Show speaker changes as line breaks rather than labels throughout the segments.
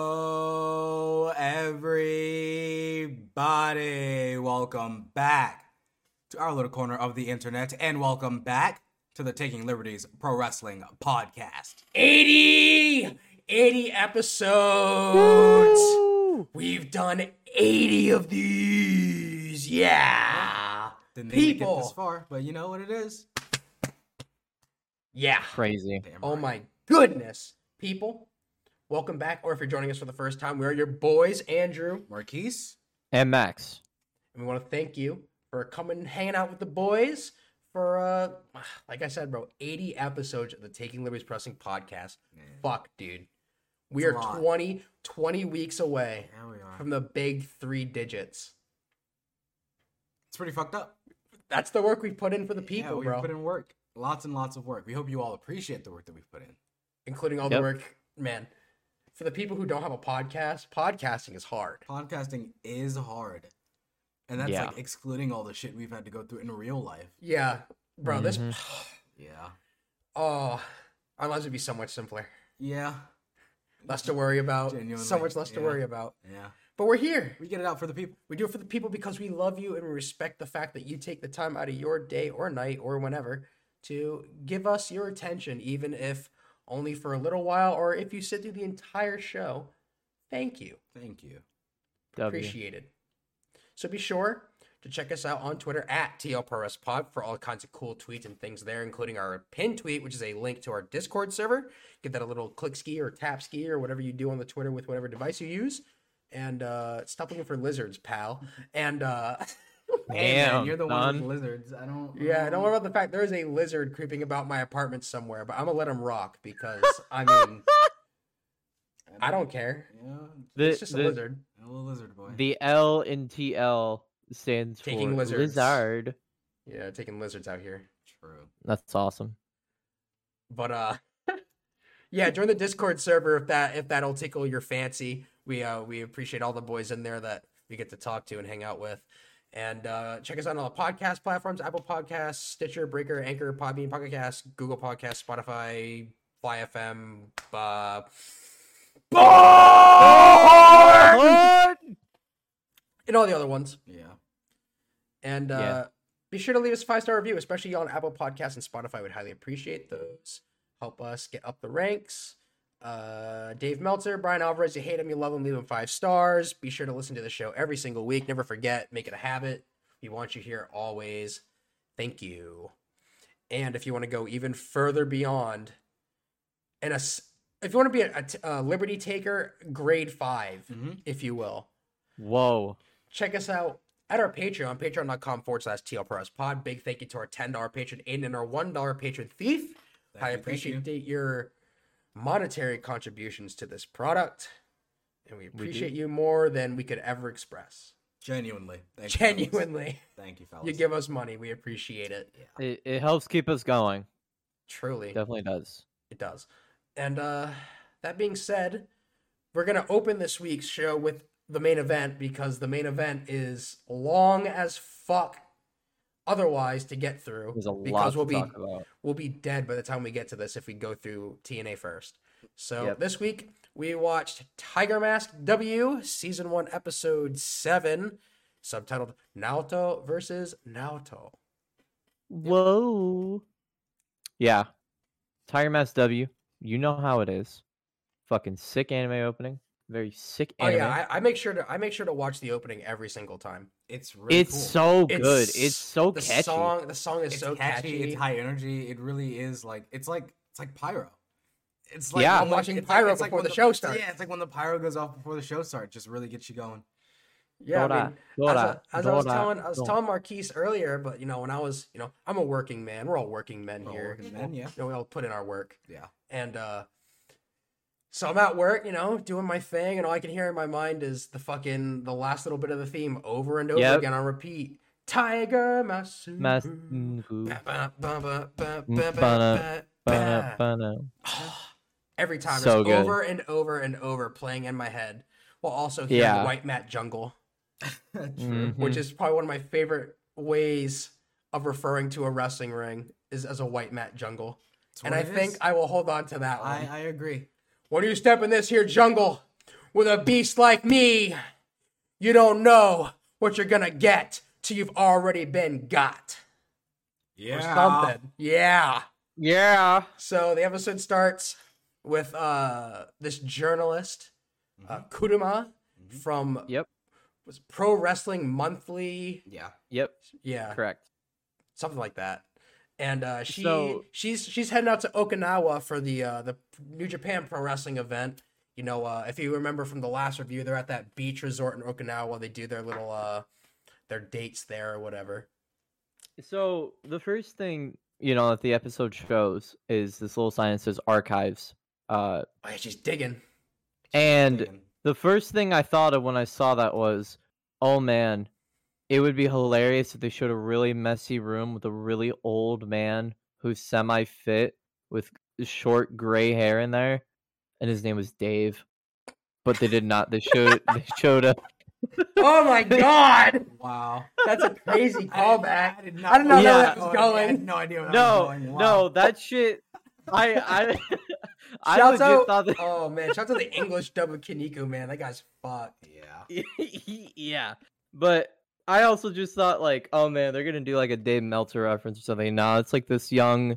Hello, everybody. Welcome back to our little corner of the internet, and welcome back to the Taking Liberties Pro Wrestling Podcast.
80 80 episodes we've done 80 of these yeah
Didn't think we'd get this
people
far, but you know what it is.
yeah
Crazy.
Damn
oh
right.
my goodness people welcome back or if you're joining us for the first time we're your boys andrew
Marquise.
And Max.
and we want to thank you for coming hanging out with the boys for uh like i said bro 80 episodes of the taking liberties pressing podcast fuck dude we
It's a
are
lot.
20 20 weeks away
There we are.
from the big three digits.
It's pretty fucked up.
That's the work we put in for the
yeah,
people,
we've
bro.
put in work. Lots and lots of work. We hope you all appreciate the work that we've put in.
including all the
Yep.
work, man. For the people who don't have a podcast, podcasting is hard.
Podcasting is hard. And that's
Yeah.
like excluding all the shit we've had to go through in real life.
Yeah, bro. This,
Yeah.
oh, our lives would be so much simpler.
Yeah.
Less to worry about. so
Genuinely,
much less to
yeah.
worry about.
Yeah.
But we're here.
We get it out for the people.
We do it for the people because we love you and we respect the fact that you take the time out of your day or night or whenever to give us your attention, even if only for a little while or if you sit through the entire show. Thank you.
Thank you.
W.
appreciated. So be sure to check us out on Twitter at TLProWrestPod for all kinds of cool tweets and things there, including our pin tweet, which is a link to our Discord server. Give that a little click ski or tap ski or whatever you do on the Twitter with whatever device you use. And uh, stop looking for lizards, pal. And uh,
man,
Damn,
you're the
son.
one with lizards. I don't.
yeah, don't
um,
worry about the fact there is a lizard creeping about my apartment somewhere, but I'm gonna let him rock because I mean I don't care.
Yeah,
The,
It's just a
the-
lizard.
a little lizard boy.
the L in TL stands
Taking
for
lizards.
lizard.
Yeah, taking lizards out here.
True.
That's awesome.
but uh yeah join the discord server if that if that'll tickle your fancy we uh we appreciate all the boys in there that we get to talk to and hang out with and uh check us out on all the podcast platforms apple podcasts stitcher breaker anchor podbean Pocket Cast, google Podcasts, spotify fly fm uh and all the other ones
Yeah.
and uh,
Yeah.
be sure to leave us a five star review, especially on Apple Podcasts and Spotify. We'd highly appreciate those. Help us get up the ranks. Uh, Dave Meltzer, Brian Alvarez, you hate him, you love him, leave him five stars. Be sure to listen to the show every single week. Never forget, make it a habit. We want you here always. Thank you. And if you want to go even further beyond, and a, s- if you want to be a, a t- a liberty taker, grade 5
Mhm.
if you will
Whoa.
check us out at our Patreon, patreon.com forward slash TLPRS pod. Big thank you to our $10 patron Aiden and our $1 patron Thief.
Thank
I
you, thank
appreciate
you.
your monetary contributions to this product. And we
do.
appreciate you more than we could ever express.
Genuinely. Thank you, fellas.
Genuinely,
Thank you, fellas.
you give us money. We appreciate it.
It, it helps keep us going.
Truly,
Definitely does.
it does. And uh, that being said, we're going to open this week's show with the main event because the main event is long as fuck otherwise to get through
There's a lot
because
to
we'll be
talk about.
we'll be dead by the time we get to this if we go through TNA first. So
Yep.
this week we watched Tiger Mask W season 1 episode 7 subtitled Naoto versus Naoto.
Whoa. Yeah. Tiger Mask W. You know how it is. Fucking sick anime opening. Very sick
Oh
anime.
yeah, I, I make sure to I make sure to watch the opening every single time.
It's really
it's
cool.
so good. It's so
the
catchy.
Song, the song is
it's
so catchy.
It's high energy. It really is like it's like it's like pyro. It's like
Yeah.
when,
I'm
like-
watching
it's
pyro
it's
before
when
the show starts.
Yeah, it's like when the pyro goes off before the show starts. Just really gets you going.
yeah, I
Dora,
mean, as,
Dora,
I- as I was
Dora,
telling I was
Dora.
telling Marquise earlier, but you know when I was you know I'm a working man. We're all working men
We're all
here.
working
you
men,
know,
yeah.
you know, we all put in our work.
Yeah.
And uh so I'm at work, you know, doing my thing, and all I can hear in my mind is the fucking the last little bit of the theme over and over
Yep.
again on repeat. Tiger Masu.
Mas- mhm. Ba-na, ba-na.
Every time
So
it's
good.
over and over and over playing in my head while also hearing
Yeah.
White Mat Jungle,
Mm-hmm.
True.
which is probably one of my favorite ways of referring to a wrestling ring is as a White Mat Jungle.
That's
and
what
I
it
think
is.
I will hold on to that one.
I, I agree.
When you step in this here jungle with a beast like me, you don't know what you're gonna get till you've already been got
Yeah.
or something. Yeah.
Yeah.
So the episode starts with uh this journalist, uh, Kuduma from
Yep.
was Pro Wrestling Monthly,
Yeah.
Yep.
yeah,
Correct.
something like that. And uh, she
So-
she's she's heading out to Okinawa for the uh, the New Japan Pro Wrestling event. You know, uh, if you remember from the last review, they're at that beach resort in Okinawa. They do their little uh, their dates there or whatever.
So the first thing you know that the episode shows is this little sign that says archives. Uh,
Oh, yeah, she's digging.
and
Digging.
The first thing I thought of when I saw that was, oh man, it would be hilarious if they showed a really messy room with a really old man who's semi fit with short gray hair in there, and his name was Dave. But they did not. They showed they showed a
Oh my god,
Wow.
that's a crazy callback.
I did
I didn't know
where
where
that
was
I
going.
had no idea where that was
no
going. Wow.
no that shit. I I I
Shouts
legit
out-
thought that
Oh man, shout out to the English dub of Kaneko, man. That guy's fucked.
Yeah.
yeah. But I also just thought like, oh man, they're gonna do like a Dave Meltzer reference or something. Nah, it's like this young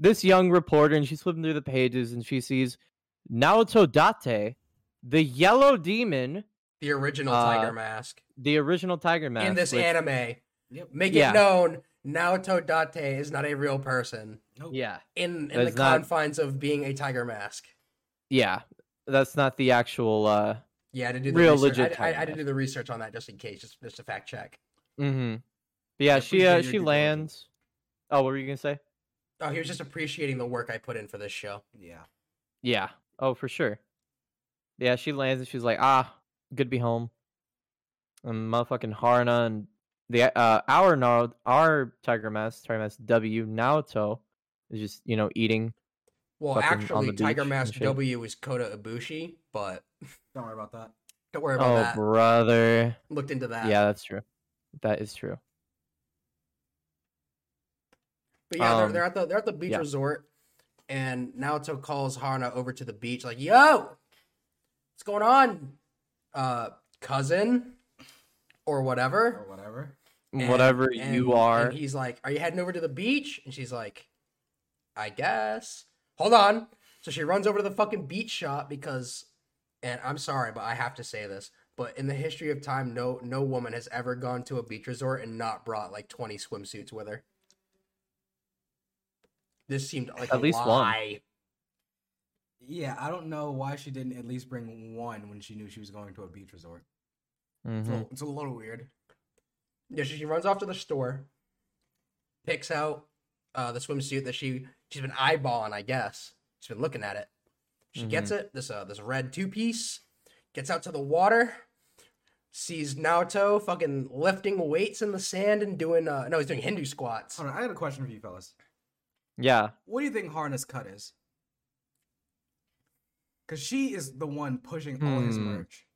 this young reporter and she's flipping through the pages and she sees Naoto Date, the yellow demon,
The original
Uh,
Tiger Mask
the original tiger mask.
in this
which-
anime.
Yep.
Make
Yeah.
it known Naoto Date is not a real person
Nope.
Yeah.
in, in the
That's not-
confines of being a tiger mask.
Yeah. That's not the actual uh
Yeah, I did do the
Real
research.
legit
I, I,
Tiger
I did do the research on that just in case, just just a fact check.
mm-hmm. Yeah, she
appreciate
uh,
your
she
due
lands.
diligence.
Oh, what were you gonna say?
Oh, he was just appreciating the work I put in for this show.
Yeah.
Yeah. Oh, for sure. Yeah, she lands and she's like, ah, good to be home. And motherfucking Harna and the uh our Naro, our Tiger Mask, Tiger Mask W Naoto is just, you know, eating.
Well,
Fucking on
actually,
the beach
Tiger
and
Mask
shit.
W is Kota Ibushi, but
Don't worry about that.
don't worry about
Oh
that.
brother.
Looked into that.
Yeah, that's true. That is true.
But yeah, they're,
Um,
they're at the they're at the beach
yeah.
resort, and Naoto calls Hana over to the beach, like, "Yo, what's going on, uh, cousin, or
Or
whatever,
whatever.
And-
Whatever
and-
you are.
And he's like, "Are you heading over to the beach?" And she's like, "I guess." Hold on. So she runs over to the fucking beach shop because, and I'm sorry, but I have to say this. But in the history of time, no no woman has ever gone to a beach resort and not brought like 20 swimsuits with her. This seemed like
At
a
least one.
lie.
Yeah, I don't know why she didn't at least bring one when she knew she was going to a beach resort. It's, a,
Mhm.
little- it's a little weird.
Yeah, so she runs off to the store, picks out uh, the swimsuit that she she's been eyeballing. I guess she's been looking at it. She gets it. This uh, this red two piece. Gets out to the water. Sees Naoto fucking lifting weights in the sand and doing uh no he's doing Hindu squats.
Hold on, I got a question for you fellas.
Yeah.
What do you think Harness cut is? Because she is the one pushing all his
Hmm.
merch.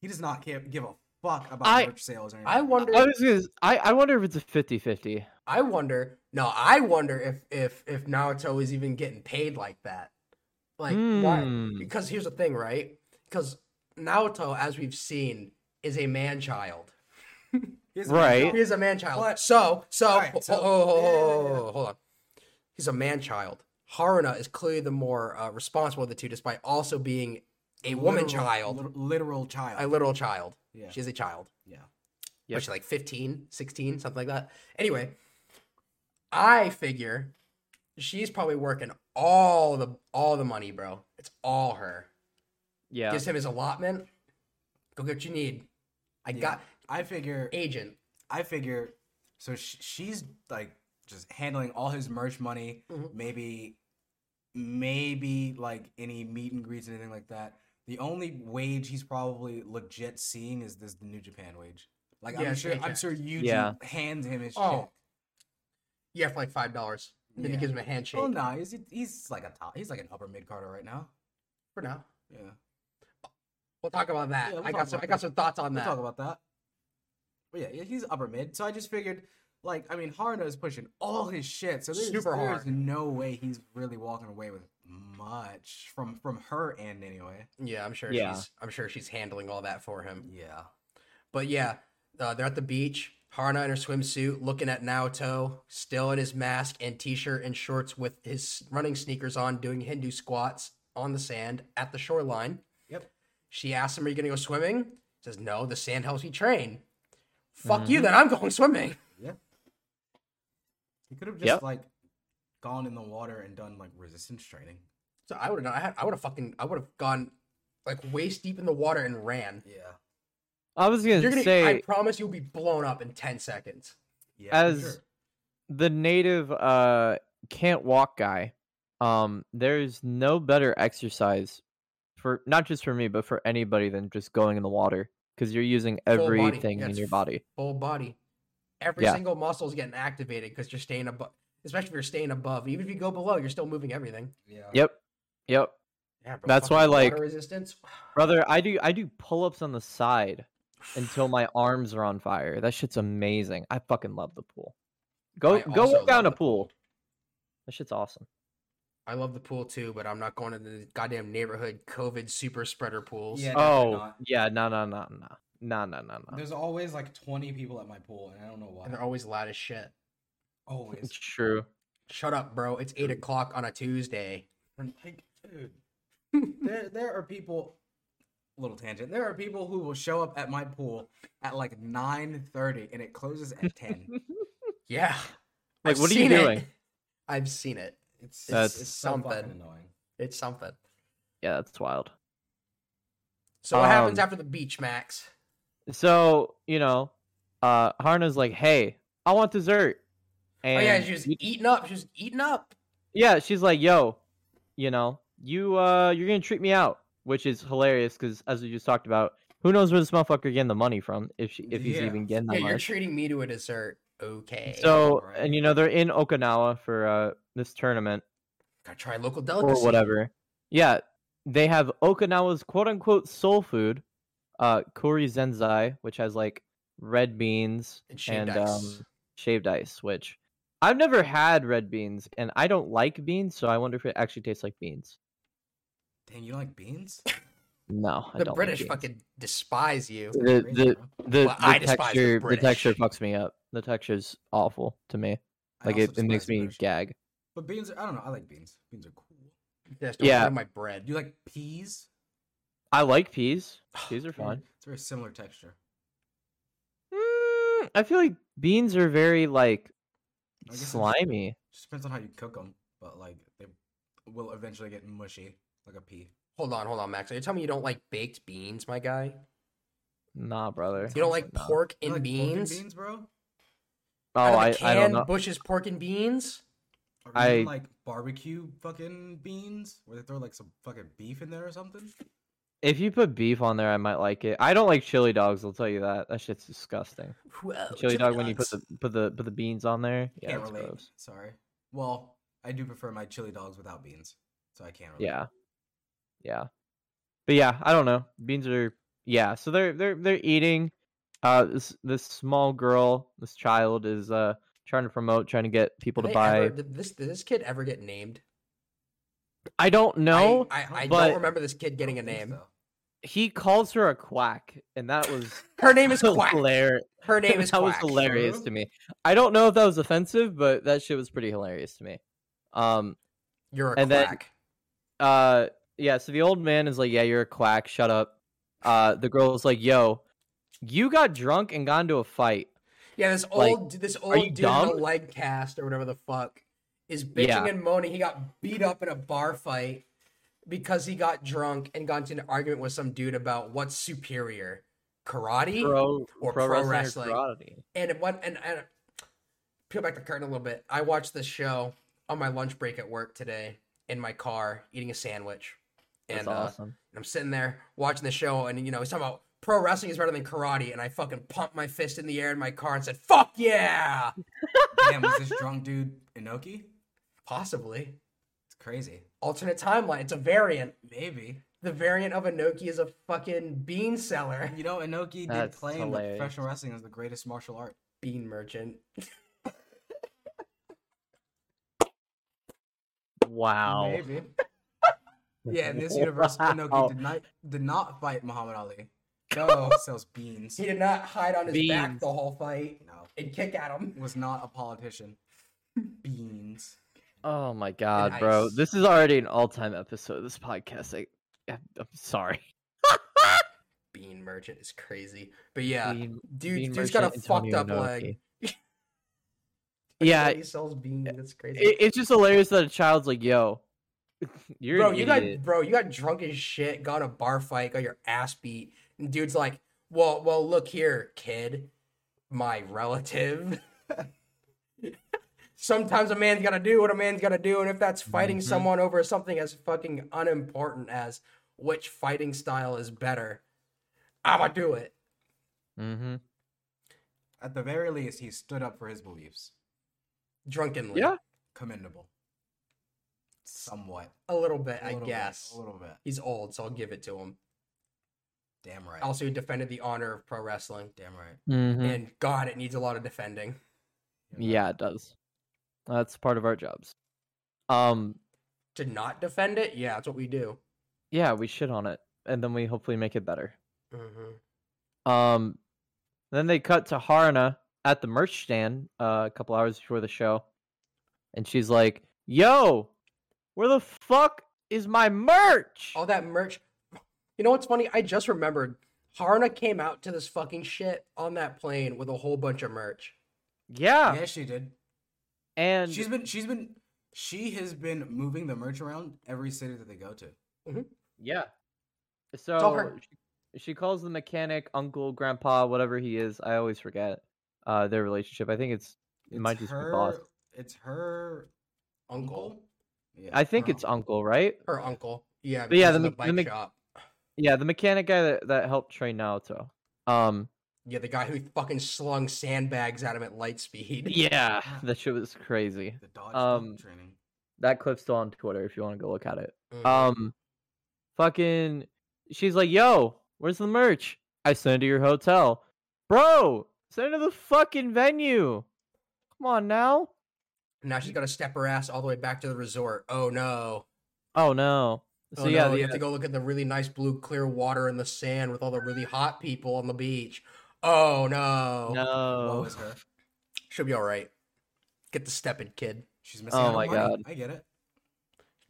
He does not care, give a fuck about
I-
merch sales or anything.
I wonder.
I was gonna, s- I, I wonder if it's a 50-50.
I wonder. No, I wonder if if if Naoto is even getting paid like that. Like why?
Hmm.
Because here's the thing, right? Because Naoto, as we've seen, is a man child.
Here's-
Right.
He is a man child.
But-
so, so,
All right,
ho-
so-
ho-
yeah,
ho- ho-
yeah, yeah.
ho- ho- hold on. He's a man child. Haruna is clearly the more uh, responsible of the two, despite also being a woman
Literal-
child,
lit- Literal child.
a literal child.
yeah.
She is a child.
yeah.
Yep.
Which is like 15, 16, something like that. Anyway, I figure she's probably working all the all the money, bro. It's all her.
Yeah.
Gives him his allotment. Go get what you need. I
Yeah.
got
I figure.
agent.
I figure. So sh- she's like just handling all his merch money.
Mhm.
Maybe, maybe like any meet and greets, anything like that. The only wage he's probably legit seeing is this the New Japan wage. Like
Yeah,
I'm
his
sure, I'm
paycheck.
sure Yuji
Yeah.
hands him his
Oh,
check.
Yeah, for like five dollars. Then he
Yeah.
gives him a handshake.
Well, no, Oh, he's he's like a top. He's like an upper mid carder right now.
For now.
Yeah,
We'll talk about that.
Yeah, we'll
I
talk
got some.
about
I
that.
got some thoughts on
we'll
that.
talk about that. But yeah, yeah, he's upper mid. So I just figured Like, I mean, Haruno is pushing all his shit, so there's,
Super
there's
hard.
no way he's really walking away with much from from her end anyway.
Yeah, I'm sure
Yeah.
she's I'm sure she's handling all that for him.
Yeah.
But yeah, uh, they're at the beach. Haruna in her swimsuit, looking at Naoto, still in his mask and t-shirt and shorts with his running sneakers on, doing Hindu squats on the sand at the shoreline.
Yep.
She asks him, "Are you going to go swimming?" He says, "No, the sand helps me train." Fuck you, then I'm going swimming.
Yep. He could have just
Yep.
like gone in the water and done like resistance training.
So I would have. I, had- I would have fucking. I would have gone like waist deep in the water and ran.
Yeah.
I was gonna,
You're gonna.
say
I promise you'll be blown up in ten seconds.
Yeah. for
As-
sure.
the native uh can't walk guy um there's no better exercise for not just for me but for anybody than just going in the water because you're using
Full body,
everything
yeah,
in
it's
your
f-
body
Full body. Every
Yeah.
single muscle is getting activated because you're staying above. Especially if you're staying above. Even if you go below, you're still moving everything.
Yeah.
yep yep
Yeah, bro,
That's
fucking
why, like-
water resistance.
brother i do i do pull-ups on the side until my arms are on fire that shit's amazing i fucking love the pool go
I
go
also
walk out
love
in a
the
pool that shit's awesome
I love the pool too, but I'm not going to the goddamn neighborhood COVID super spreader pools.
Yeah. definitely
oh
not.
yeah no no no no no no no no
There's always like 20 people at my pool, and I don't know why.
And they're always loud as shit.
always.
it's true
Shut up, bro. It's eight o'clock on a Tuesday.
And like, dude, there there are people. Little tangent. There are people who will show up at my pool at like nine thirty, and it closes at ten.
Yeah.
Like,
I've
what are you
seen it.
doing?
I've seen it.
It's
That's-
it's so fucking
something.
annoying.
It's something.
yeah that's wild
So what happens
Um,
after the beach, Max?
So, you know, uh Harna's like, "Hey, I want dessert."
Oh
And
yeah, she's
you-
eating up. She's eating up.
yeah, she's like, "Yo, you know, you uh you're going to treat me out," which is hilarious cuz as we just talked about, who knows where this motherfucker getting the money from if she, if he's
Yeah.
even getting
Yeah,
the
you're
money.
treating me to a dessert. Okay.
So,
right.
and you know, they're in Okinawa for uh this tournament
gotta try local
or
delicacy.
whatever. Yeah, they have Okinawa's quote-unquote soul food, uh kuri zenzai, which has like red beans
And
and
shaved ice.
um shaved ice, which I've never had red beans, and I don't like beans, so I wonder if it actually tastes like beans.
Dang, you don't like beans?
No, I
the
don't.
British
like beans.
fucking despise you.
the
Crazy,
the
bro.
the,
Well, I despise
the
the
texture the texture
British.
fucks me up. The texture's awful to me.
I
Like
also
it, it makes
despise
me
British.
gag.
But beans, are, I don't know. I like beans. Beans are cool.
That's the
Yeah.
yeah. my
Do
bread.
you like peas?
I like peas. Peas are
Weird.
fun.
It's very similar texture.
Mm, I feel like beans are very like
I guess it just-
slimy.
Just depends on how you cook them, but like they will eventually get mushy, like a pea.
Hold on, hold on, Max. Are you telling me you don't like baked beans, my guy?
Nah, brother.
You don't like
Nah.
pork
You
and
like pork
beans?
beans, bro.
Oh,
Out of a
I, I don't
can,
know.
Bush's pork and beans.
Or even,
I-
like barbecue fucking beans where they throw like some fucking beef in there or something.
If you put beef on there, I might like it. I don't like chili dogs. I'll tell you that. That shit's disgusting.
Whoa,
chili dog when you put
Oh, dogs.
the put the put the beans on there. Yeah,
can't
it's
relate.
gross.
Sorry. Well, I do prefer my chili dogs without beans, so I can't relate.
Yeah, yeah, but yeah, I don't know. Beans are yeah. So they're they're they're eating. Uh, this this small girl, this child is uh trying to promote, trying to get people
Did
to
they
buy.
ever- did this did this kid ever get named?
I don't know.
I, I, I
but-
don't remember this kid getting a
I think
name.
so.
He calls her a quack, and that was
Her name is Quack.
hilar-
Her name is
that was
Quack. Mm-hmm.
hilarious
True.
to me. I don't know if that was offensive, but that shit was pretty hilarious to me. Um,
You're a
And then-
quack.
uh yeah so the old man is like yeah you're a quack shut up uh the girl's like yo you got drunk and got into a fight
yeah, this
like,
old this old
you
dude in the
dumb?
leg cast or whatever the fuck is bitching
Yeah.
and moaning. He got beat up in a bar fight because he got drunk and got into an argument with some dude about what's superior, karate.
pro
Or
pro,
pro
wrestling, or karate.
And it went and, and peel back the curtain a little bit. I watched this show on my lunch break at work today in my car eating a sandwich,
That's
and uh,
awesome
And I'm sitting there watching the show, and you know, he's talking about pro wrestling is better than karate, and I fucking pumped my fist in the air in my car and said, "Fuck yeah!"
Damn, was this drunk dude Inoki?
Possibly
It's crazy.
alternate timeline. It's a variant.
Maybe.
The variant of Inoki is a fucking bean seller,
You know, Inoki did
That's
claim that
hilarious.
professional wrestling is the greatest martial art.
bean merchant.
Wow.
Maybe. Yeah, in this universe,
Wow.
Inoki did not did not fight Muhammad Ali. No, sells beans.
He did not hide on his back
Beans.
the whole fight
No,
and kick at him.
was not a politician. Beans.
Oh my god,
ice.
bro. This is already an all-time episode of this podcast. I, I- I'm sorry.
Bean Merchant is crazy. But yeah,
Dean-
dude,
Dean
dude's got a
Merchant,
fucked
Antonio
up leg.
Inoki. Yeah,
he sells beans. That's crazy.
It, it's just hilarious that a child's like, "Yo, you're
bro,
an
you
idiot."
got bro, you got drunk as shit, got in a bar fight, got your ass beat, and dude's like, "Well, well, look here, kid, my relative." Sometimes a man's got to do what a man's got to do, and if that's fighting
Mhm.
someone over something as fucking unimportant as which fighting style is better, I'ma do it.
mm-hmm.
At the very least, he stood up for his beliefs.
Drunkenly,
Yeah.
Commendable. Somewhat.
a little bit,
I
I guess.
a little bit.
He's old, so I'll give it to him.
Damn right.
Also, he defended the honor of pro wrestling,
Damn right.
Mm-hmm.
and God, it needs a lot of defending.
Yeah, it does. That's part of our jobs. Um,
to not defend it, yeah, that's what we do.
yeah, we shit on it, and then we hopefully make it better.
Mm-hmm.
Um, then they cut to Harna at the merch stand uh, a couple hours before the show, and she's like, "Yo, where the fuck is my merch?"
All that merch. You know what's funny? I just remembered Harna came out to this fucking shit on that plane with a whole bunch of merch.
yeah,
Yeah, she did.
and
She's been she's been she has been moving the merch around every city that they go to.
yeah.
all
So
her.
she, she calls the mechanic uncle, grandpa, whatever he is. I always forget uh, their relationship. I think it's it might
It's
just be boss.
her- It's her
Uncle.
uncle. Yeah.
I think
her
it's uncle, right?
Her uncle. Yeah,
But yeah,
because
the
of
mech- the mech-
shop.
Yeah, the mechanic guy that, that helped train Naoto. Um,
Yeah, the guy who fucking slung sandbags at him at light speed.
yeah, that shit was crazy.
the Dodge
um,
Dunk training.
That clip's still on Twitter if you want to go look at it.
Mhm.
Um, fucking, she's like, "Yo, where's the merch? I sent it to your hotel, bro. Send it to the fucking venue. Come on now.
now she's got to step her ass all the way back to the resort. Oh no.
Oh no. So
oh,
yeah,
no,
the- uh,
you have to go look at the really nice blue clear water in the sand with all the really hot people on the beach. Oh no.
Woe
no.
is her.
She'll be all right. Get the stepping kid.
She's missing
Oh
out on
my
money.
God.
I get it.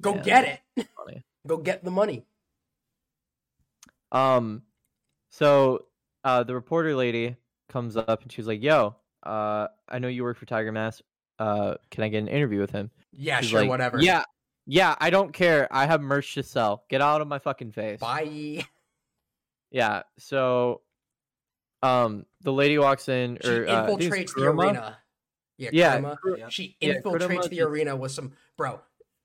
Go
Yeah,
get it.
funny.
Go get the money.
Um, so uh, the reporter lady comes up and she's like, "Yo, uh, I know you work for Tiger Mask. Uh, can I get an interview with him?"
Yeah,
She's
sure,
like,
whatever.
Yeah, yeah, I don't care. I have merch to sell. Get out of my fucking face. uh,
Bye.
Yeah. So, um, the lady walks in,
She
or uh, I think
infiltrates
it's
the
Kurama.
arena. Yeah,
Yeah,
Kurama.
Kur-
Yep.
She
yeah,
infiltrates
Kurama,
the
she-
arena with some bro.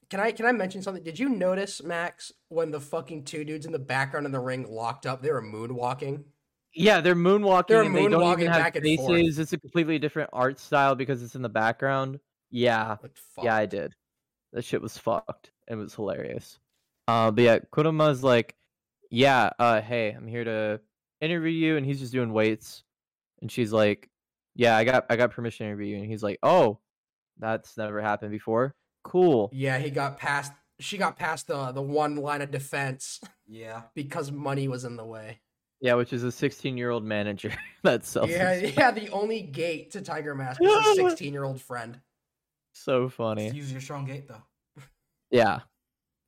Can I can I mention something? Did you notice, Max, when the fucking two dudes in the background in the ring locked up, they were moonwalking?
yeah, they're moonwalking.
They're
and they don't
moonwalking
even have
back and forth.
faces. It's a completely different art style because it's in the background. Yeah,
Like, fuck.
yeah, I did. That shit was fucked. It was hilarious. Uh, but yeah, Kuruma's like, yeah, uh, hey, I'm here to interview you, and he's just doing weights, and she's like, yeah, I got I got permission to interview you, and he's like, oh, that's never happened before. Cool.
Yeah, he got past she got past the the one line of defense
Yeah.
because money was in the way.
Yeah, which is a 16 year old manager that sells.
Yeah,
it.
yeah, the only gate to Tiger Mask is a 16 year old friend.
So funny.
Use your strong gate though.
Yeah.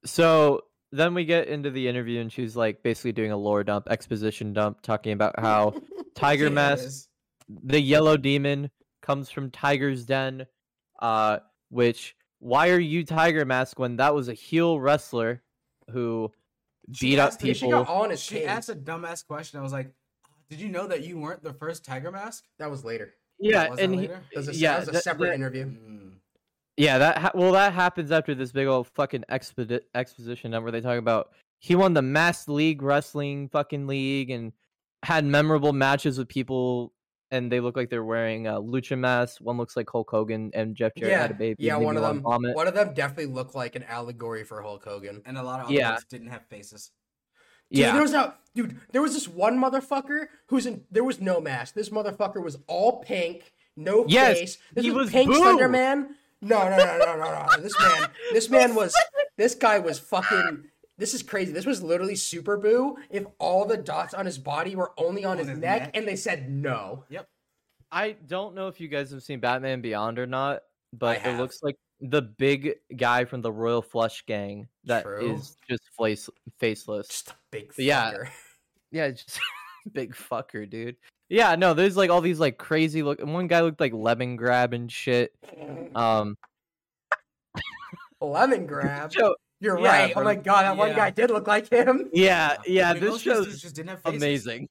So then we get into the interview, and she's like basically doing a lore dump, exposition dump, talking about how Tiger
Yeah, it
Mask,
is.
the yellow demon, comes from Tiger's Den. Uh, which why are you Tiger Mask when that was a heel wrestler who
She
beat up
asked-
Yeah, she got
people?
all in his
She
case.
asked a dumbass question. I was like, "Did you know that you weren't the first Tiger Mask?"
That was later.
Yeah,
Was that
and he,
later?
That was a,
yeah,
that was a
that-
separate
that-
interview.
Mm.
Yeah, that ha- well, that happens after this big old fucking expedi- exposition number. They talk about he won the mass league wrestling fucking league and had memorable matches with people, and they look like they're wearing uh, lucha masks. One looks like Hulk Hogan, and Jeff Jarrett had a baby.
yeah,
and made
one
me
of
wanna
them,
vomit.
one of them definitely looked like an allegory for Hulk Hogan.
And a lot of other
Yeah.
ones didn't have faces.
Dude,
yeah,
there was a dude. There was this one motherfucker who's in. There was no mask. This motherfucker was all pink, no
Yes,
face. This
he
was
was
pink
Boo.
Slenderman. No, no, no, no, no, no. This man, this man was, this guy was fucking. This is crazy. This was literally Super Boo if all the dots on his body were only on his, neck, and they said no.
I don't know if you guys have seen Batman Beyond or not, but it
have.
looks like the big guy from the Royal Flush Gang that is
True.
just face- faceless.
Just a big
But yeah,
fucker.
Yeah, it's just big fucker, dude. Yeah, no, there's like all these like crazy look. One guy looked like lemon grab and shit. Um,
Lemon grab.
so
You're
yeah,
right. Oh
bro.
my god, that one
Yeah.
guy did look like him.
yeah, Uh, yeah,
I mean, those
this
sisters
show's
just didn't have faces.
amazing.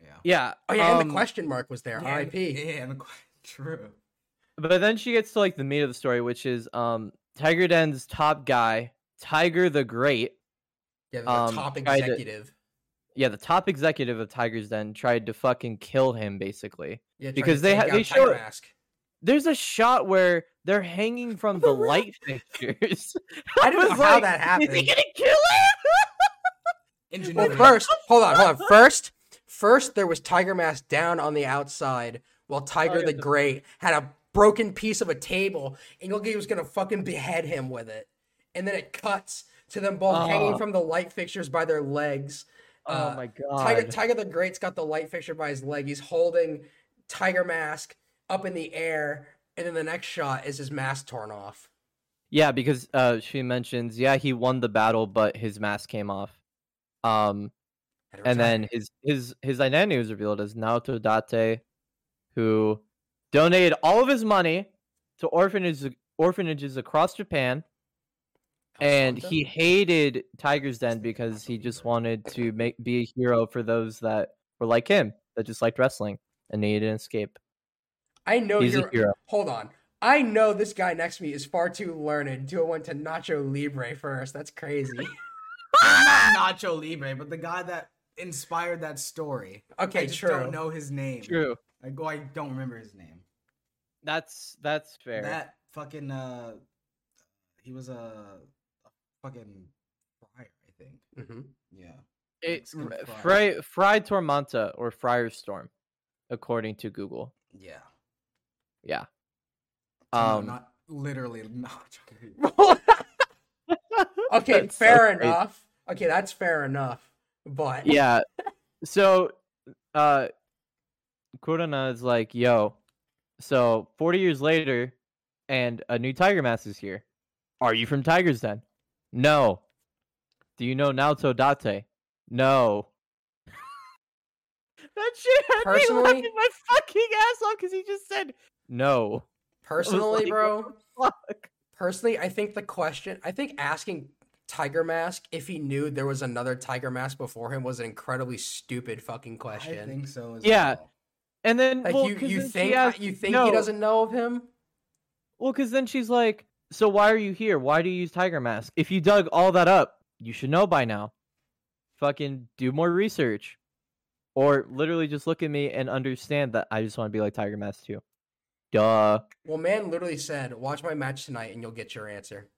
Yeah.
Yeah.
Oh yeah, and
um,
the question mark was there.
Yeah, and-
R.I.P.
Yeah, and the, que- true.
But then she gets to like the meat of the story, which is um Tiger Den's top guy, Tiger the Great.
Yeah, the
Um,
top
tried to-
executive.
Yeah, the top executive of Tiger's Den tried to fucking kill him basically.
Yeah, tried
because
to
they
take
ha-
out
they
Tiger
show-
Mask.
There's a shot where they're hanging from the
For real?
light fixtures.
I don't know
was
how
like,
that
Is he
happened.
gonna kill him?
Well,
Ingenuity.
first, hold on, hold on. First, first there was Tiger Mask down on the outside, while Tiger
Oh, yeah,
the
the-
Great had a broken piece of a table, and Yogi was gonna fucking behead him with it. And then it cuts to them both hanging
Oh.
from the light fixtures by their legs. Uh,
oh my god.
Tiger, Tiger the Great's got the light fixture by his leg. He's holding Tiger Mask up in the air, and then the next shot is his mask torn off.
Yeah, because uh she mentions, yeah, he won the battle, but his mask came off. Um
Had to
and
retire.
then his his his identity was revealed as Naoto Date, who donated all of his money to orphanages orphanages across Japan, and
Awesome.
he hated Tiger's Den because he just wanted to make be a hero for those that were like him that just liked wrestling and needed an escape.
I know
He's
you're
a hero.
Hold on. I know this guy next to me is far too learned to have went to Nacho Libre first. That's crazy.
Not Nacho Libre, but the guy that inspired that story. I
Okay,
just
true.
don't know his name.
True.
I go. I don't remember his name.
That's that's fair.
That fucking uh, he was a, a fucking friar, I think.
Mhm.
Yeah.
it,
Mexican
r-
fry.
Fry Fry Tormenta or Friar Storm, according to Google.
Yeah.
Yeah.
No,
Um,
not literally Nacho. Libre.
okay,
That's so
fair
crazy.
enough. Okay, that's fair enough. But
yeah so uh kurana is like yo so 40 years later and a new tiger mask is here are you from tiger's den no do you know naoto date no that shit had me
Personally-
laughing my fucking ass off because he just said no
personally,
like,
bro,
Fuck.
personally, I think the question, I think asking Tiger Mask if he knew there was another Tiger Mask before him was an incredibly stupid fucking
I
question.
think so. As
Yeah.
well.
and then
like
well,
you,
'cause
you
then she
think
asked-
you think he
no.
doesn't know of him?
Well, because then she's like, "So why are you here? Why do you use tiger mask? If you dug all that up, you should know by now. Fucking do more research, or literally just look at me and understand that I just want to be like tiger mask too." Duh.
Well, man literally said, "Watch my match tonight and you'll get your answer."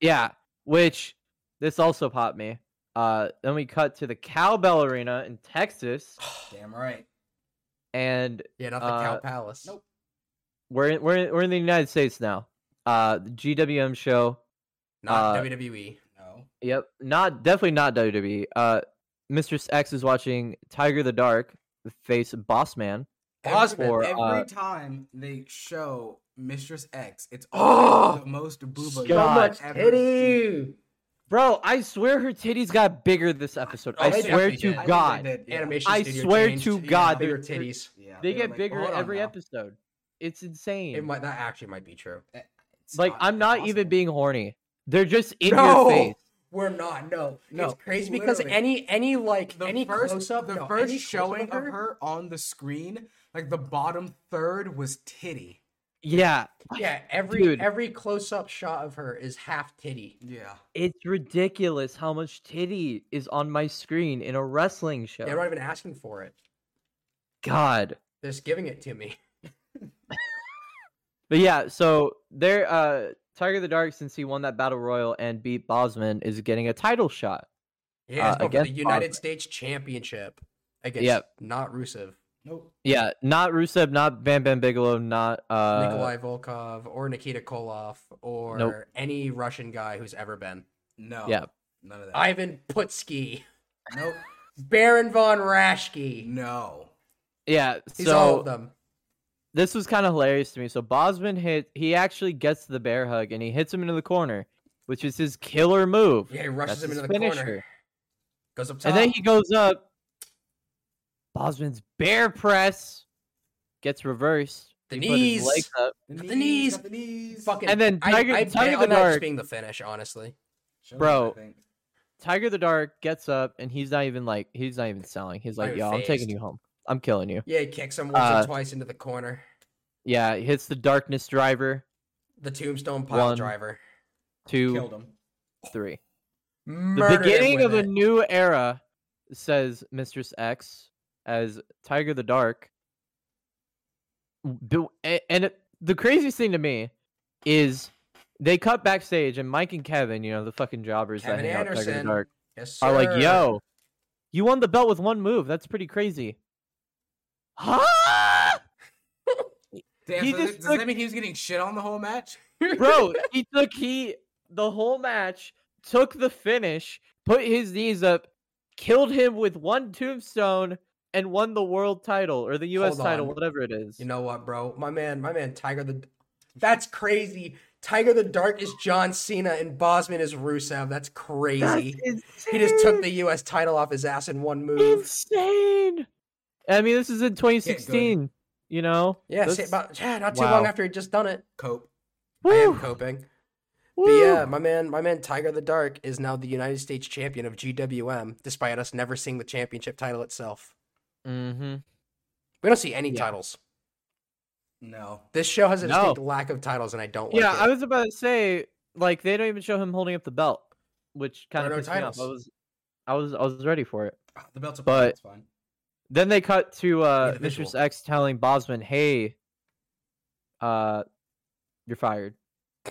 Yeah. Which this also popped me. Uh, then we cut to the cowbell arena in Texas,
Damn right.
and
Yeah, not the Cow
Uh,
Palace.
nope.
we're in, we're in, we're in the United States now. Uh, the GWM show.
Not E.
Uh,
WWE.
No.
Yep. Not definitely not WWE. Uh Mr. X is watching Tiger the Dark face Boss Man.
Bosman.
or,
every
uh,
time they show Mistress X, it's
Oh,
always the most booba.
so much
you've ever seen.
Bro, I swear her titties got bigger this episode.
Oh,
I
they
swear
definitely
to
did.
I wish they
God.
did, yeah.
Animation.
I
studio
swear
changed
to
yeah,
God,
bigger
they're-
titties.
Yeah,
They
were
get
like,
bigger
"Hold on
every
now."
episode. It's insane.
It might that actually might be true.
It's
like I'm not even
impossible.
being horny. They're just in
No!
your face.
We're not. No,
No,
it's crazy because
literally.
any any like
the
any
first
close up,
the first showing of her on the screen, like the bottom third was titty.
Yeah.
Yeah, every
Dude.
every close up shot of her is half titty.
Yeah.
It's ridiculous how much titty is on my screen in a wrestling show.
They're not even asking for it.
God.
They're just giving it to me.
But yeah, so there, uh, Tiger the Dark, since he won that battle royal and beat Bosman, is getting a title shot.
Yeah,
Uh,
it's going for the
against
United
Bosman.
States Championship against
Yep.
not Rusev.
Nope.
Yeah, not Rusev, not Bam Bam Bigelow, not uh
Nikolai Volkov or Nikita Koloff or
Nope.
any Russian guy who's ever been.
No.
Yeah.
None of that.
Ivan Putski,
Nope.
Baron von Raschke.
No.
Yeah,
He's
so
all of them.
this was kind of hilarious to me. So Bosman hit he actually gets to the bear hug and he hits him into the corner, which is his killer move.
Yeah, he rushes
That's
him
his
into the corner.
finisher.
Goes up top.
And then he goes up. Bosman's bear press gets reversed.
the
He put his
knees.
legs up.
The
The
knees.
knees.
got The knees.
Fucking,
And then Tiger-
I, I bet
Tiger the
on that
Dark.
being the finish, honestly.
Shows,
Bro.
I think.
Tiger the Dark gets up and he's not even like he's not even selling. He's
Not
like,
even
yo, I'm
phased.
taking you home. I'm killing you.
Yeah, he kicks him once
Uh,
or twice into the corner.
Yeah, he hits the darkness driver.
The tombstone pile
one.
driver.
Two,
Killed him.
three.
Murdered
The
him
beginning
with
of a
it.
new era, says Mistress X as Tiger the Dark. The- a- And it- the craziest thing to me is they cut backstage and Mike and Kevin, you know, the fucking jobbers
Kevin
that hang out with Tiger the
Anderson,
Dark,
Yes,
are like,
sir.
yo, you won the belt with one move. That's pretty crazy. Huh?
Damn,
He
so
just
does does
took-
that mean he was getting shit on the whole match?
bro he took he the whole match took the finish put his knees up killed him with one tombstone and won the world title or the us
Hold
title
on.
whatever it is
You know what, bro? My man, my man, Tiger the. That's crazy. Tiger the Dark is John Cena and Bosman is Rusev. That's crazy. He just took the U.S. title off his ass in one move.
insane i mean this is in 2016 you know
Yeah,
This-
see, about, yeah, not too
wow.
long after he'd just done it.
Cope.
I am
woo,
coping. But
woo.
yeah, my man, my man, Tiger the Dark is now the United States champion of GWM, despite us never seeing the championship title itself.
Mhm.
We don't see any
Yeah.
titles.
No.
This show has a
No.
distinct lack of titles, and I don't like
yeah
it.
i was about to say like they don't even show him holding up the belt which kind
are
of
no
pissed me off i
titles.
was i was i was ready for it
Ah, The belt's a
But-
It's fine.
Then they cut to uh,
Individual.
Mistress X telling Bosman, "Hey, uh, you're fired.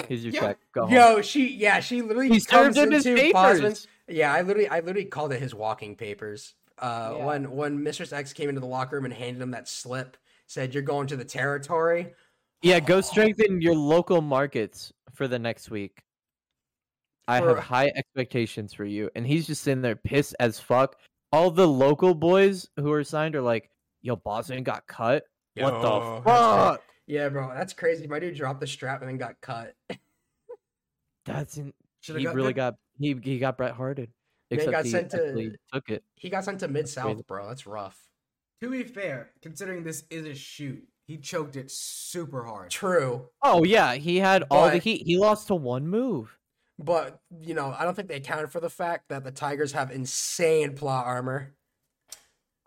Here's your
Yo-
check. Go home."
Yo, she, yeah, she literally
He
comes
served in his
into
papers.
Bosman's Yeah, I literally, I literally called it his walking papers. Uh,
Yeah.
when when Mistress X came into the locker room and handed him that slip, said, "You're going to the territory."
Yeah, go strengthen your local markets for the next week. I
For-
have high expectations for you. And he's just sitting there pissed as fuck. All the local boys who are signed are like, "Yo, Bosman got cut. what
Yo,
the
that's cra-
fuck?
Yeah, bro, that's crazy. My dude dropped the strap and then got cut.
That's in-
Should
he really got he he got Bret Harded.
Man
Except
got
he
sent to-
actually took it.
He got sent to mid
crazy.
south, bro. That's rough.
To be fair, considering this is a shoot, he choked it super hard.
True,
Oh yeah, he had all the
But-
heat. He lost to one move.
but you know, I don't think they accounted for the fact that the Tigers have insane plot armor,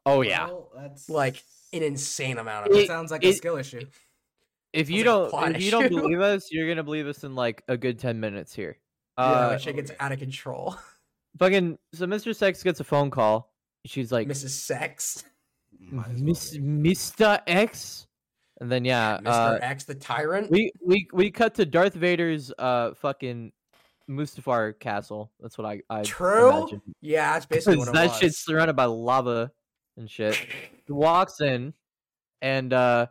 Oh yeah.
Well, that's
like an insane amount of
That
it.
It-
sounds like a
it-
skill issue.
If you
like a
don't
plot
if you don't
issue.
believe us, you're gonna believe us in like a good ten minutes here.
yeah,
Uh
that shit gets out of control.
fucking so Mr. Sex gets a phone call. She's like
Mrs. Sex,
Mm-hmm.
Might as well
Miss
be.
Mr. X and then yeah,
Mr.
uh,
X, the tyrant.
we we we cut to Darth Vader's uh fucking Mustafar castle. That's what I I
True.
imagine.
Yeah, that's basically what it
that
was.
shit's surrounded by lava and shit. He walks in and uh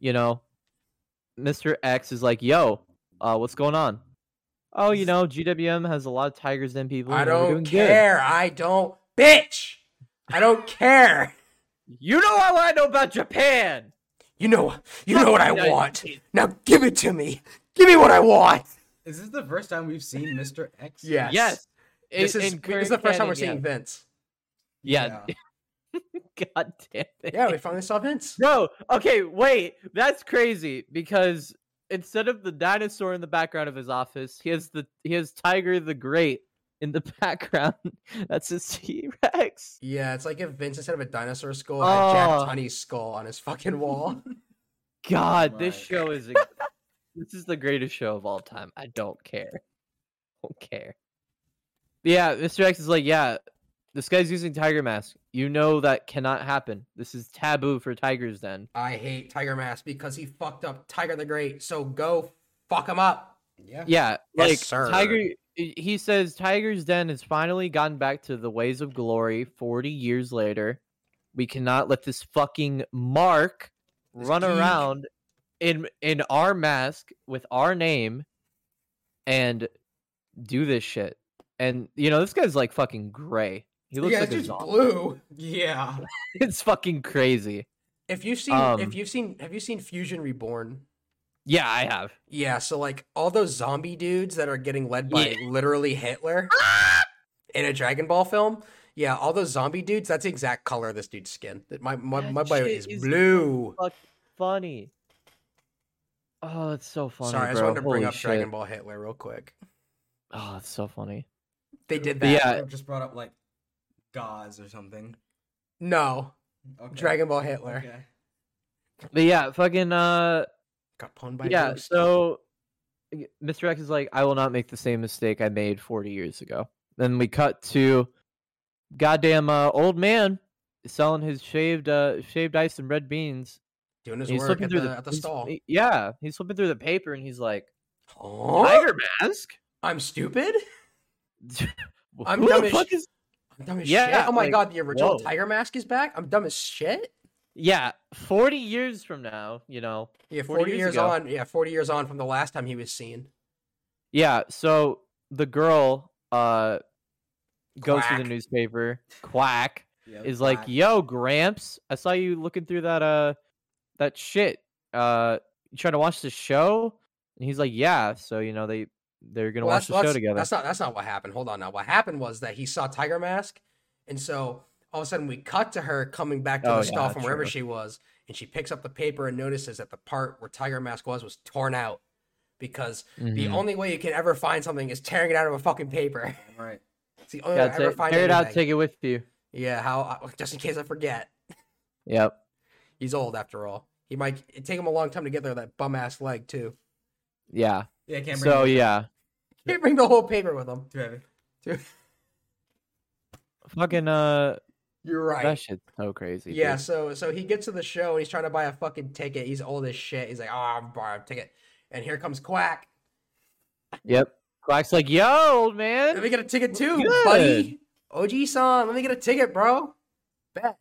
you know mr x is like yo uh what's going on oh you know gwm has a lot of tigers in people
I
you know, we're
don't
doing good."
care. I don't, bitch. I don't care.
you know all i know about japan
You know, you know what I want.
Fucking United States.
Now give it to me. Give me what I want.
Is this the first time we've seen Mr. X?
Yes.
yes
This
In-
is,
in
this is the first time
current canon,
we're seeing Vince.
yeah, yeah. god damn it
Yeah, we finally saw Vince.
no okay wait that's crazy because instead of the dinosaur in the background of his office he has the he has tiger the great in the background that's his t-rex
Yeah, it's like if Vince, instead of a dinosaur skull, had Jack
Oh.
Tunney's skull on his fucking wall.
God, this
Right.
show is a, this is the greatest show of all time. I don't care. Don't care. But yeah, Mr. X is like, yeah, this guy's using tiger mask. You know that cannot happen. This is taboo for tigers. Then
I hate Tiger Mask because he fucked up Tiger the Great. So go fuck him up.
Yeah.
yeah,
Yes,
like
sir.
tiger. He says Tiger's Den has finally gotten back to the ways of glory 40 years later We cannot let this fucking mark
This
run
geek.
around in in our mask with our name and do this shit. And you know, this guy's like fucking gray. He looks
yeah,
like
it's
a
just
zombie.
blue.
Yeah.
It's fucking crazy.
If you've seen,
Um,
if you've seen, have you seen Fusion Reborn?
Yeah, I have.
Yeah, so like all those zombie dudes that are getting led by literally Hitler
Ah!
in a Dragon Ball film. Yeah, all those zombie dudes. That's the exact color of this dude's skin. That- My my
That
my boy
shit
is,
is
blue.
Funny. Oh, it's so funny.
Sorry, I just
bro.
wanted to bring
Holy
up
shit.
Dragon Ball Hitler real quick.
Oh, it's so funny.
They did
But
that.
yeah.
I just brought up like gauze or something.
No,
Okay.
Dragon Ball Hitler
Okay.
But yeah, fucking uh
got pwned by
yeah,
Ghost.
so y- Mr. X is like, I will not make the same mistake I made 40 years ago. Then we cut to goddamn uh, old man selling his shaved uh, shaved ice and red beans.
doing his
And he's
work
flipping
at
through
the, at the
he's-
stall.
he- yeah, he's flipping through the paper and he's like,
Huh?
Tiger Mask?
I'm stupid. I'm
Who
dumb
the
as
fuck
sh-
is
I'm dumb as
Yeah,
shit. Oh my
like,
god, the original
whoa.
Tiger Mask is back. I'm dumb as shit.
Yeah, 40 years from now, you know.
Yeah, 40,
40 years
years
ago.
on. Yeah, 40 years on from the last time he was seen.
Yeah, so the girl uh goes to
Quack.
the newspaper, quack,
Yeah,
is like,
black.
"Yo, Gramps, I saw you looking through that uh that shit. Uh, you trying to watch the show?" And he's like, "Yeah." So you know they they're gonna
Well, that's-
watch the show
that's-
together.
That's not that's not what happened. Hold on now. What happened was that he saw Tiger Mask, and so all of a sudden we cut to her coming back to
Oh,
the stall
yeah,
from wherever
true.
she was, and she picks up the paper and notices that the part where Tiger Mask was was torn out because the
Mhm.
only way you can ever find something is tearing it out of a fucking paper.
Damn right.
It's the only
Yeah,
way oh, I ever
ta-
find
tear it out,
anything.
take it with you.
Yeah, how uh, just in case I forget.
Yep.
He's old after all. He might it take him a long time to get there that bum ass leg too.
Yeah.
Yeah, I can't bring
So
it
yeah,
Can't bring the whole paper with him.
too heavy.
fucking uh,
You're right.
that shit's so crazy. dude.
Yeah, so so he gets to the show and he's trying to buy a fucking ticket. He's old as shit. He's like, oh, I'm buying a ticket. And here comes Quack.
Yep. Quack's like, "Yo, old
Let me
man."
get a ticket too,
Good.
buddy. OG san, let me get a ticket, bro. Bet.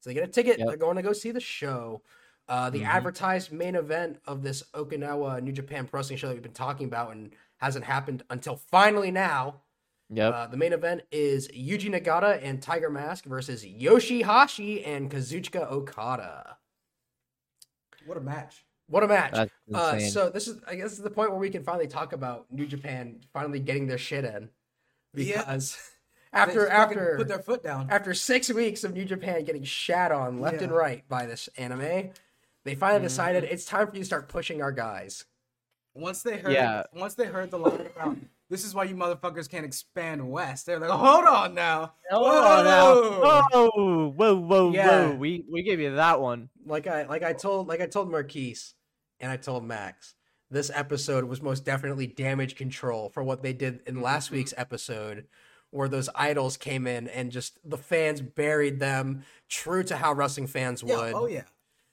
So they get a ticket.
Yep. Mm-hmm.
They're going to go see the show. Uh, the
Mhm.
advertised main event of this Okinawa New Japan Pro Wrestling show that we've been talking about and hasn't happened until finally now.
Yep.
Uh, the main event is Yuji Nagata and Tiger Mask versus Yoshihashi and Kazuchika Okada.
What a match.
What a match!
That's
Uh,
insane.
so this is, I guess, this is the point where we can finally talk about New Japan finally getting their shit in,
Yeah.
because
They
after
just fucking
after
put their foot down.
after six weeks of New Japan getting shat on left and
Yeah. Mm-hmm.
right by this anime, they finally decided it's time for you to start pushing our guys.
Once they heard
Yeah.
once they heard the line about this is why you motherfuckers can't expand west, they're like, Hold on now.
Oh, now.
Whoa!
oh, whoa, whoa,
Yeah.
whoa! We we gave you that one.
Like I like I told like I told Marquise and I told Max, this episode was most definitely damage control for what they did in last week's episode, where those idols came in and just the fans buried them, true to how wrestling fans
Yeah,
would.
oh yeah.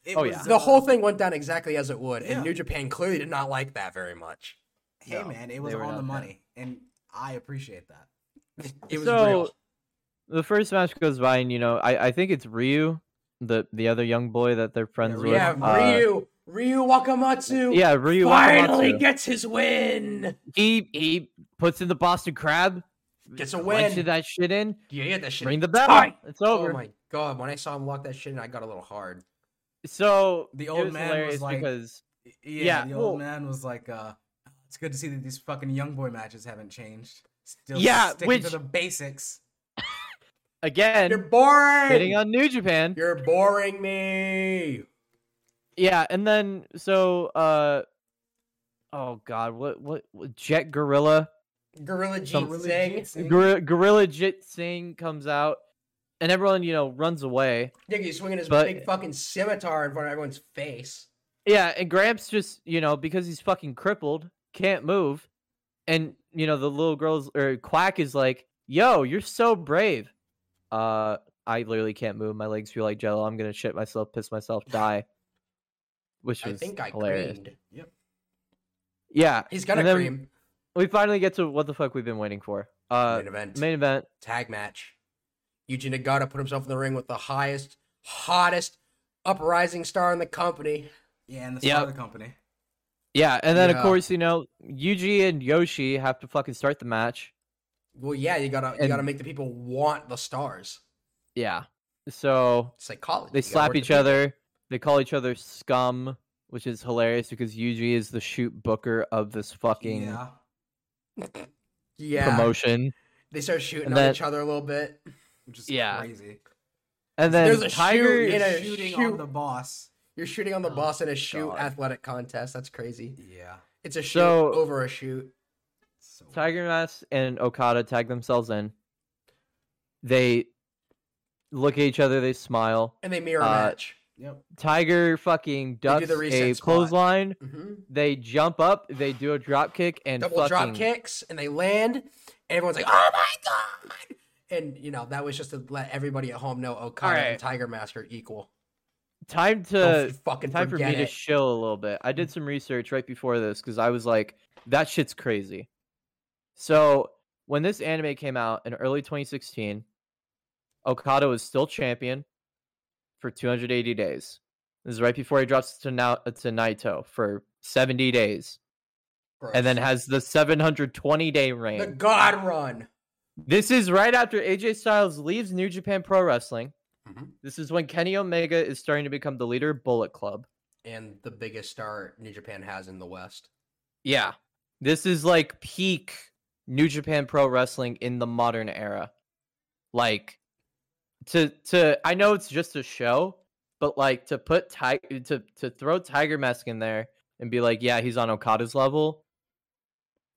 It
Oh,
was,
yeah.
The
uh,
whole thing went down exactly as it would,
Yeah.
and New Japan clearly did not like that very much.
hey
No,
man,
they
it was
were
on
not
the
bad.
money. And I appreciate that.
It was
So-
real.
the first match goes by, and you know, I, I think it's Ryu, the the other young boy that they're friends
Ryu.
with.
Yeah,
Uh,
Ryu Ryu Wakamatsu
Yeah, Ryu
finally
Wakamatsu.
gets his win.
he he puts in the Boston Crab,
Gets a
punches
win.
that shit in,
Yeah, yeah, that shit.
ring the bell.
tight.
It's over.
Oh my god! When I saw him walk that shit, in, I got a little hard.
so
The
it
old
was
man was
hilarious
like-
because
Y- Yeah,
Yeah,
the old
well-
man was like, uh, it's good to see that these fucking young boy matches haven't changed. Still
Yeah,
sticking to
which-
the basics.
You're
again
boring.
hitting on New Japan.
You're boring me.
Yeah, and then so uh, oh god, what what, what Jet Gorilla
Gorilla Jeet
Some-
Gorilla
Singh.
Jeet Singh.
Gor- Gorilla Jit Singh comes out, and everyone you know runs away.
Nigga, he's swinging his
But-
big fucking scimitar in front of everyone's face.
Yeah, and Gramps just, you know, because he's fucking crippled, can't move. And, you know, the little girl's or Quack is like, yo, you're so brave. Uh, I literally can't move. My legs feel like jello. I'm gonna shit myself, piss myself, die. Which
I
is
think I
hilarious.
creamed.
Yeah.
He's gonna
and then
cream.
We finally get to what the fuck we've been waiting for. Uh
Main event.
main event.
Tag match. Eugene Nagata put himself in the ring with the highest, hottest, uprising star in the company.
Yeah, and the start
Yep.
of the company.
Yeah, and then
Yeah.
of course you know Yuji and Yoshi have to fucking start the match.
Well, yeah, you gotta you
And-
gotta make the people want the stars.
Yeah, so
It's like college.
they
You gotta work
slap
the
each
people.
other. They call each other scum, which is hilarious because Yuji is the shoot booker of this fucking
Yeah.
Yeah,
promotion.
they start shooting
And
at
then-
each other a little bit.
Which is
Yeah.
crazy.
And
There's
then
a shoot
Tiger,
in
You're
a
shooting
shoot.
on the boss.
You're shooting on the
Oh,
boss in a shoot
God.
athletic contest. That's crazy.
Yeah.
It's a shoot
So-
over a shoot.
So
Tiger Mask and Okada tag themselves in. They look at each other. They smile.
And they mirror
Uh,
match.
Yep.
Tiger
do
fucking
the
ducks a
reset spot.
clothesline.
hmm
They jump up. They do a drop kick and
Double
fucking
drop kicks, and they land. And everyone's like, "Oh my god!" And you know that was just to let everybody at home know Okada
Alright.
and Tiger Mask are equal.
time
Don't
to
f- fucking
time for
forget
me to
it.
chill a little bit. I did some research right before this because I was like, that shit's crazy. So when this anime came out in early 2016, Okada was still champion for 280 days. This is right before he drops to now to Naito for 70 days, and then
Gross.
has the 720 day reign.
the God Run.
This is right after AJ Styles leaves New Japan Pro Wrestling.
Mhm.
This is when Kenny Omega is starting to become the leader of Bullet Club.
and the biggest star New Japan has in the West.
Yeah. This is like peak New Japan Pro Wrestling in the modern era. Like to to I know it's just a show, but like to put Tiger to to throw Tiger Mask in there and be like, yeah, he's on Okada's level.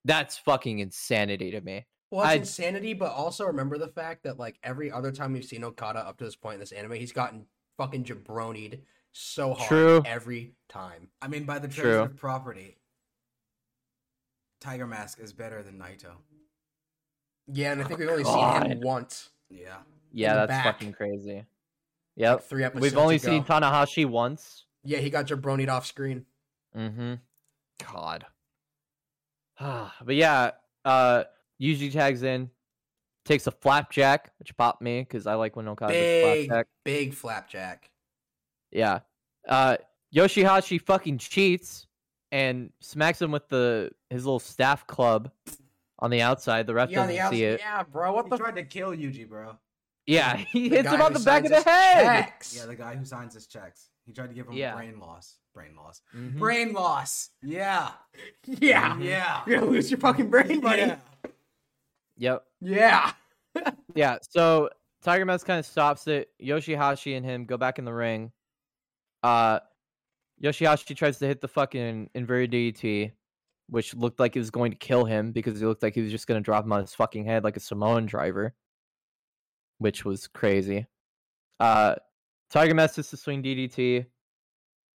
That's fucking insanity to me.
Well, it's
I-
insanity, but also remember the fact that like every other time we've seen Okada up to this point in this anime, he's gotten fucking jabronied so hard
True.
every time.
I mean, by the
True.
terms of property, Tiger Mask is better than Naito.
Yeah, and I think we've only seen him
Oh, God.
once,
Yeah.
Yeah,
the back.
that's fucking crazy. Yep.
three episodes.
We've only
ago.
seen Tanahashi once.
Yeah, he got jabronied off screen.
Mm-hmm. God. but yeah, uh Yuji tags in, takes a flapjack, which popped me because I like when Okada does
Big,
flapjack.
big flapjack.
Yeah. Uh Yoshihashi fucking cheats and smacks him with the his little staff club on the outside. The ref
Yeah, on
doesn't
the
see
outside.
it.
Yeah, bro. What
He
the?
tried to kill Yuji, bro.
Yeah, he
The
hits
guy
him on
who
the back
signs
of the
his
head.
checks.
Yeah, the guy who signs his checks. He tried to give him
Yeah.
brain loss. Brain loss.
Mhm.
Brain loss. Yeah. Mm-hmm.
Yeah.
Yeah. uh,
You're gonna lose your fucking brain, buddy.
Yeah.
Yep.
yeah.
Yeah, so Tiger Mask kind of stops it. Yoshihashi and him go back in the ring. Uh Yoshihashi tries to hit the fucking inverted DDT, which looked like it was going to kill him because it looked like he was just going to drop him on his fucking head like a Samoan driver, which was crazy. Uh Tiger Mask hits the swing DDT.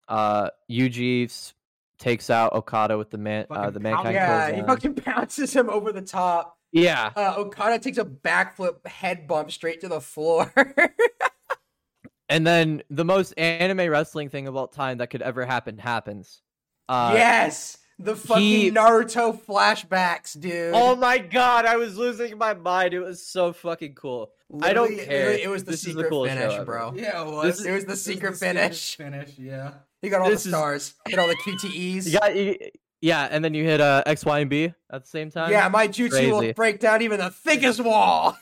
Uh Yuji s- takes out Okada with the man uh,
Fucking
the
pound-
mankind
Yeah, he
clothesline.
fucking bounces him over the top.
yeah.
Uh, Okada takes a backflip head bump straight to the floor.
And then the most anime wrestling thing of all time that could ever happen happens. Uh,
yes, the fucking
he-
Naruto flashbacks, dude.
Oh my god, I was losing my mind. It was so fucking cool. I don't
Literally,
care.
It, it was the
This is the
secret
coolest show
finish,
ever.
bro.
Yeah, it
This
was.
it was the
This is
secret
the
finish.
Finish, yeah.
He got all
This
the
is-
stars. Hit all the QTEs.
You got- you- yeah, and then you hit uh, X, Y, and B at the same time.
yeah, my jutsu will
Crazy.
break down even the thickest wall.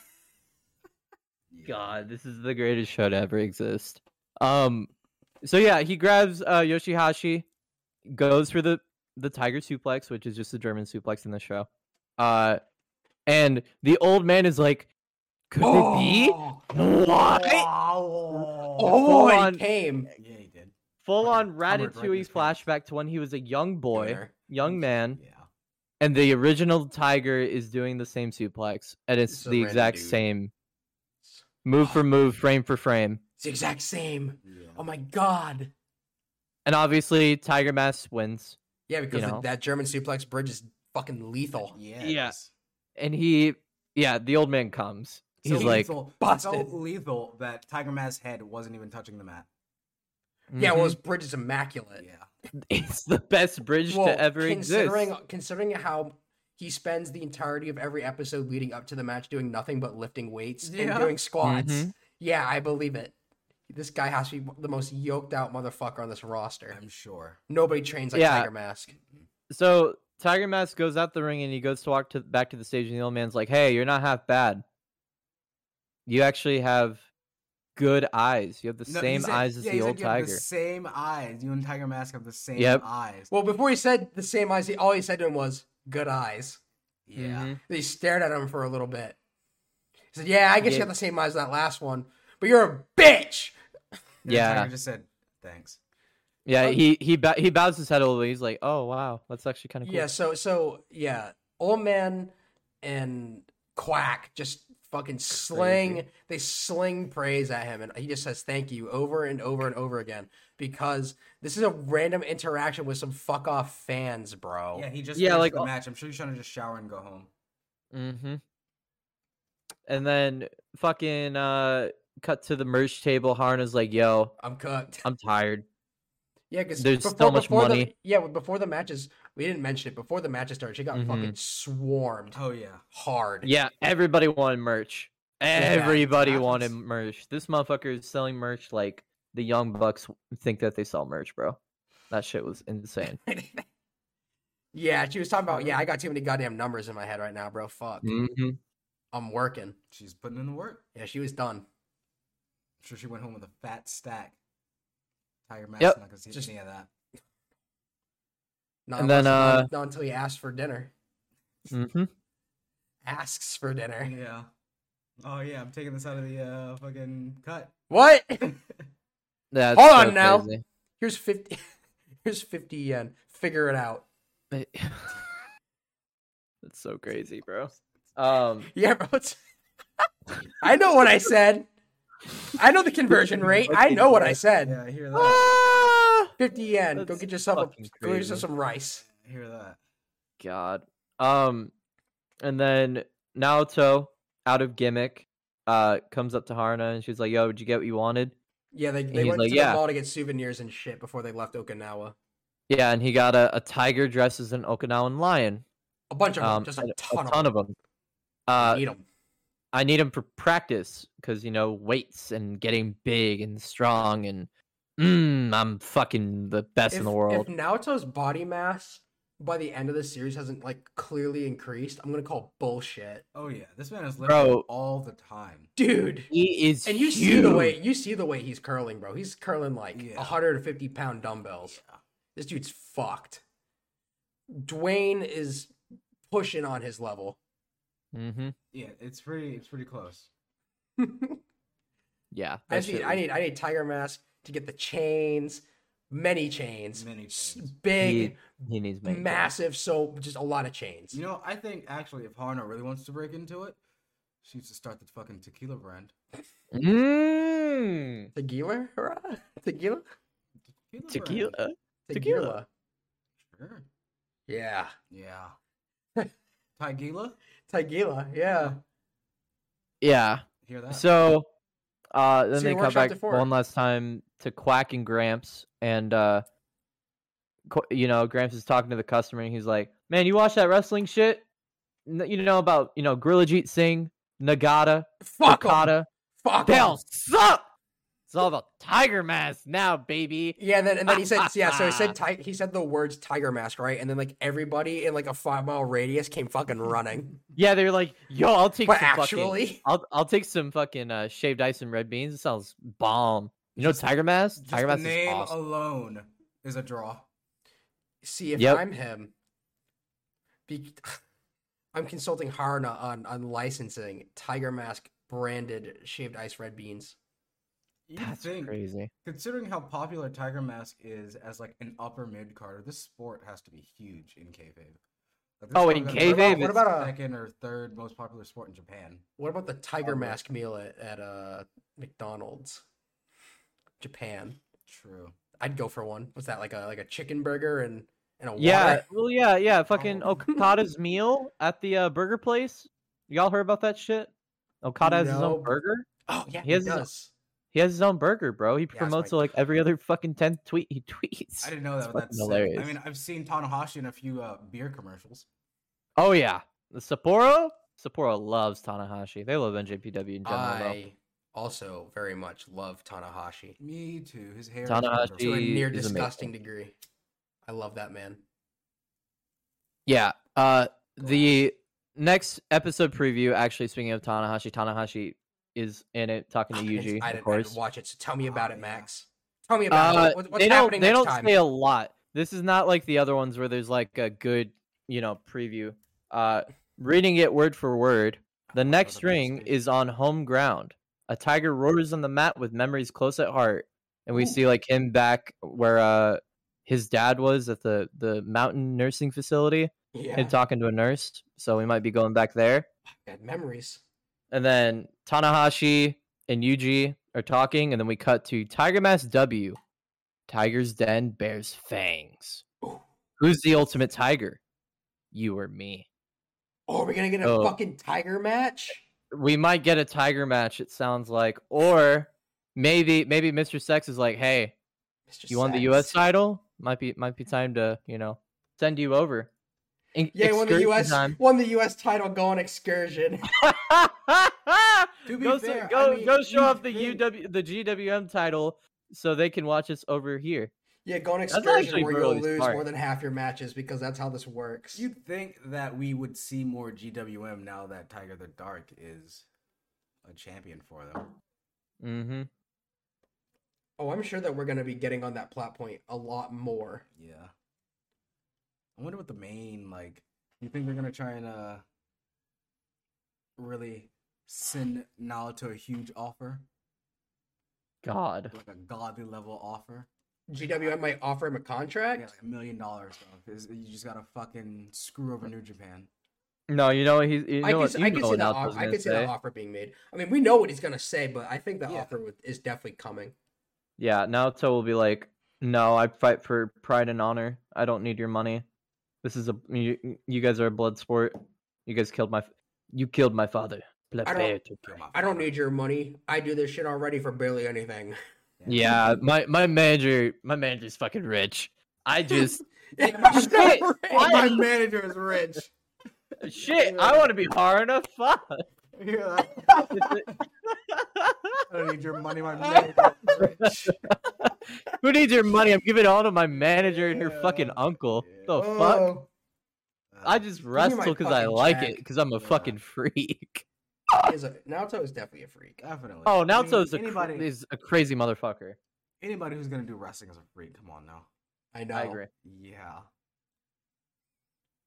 God, this is the greatest show to ever exist. Um, so yeah, he grabs uh, Yoshihashi, goes for the the tiger suplex, which is just the German suplex in the show. Uh, and the old man is like, "Could it be?" What?
Oh,
Full
and
on-
he came.
Yeah, he did.
Full on
Howard right in
Ratatouille
his pants.
flashback to when he was a young boy,
Winner.
young man,
Yeah.
and the original Tiger is doing the same suplex, and it's
It's a
the
random
exact
dude.
same move for move, frame for frame.
It's the exact same.
Yeah.
Oh my god.
And obviously, Tiger Mask wins,
Yeah, because
You
the-
know. Mm-hmm.
that German suplex bridge is fucking lethal.
Yeah.
Yeah.
it's-
and he, yeah, the old man comes.
so
He's like,
lethal, so
"Busted."
lethal that Tiger Mask's head wasn't even touching the mat.
Yeah, well,
"Mhm,
his bridge is immaculate.
Yeah.
"Mm-hmm." it's the best bridge
Well,
to ever exist.
considering considering how He spends the entirety of every episode leading up to the match doing nothing but lifting weights
Yeah.
and doing squats.
Mhm.
Yeah, I believe it. This guy has to be the most yoked out motherfucker on this roster.
I'm sure.
Nobody trains like
Yeah.
Tiger Mask.
So Tiger Mask goes out the ring and he goes to walk to back to the stage, and the old man's like, "Hey, you're not half bad. You actually have good eyes. You have the
No, he
same
said-
eyes as
yeah,
the
he said
old
you have
tiger."
The same eyes. You and Tiger Mask have the same
Yep.
eyes.
Well, before he said the same eyes, he, all he said to him was, good eyes.
yeah.
Mhm.
They stared at him for a little bit. He said, yeah, I guess you
Yeah.
got the same eyes as that last one, but you're a bitch.
And then Tiger
Yeah.
just said thanks.
Yeah,
Oh.
he he bo- he bows his head a little. He's like, "Oh wow, that's actually kind of cool."
Yeah, so so yeah, old man and quack just fucking sling they sling praise at him and he just says thank you over and over and over again because this is a random interaction with some fuck off fans, bro.
Yeah, he just
Yeah,
finished
like,
the
uh,
match. I'm sure he's trying to just shower and go home.
Mm-hmm. And then fucking uh, cut to the merch table. Harna's like, "Yo,
I'm cooked.
I'm tired."
Yeah, because
Uh, There's so much
The,
money.
yeah, but before the matches, we didn't mention it. Before the matches started, she got
Mhm.
fucking swarmed
Oh yeah.
hard.
Yeah, everybody wanted merch.
that's
Everybody
what
wanted
happens.
merch. This motherfucker is selling merch like the Young Bucks think that they sell merch, bro. That shit was insane.
yeah, she was talking
Uh-huh.
about. Yeah, I got too many goddamn numbers in my head right now, bro. Fuck,
mm-hmm.
I'm working.
She's putting in the work.
Yeah, she was done.
I'm sure she went home with a fat stack. Tiger Mask
Yep.
not gonna see
Just-
any of that.
Not
And then,
unless-
uh,
not, not until he asks for dinner.
Mm-hmm.
Asks for dinner.
Yeah. Oh yeah, I'm taking this out of the uh, fucking cut.
What?
That's
Hold
so
on now.
crazy.
Here's fifty. Here's fifty yen. Figure it out.
That's so crazy, bro. Um,
Yeah, bro. It's... I know what I said. I know the conversion rate. I know what I said.
Yeah, I hear that.
ah!
Fifty yen. go
That's
get yourself a,
fucking
go get yourself
crazy.
some rice.
I hear that.
God. Um, and then Naoto, out of gimmick, uh, comes up to Harna and she's like, "Yo, did you get what you wanted?"
Yeah, they, they
he's
went
like,
to the
"Yeah."
mall to get souvenirs and shit before they left Okinawa.
Yeah, and he got a, a tiger dressed as an Okinawan lion.
A bunch of them,
Um,
just
a,
a ton,
ton
of
of them.
them.
Uh,
Need 'em.
I need him for practice because you know weights and getting big and strong and mm, I'm fucking the best
if,
in the
if
world.
Naoto's body mass by the end of the series hasn't like clearly increased, I'm gonna call bullshit,
Oh yeah, this man is lifting
Bro.
all the time.
dude.
He is
And you see the
huge.
way you see the way he's curling, bro. He's curling like
Yeah.
150 pound dumbbells.
Yeah.
This dude's fucked. Dwayne is pushing on his level.
Mhm.
Yeah, it's pretty. It's pretty close.
Yeah,
I
that
just
shit
need I
was-
need I need Tiger Mask to get the chains, many chains,
Many
s-
chains.
big,
he needs many times.
massive. So just a lot of chains.
You know, I think actually, if Harna really wants to break into it, she needs to start the fucking tequila brand.
Mm,
Tequila, Hurrah? tequila,
Tequila.
tequila.
Brand.
Tequila.
tequila.
Sure.
Yeah,
Yeah. Tequila.
tequila. Yeah.
Yeah.
Hear that?
So, uh, then
See,
they
we're
come
shot
back
to four.
one last time to Quack and Gramps, and uh, Qu- you know, Gramps is talking to the customer, and he's like, "Man, you watch that wrestling shit? N- You know about you know Grilajit Singh, Nagata,
Fuck 'em.
Okada?
Fuck 'em.
They all suck. It's all about Tiger Mask now, baby."
Yeah, and then, and then he said, yeah. So he said, ti- he said the words "tiger mask," right? And then like everybody in like a five mile radius came fucking running.
Yeah, they're like, "Yo, I'll take
but
some fucking,
actually,
I'll I'll take some fucking uh, shaved ice and red beans. It sounds bomb." You know,
Just-
Tiger Mask.
Just
Tiger
the
Mask is
name
awesome.
alone is a draw.
see if
Yep.
I'm him. Be- I'm consulting Harna on on licensing tiger mask branded shaved ice red beans.
You
That's
think,
crazy.
considering how popular Tiger Mask is as like an upper mid carder, this sport has to be huge in kayfabe. Like, this
Oh,
is
in
probably
kayfabe,
the
What about- what about, uh,
second or third most popular sport in Japan?
What about the tiger
Onward.
mask meal at, at uh McDonald's, Japan?
True.
I'd go for one. What's that like a like a chicken burger and and a
Yeah,
water?
well, yeah, yeah. Fucking
Oh.
Okada's meal at the uh, burger place. Y'all heard about that shit? Okada has his
No,
own
but-
burger.
Oh yeah,
He
he
has his-
does.
He has his own burger, bro. He
it's
promotes it
like-
like every other fucking tenth tweet he tweets.
I didn't know that.
It's
But that's
fucking
sick. I
hilarious.
mean, I've seen Tanahashi in a few uh, beer commercials.
Oh yeah, the Sapporo. Sapporo loves Tanahashi. They love NJPW in general. though.
I also very much love Tanahashi
Me too. His hair. is
Tanahashi-
to a
wonderful.
He
near
is amazing.
disgusting degree. I love that man.
Yeah. Uh, the next episode preview. Actually, speaking of Tanahashi, Tanahashi is in it talking to
It's-
Yuji.
I, didn't,
of
I
course.
didn't watch it, so tell me
Oh,
about it,
yeah.
Max. Tell me about
Uh,
it. What- What's
they don't.
happening
They
next
don't
time?
say a lot. This is not like the other ones where there's like a good, you know, preview. Uh, reading it word for word, the next ring is on home ground. A tiger roars on the mat with memories close at heart, and we
Ooh.
see like him back where uh his dad was at the the mountain nursing facility
yeah.
and talking to a nurse. So we might be going back there.
God, memories.
And then Tanahashi and Yuji are talking, and then we cut to Tiger Mask W. Tiger's Den bears fangs.
Ooh.
Who's the ultimate tiger? You or me.
Oh, are we gonna get a
Oh.
fucking tiger match?
We might get a tiger match, it sounds like. Or maybe maybe Mr. Sex is like, hey,
Mr.
you won the
Sax.
US title? Might be might be time to, you know, send you over. In-
Yeah, he won the
excursion
US
time.
won the US title go on excursion.
To be
go, s-
fair, I
go,
mean,
go show
you'd
off the
think-
UW the GWM title so they can watch us over here.
yeah, go on
actually
excursion where you'll
really
lose
smart.
more than half your matches because that's how this works.
You'd think that we would see more GWM now that Tiger the Dark is a champion for them.
Mm-hmm.
Oh, I'm sure that we're gonna be getting on that plot point a lot more.
Yeah. I wonder what the main like. You think they're gonna try and uh really send Naruto a huge offer,
God.
like a godly level offer?
GWM might offer him a
Yeah,
contract.
like a million dollars. though, 'cause You just gotta fucking screw over New Japan.
No, you know what he's. You know
I can,
what,
see-
you
I can
know
see
what
that.
Naoto's
Off, I
gonna
can see that
say.
offer being made. I mean, we know what he's gonna say, but I think that
Yeah.
offer would, is definitely coming.
Yeah, Naoto will be like, "No, I fight for pride and honor. I don't need your money. This is a you. You guys are a blood sport. You guys killed my. f- You killed my father.
don't-
Plebeia to
Kill
pay."
my
I don't
father.
need your money. I do this shit already for barely anything.
Yeah, my my manager, my manager's fucking rich. I just shit,
Right.
My manager is rich.
shit. I want to be hard enough. Fuck.
You hear that? I don't need your money, my manager is rich.
Who needs your money? I'm giving it all to my manager and her fucking
Yeah.
uncle. The fuck.
Oh.
I just
my
wrestle because I
fucking
like
check.
it because I'm a
Yeah.
fucking freak.
He is a, Naoto is definitely a freak.
definitely.
Oh,
I mean,
Naoto's a
anybody.
cra- is a crazy motherfucker.
anybody who's gonna do wrestling is a freak. Come on now.
I know.
I agree.
Yeah.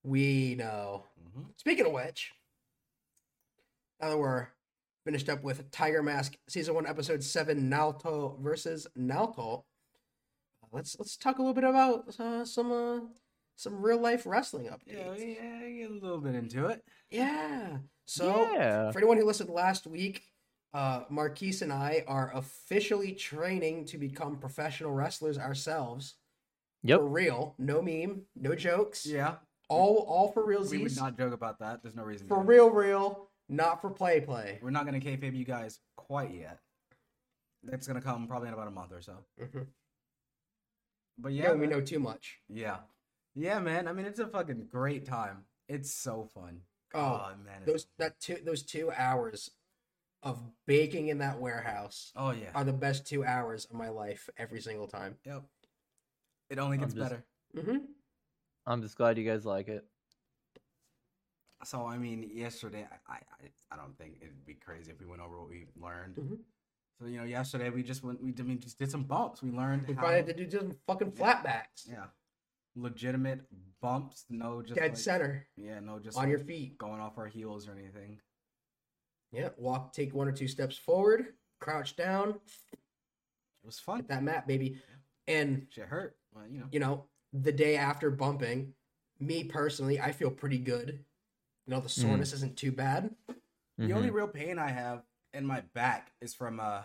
We know.
Mm-hmm.
Speaking of which, now that we're finished up with Tiger Mask season one, episode seven, Naoto versus Naoto, let's let's talk a little bit about uh, some uh, some real life wrestling
Yeah,
updates.
yeah, get a little bit into it.
Yeah. So
yeah.
for anyone who listened last week, uh, Marquise and I are officially training to become professional wrestlers ourselves.
Yep.
For real, no meme, no jokes.
Yeah,
All all for
we would
realsies.
not joke about that. There's no reason
for
to.
real, real, not for play, play.
We're not gonna kayfabe you guys quite yet. That's gonna come probably in about a month or so.
Mhm.
But
Yeah,
Mm-hmm. yeah,
we
man.
know too much.
Yeah, yeah, man. I mean, it's a fucking great time. It's so fun.
Oh,
man, it's
those
so fun.
that two those two hours of baking in that warehouse
Oh yeah.
are the best two hours of my life every single time.
Yep. It only
I'm
gets
just-
better.
hmm
I'm just glad you guys like it.
So I mean, yesterday I, I I- I don't think it'd be crazy if we went over what we learned.
Mhm.
So you know, yesterday we just went. We, did- we just did some bumps. We learned.
We
how,
probably have to do some fucking flatbacks,
Yeah. Legitimate bumps. No, just
dead
like-
center,
Yeah, no, just
on
like
your feet.
going off our heels or anything.
Yeah, walk, take one or two steps forward, crouch down,
It was fun.
hit that mat, baby. And
Shit hurt, but you know.
you know, the day after bumping, me personally, I feel pretty good. You know, the soreness isn't too bad.
The
Mm-hmm.
only real pain I have in my back is from uh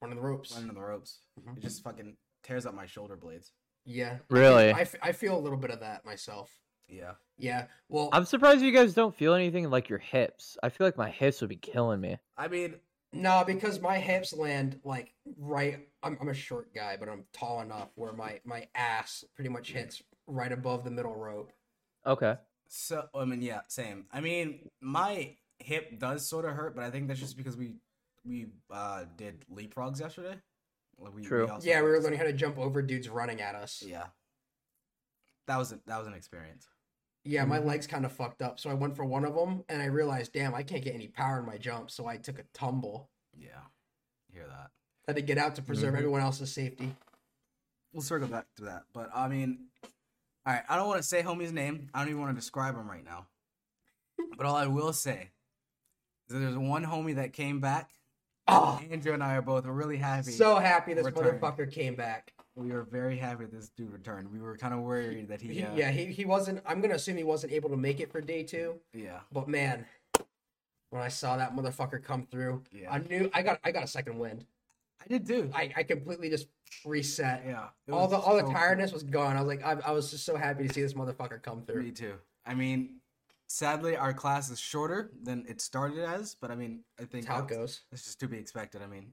One of the ropes.
running on the ropes.
Mhm.
It just fucking tears up my shoulder blades.
Yeah,
Really?
I, f- I feel a little bit of that myself.
Yeah.
Yeah. Well,
I'm surprised you guys don't feel anything in, like your hips. I feel like my hips would be killing me.
I mean,
no, because my hips land like right. I'm I'm a short guy, but I'm tall enough where my my ass pretty much hits right above the middle rope.
Okay.
So I mean, yeah, same. I mean, my hip does sort of hurt, but I think that's just because we we uh did leapfrogs yesterday. Like, we- we
True.
also
Yeah, we were
practiced-
learning how to jump over dudes running at us.
Yeah, that was a, that was an experience.
Yeah, my
Mm-hmm.
legs kind of fucked up, so I went for one of them, and I realized, damn, I can't get any power in my jump, so I took a tumble.
Yeah, hear that.
Had to get out to
Mm-hmm.
preserve
Mhm.
everyone else's safety.
We'll circle back to that, but I mean, all right. I don't want to say homie's name. I don't even want to describe him right now. But all I will say is that there's one homie that came back.
Oh,
Andrew and I are both really happy.
so happy this
Returned.
motherfucker came back.
we were very happy this dude returned. We were kind of worried that he,
He-
uh,
yeah, he, he wasn't. I'm gonna assume he wasn't able to make it for day two.
yeah,
But man, when I saw that motherfucker come through,
yeah.
I knew I got I got a second wind.
I did do.
I, I completely just reset.
yeah, it
All
was
the all the
so
tiredness was gone. I was like, I, I was just so happy to see this motherfucker come
cool. Me
through.
too. I mean, sadly, our class is shorter than it started as, but I mean, I think
That's how it
that's-
goes.
That's just to be expected. I mean,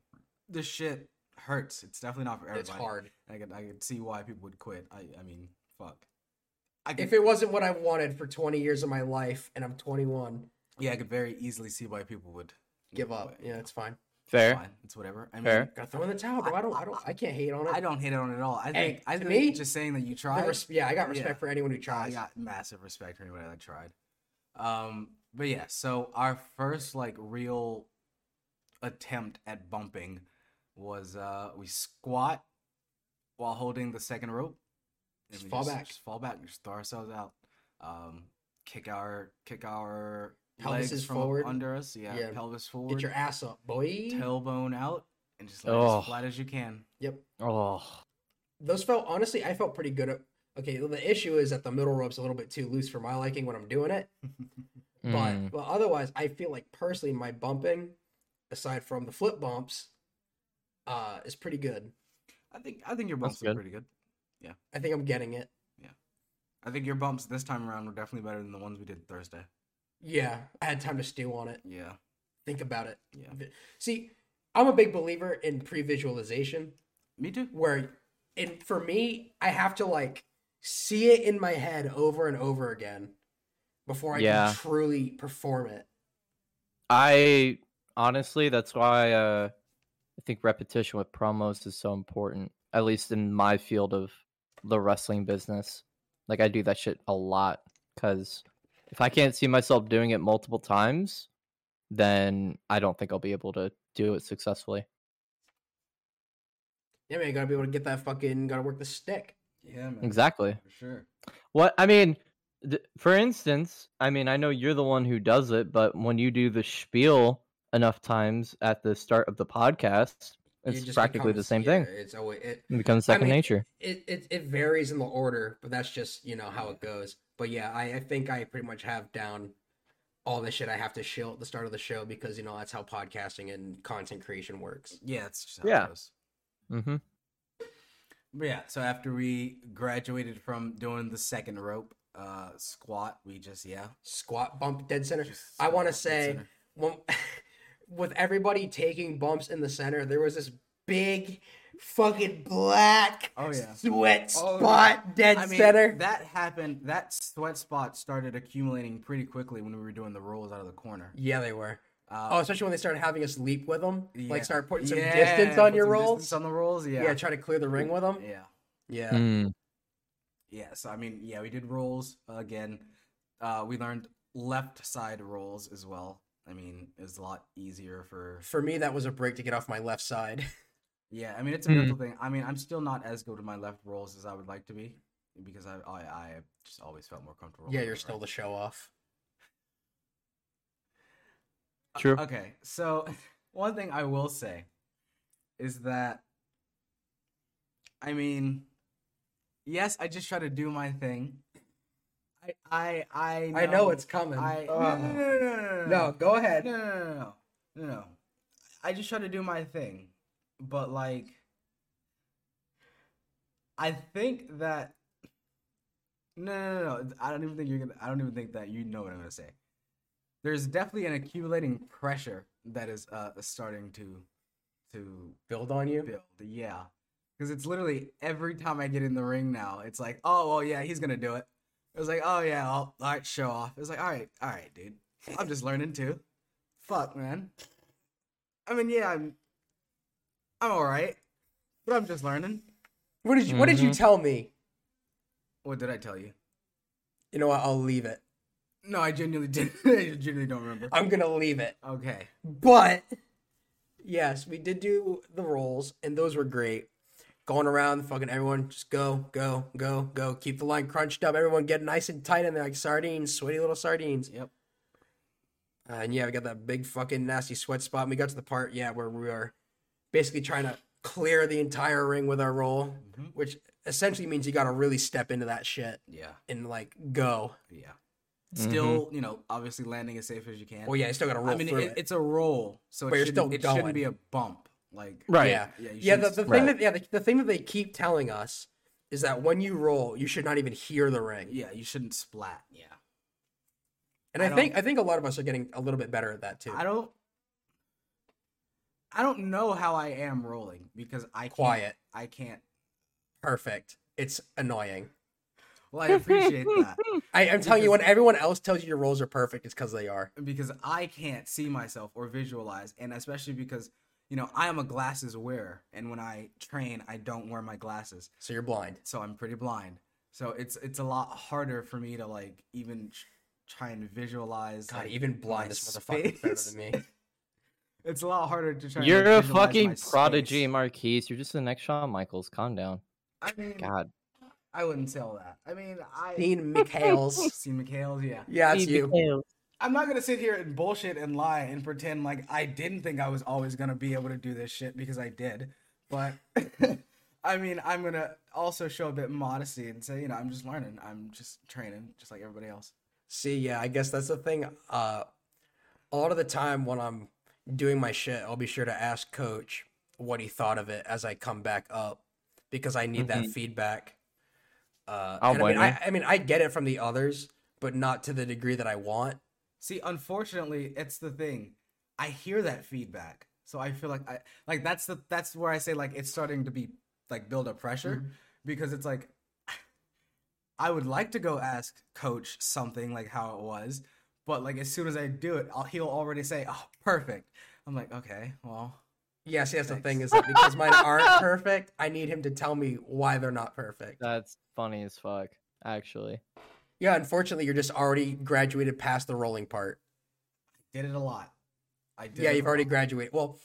this shit hurts. It's definitely not for everybody.
It's hard.
I could I could see why people would quit. I I mean, fuck. I could
If it wasn't what I wanted for 20 years of my life, and I'm 21,
yeah, I could very easily see why people would
give up.
quit.
Yeah, it's fine.
It's
Fair.
fine. It's whatever. I mean,
Fair.
Gotta throw in the towel, bro. I don't I don't I can't hate on it.
I don't hate it on it at all. I
Hey,
think I
to
think
me,
just saying that you
The
tried.
res- yeah, I got respect
Yeah.
for anyone who
I
tries.
got massive respect for anybody that tried. Um, but yeah, so our first like real attempt at bumping was uh we squat while holding the second rope.
Just
we
fall back.
Just fall back. and Just throw ourselves out. Um, kick our kick our
Pelvis
legs
is
from
forward.
under us. Yeah,
Yeah.
pelvis forward.
Get your ass up, boy.
tailbone out and just lay
Oh.
as flat as you can.
Yep.
Oh,
those felt honestly i felt pretty good at, okay well, the issue is that the middle rope's a little bit too loose for my liking when i'm doing it
mm.
but but otherwise i feel like personally my bumping aside from the flip bumps uh is pretty good
I think I think your
That's
bumps are
good.
pretty good.
i think i'm getting it
I think your bumps this time around were definitely better than the ones we did Thursday.
yeah i had time to stew on it
Yeah.
think about it
Yeah.
Vi- see i'm a big believer in pre-visualization
Me too.
where and for me i have to like see it in my head over and over again before i
Yeah.
can truly perform it
I honestly, that's why uh, I think repetition with promos is so important. At least in my field of the wrestling business, like I do that shit a lot because if I can't see myself doing it multiple times, then I don't think I'll be able to do it successfully.
Yeah, man, you gotta be able to get that fucking, gotta work the stick.
Yeah, man.
Exactly.
For sure.
What I mean, th- for instance, I mean, I know you're the one who does it, but when you do the spiel enough times at the start of the podcast,
You
it's
just
practically
become-
the same
yeah,
thing.
It's always it.
It becomes
I
second
mean,
nature.
It, it it varies in the order, but that's just you know how it goes. But yeah, I, I think I pretty much have down all the shit I have to shill at the start of the show because you know that's how podcasting and content creation works.
Yeah, it's just how
Yeah.
it goes.
Mm-hmm.
But yeah, so after we graduated from doing the second rope uh squat, we just yeah.
Squat bump dead center.
just
I wanna
squat dead
say-
center.
When, with everybody taking bumps in the center, there was this big fucking black
Oh, yeah.
sweat
Oh, yeah.
spot dead
I mean,
center.
that happened. That sweat spot started accumulating pretty quickly when we were doing the rolls out of the corner.
yeah, they were.
Uh,
Oh, especially when they started having us leap with them,
yeah.
like start putting some
Yeah,
distance on
put
your
some
rolls.
distance on the rolls.
yeah.
Yeah,
try to clear the ring with them.
yeah.
Yeah,
Mm.
Yeah, so I mean, yeah, we did rolls uh, again. Uh, we learned left side rolls as well. I mean, it was a lot easier for.
for me that was a break to get off my left side.
Yeah, I mean, it's a
Hmm.
mental thing. I mean, I'm still not as good with my left rolls as I would like to be because I I, I just always felt more comfortable.
yeah,
with
you're
my
still
right.
the show off.
Uh,
True.
Okay, so one thing I will say is that I mean, yes, I just try to do my thing. I I I know,
I know it's coming.
I
Ugh.
no, no, no, no, no,
Uh, no, go ahead.
no, no, no, no, no, no. I just try to do my thing, but like, I think that no, no, no, no. I don't even think you're gonna. I don't even think that you know what I'm gonna say. There's definitely an accumulating pressure that is uh starting to to
Build on you.
build. Yeah, because it's literally every time I get in the ring now, it's like, oh well, yeah, he's gonna do it. It was like, oh yeah, I'll, all right, show off. It was like, all right, all right, dude. I'm just learning too. Fuck, man. I mean, yeah, I'm, I'm all right, but I'm just learning.
What did you What did you
Mhm.
tell me?
What did I tell you?
You know what? I'll leave it.
No, I genuinely didn't. I genuinely don't remember.
I'm gonna leave it.
Okay.
But yes, we did do the rolls, and those were great. Going around, fucking everyone, just go, go, go, go. Keep the line crunched up. Everyone get nice and tight, and they're like sardines, sweaty little sardines.
Yep.
Uh, and yeah, we got that big fucking nasty sweat spot. And we got to the part, yeah, where we are basically trying to clear the entire ring with our roll,
Mhm.
which essentially means you got to really step into that shit
Yeah.
and like go.
Yeah. Still, you know, obviously landing as safe as you can.
Mm-hmm. Well, yeah, you still got to roll
I mean,
through
it,
it.
it's a roll, so it,
But you're
shouldn't,
still
it shouldn't
going.
be a bump. Like,
Right.
Yeah.
yeah, you
Yeah,
shouldn't
the, the
s-
thing
Right.
that yeah, the, the thing that they keep telling us is that when you roll, you should not even hear the ring.
yeah, you shouldn't splat. Yeah,
And
I
I, think I think a lot of us are getting a little bit better at that too.
I don't, I don't know how I am rolling because I can't,
Quiet.
I can't.
Perfect. It's annoying.
Well, I appreciate that
I, I'm telling you,
Because-
when everyone else tells you your rolls are perfect, it's because they are.
because I can't see myself or visualize, and especially because you know I am a glasses wearer, and when I train, I don't wear my glasses,
So you're blind.
so I'm pretty blind. So it's it's a lot harder for me to like even tr- try and visualize.
God,
like,
even blind this motherfucker is better
space.
than me.
It's a lot harder to try. and,
You're a
like, visualize my
fucking
space.
prodigy, Marquise. You're just the next Shawn Michaels. Calm down.
I mean,
God.
I wouldn't say all that. I mean, I
Dean McHales.
seen McHale's. Yeah,
Yeah, it's you.
I'm not gonna sit here and bullshit and lie and pretend like I didn't think I was always gonna be able to do this shit because I did. But I mean, I'm gonna also show a bit of modesty and say, you know, I'm just learning. I'm just training, just like everybody else.
See, yeah, I guess that's the thing. Uh, a lot of the time when I'm doing my shit, I'll be sure to ask coach what he thought of it as I come back up because I need that feedback. Uh, and
Mm-hmm. I'll
I mean,
blame
I, I mean, I get it from the others, but not to the degree that I want.
See, unfortunately, it's the thing. I hear that feedback, so I feel like I like that's the that's where I say like it's starting to be like build up pressure
Mm-hmm.
because it's like I would like to go ask coach something like how it was, but like as soon as I do it, I'll, he'll already say, "Oh, perfect." I'm like, "Okay, well,
Yeah, see, that's the thing is that because mine aren't perfect, I need him to tell me why they're not perfect.
That's funny as fuck, actually.
Yeah, unfortunately, you're just already graduated past the rolling part.
did it a lot." I did.
Yeah,
it
you've
a
already
lot.
graduated. Well,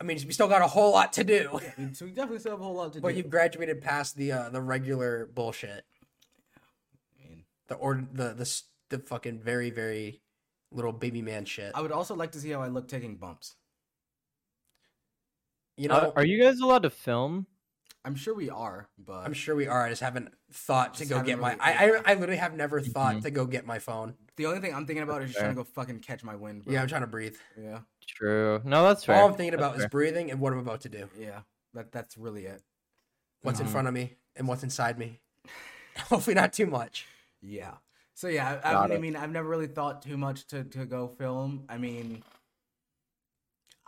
I mean, we still got a whole lot to do.
I mean, so we definitely still have a whole lot to
But
do.
you've graduated past the uh, the regular bullshit,
I mean,
the or the the s- the fucking very very little baby man shit.
I would also like to see how I look taking bumps.
You
Uh,
know,
are you guys allowed to film?
I'm sure we are, but
I'm sure we are. I just haven't thought to
Just
go
haven't
get my.
really- Mm-hmm.
I, I I literally have never thought
Mhm.
to go get my phone.
the only thing I'm thinking about is just
Fair.
trying to go fucking catch my wind. Bro.
Yeah, I'm trying to breathe.
Yeah,
True. No, that's fair.
All I'm thinking
That's
about is
fair.
breathing and what I'm about to do.
yeah. That that's really it.
What's
Mm-hmm.
in
Mhm.
front of me and what's inside me. Hopefully not too much.
Yeah. So yeah, I,
Got
I
it.
mean, I've never really thought too much to to go film. I mean,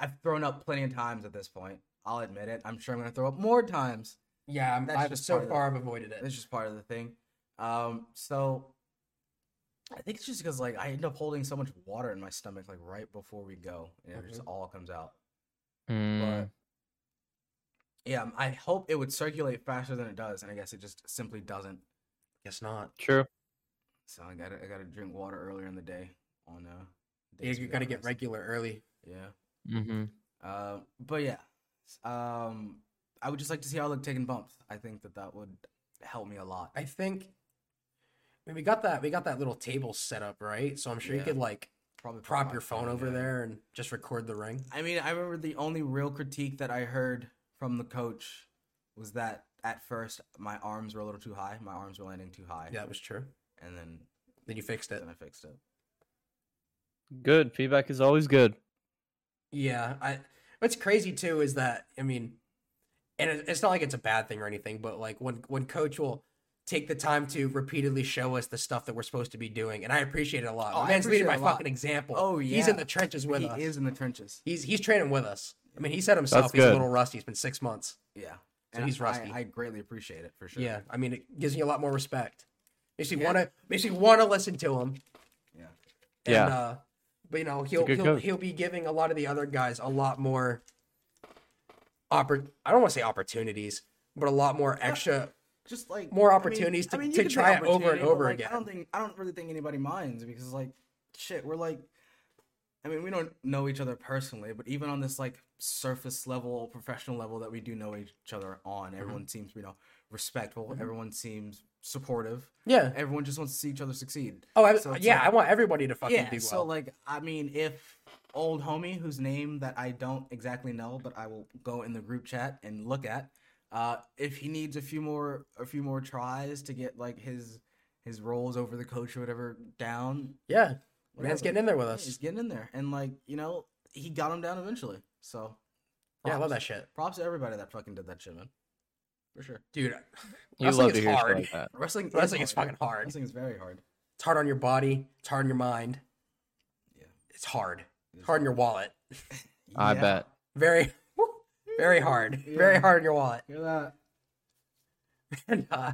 I've thrown up plenty of times at this point. I'll admit it. I'm sure I'm gonna throw up more times.
Yeah, I'm,
That's
I've
just
so
part of it.
far I've avoided it.
That's just part of the thing. Um, so I think it's just because like I end up holding so much water in my stomach like right before we go, and it
Mm-hmm.
just all comes out.
Mm,
Yeah, I hope it would circulate faster than it does, and I guess it just simply doesn't.
Guess not.
true.
So I gotta I gotta drink water earlier in the day on uh.
You,
days
you
we
got to
got
get
rest.
regular early.
Yeah.
hmm
Uh, but yeah, s- um, I would just like to see how I look taking bumps. I think that that would help me a lot.
I think I mean, we got that we got that little table set up, right? So I'm sure you
Yeah.
could like
Probably put
prop
my
your phone over
yeah.
there and just record the ring.
I mean, I remember the only real critique that I heard from the coach was that at first my arms were a little too high, my arms were landing too high,
Yeah, that was true.
and then
Then you fixed it.
then I fixed it.
Good. Feedback is always good.
Yeah, I what's crazy too is that I mean and it, it's not like it's a bad thing or anything, but like when when coach will take the time to repeatedly show us the stuff that we're supposed to be doing, and I appreciate it a lot.
Oh,
My
I
man's leading
appreciate
by
it a lot.
fucking example.
Oh,
He's in
yeah.
the trenches with
he
us.
is in the trenches.
He's he's training with us. I mean, he said himself
That's
he's a
good.
little rusty. It's been six months.
Yeah,
So he's
I-
rusty.
I, I greatly appreciate it for sure.
Yeah, I mean, it gives me a lot more respect. Makes me
Yeah.
wanna makes me wanna listen to him.
Yeah.
And,
Yeah.
Uh, but you know he'll
good
he'll,
coach.
he'll be giving a lot of the other guys a lot more. Oppor- I don't want to say opportunities, but a lot more extra.
Just like
More
I mean-
opportunities to-
I mean, you
to
could say
try it over and
opportunity, but,
over
like,
again.
I don't think I don't really think anybody minds because like shit, we're like I mean, we don't know each other personally, but even on this like surface level, professional level that we do know each other on,
Mm-hmm.
everyone seems, you know, respectful, everyone seems supportive.
Yeah.
Everyone just wants to see each other succeed.
Oh, I,
So it's
yeah.
like-
I want everybody to fucking
yeah,
do well.
so like I mean, if old homie whose name that I don't exactly know, but I will go in the group chat and look at, uh, if he needs a few more a few more tries to get like his his roles over the coach or whatever down,
yeah.
whatever.
Man's getting in there with
Yeah,
us.
he's getting in there, and like you know, he got him down eventually. So
Yeah, I love
props.
that shit,
Props to everybody that fucking did that shit, man. For sure.
dude.
You
Wrestling
love to
is
hear shit
hard.
like that.
Wrestling,
Wrestling is fucking hard.
Wrestling is very hard.
It's hard on your body. It's hard on your mind.
Yeah.
It's hard.
It
It's
is
hard on your wallet.
I
Yeah.
bet.
Very, very hard. Very
Yeah.
hard on your wallet.
Hear that?
And, uh,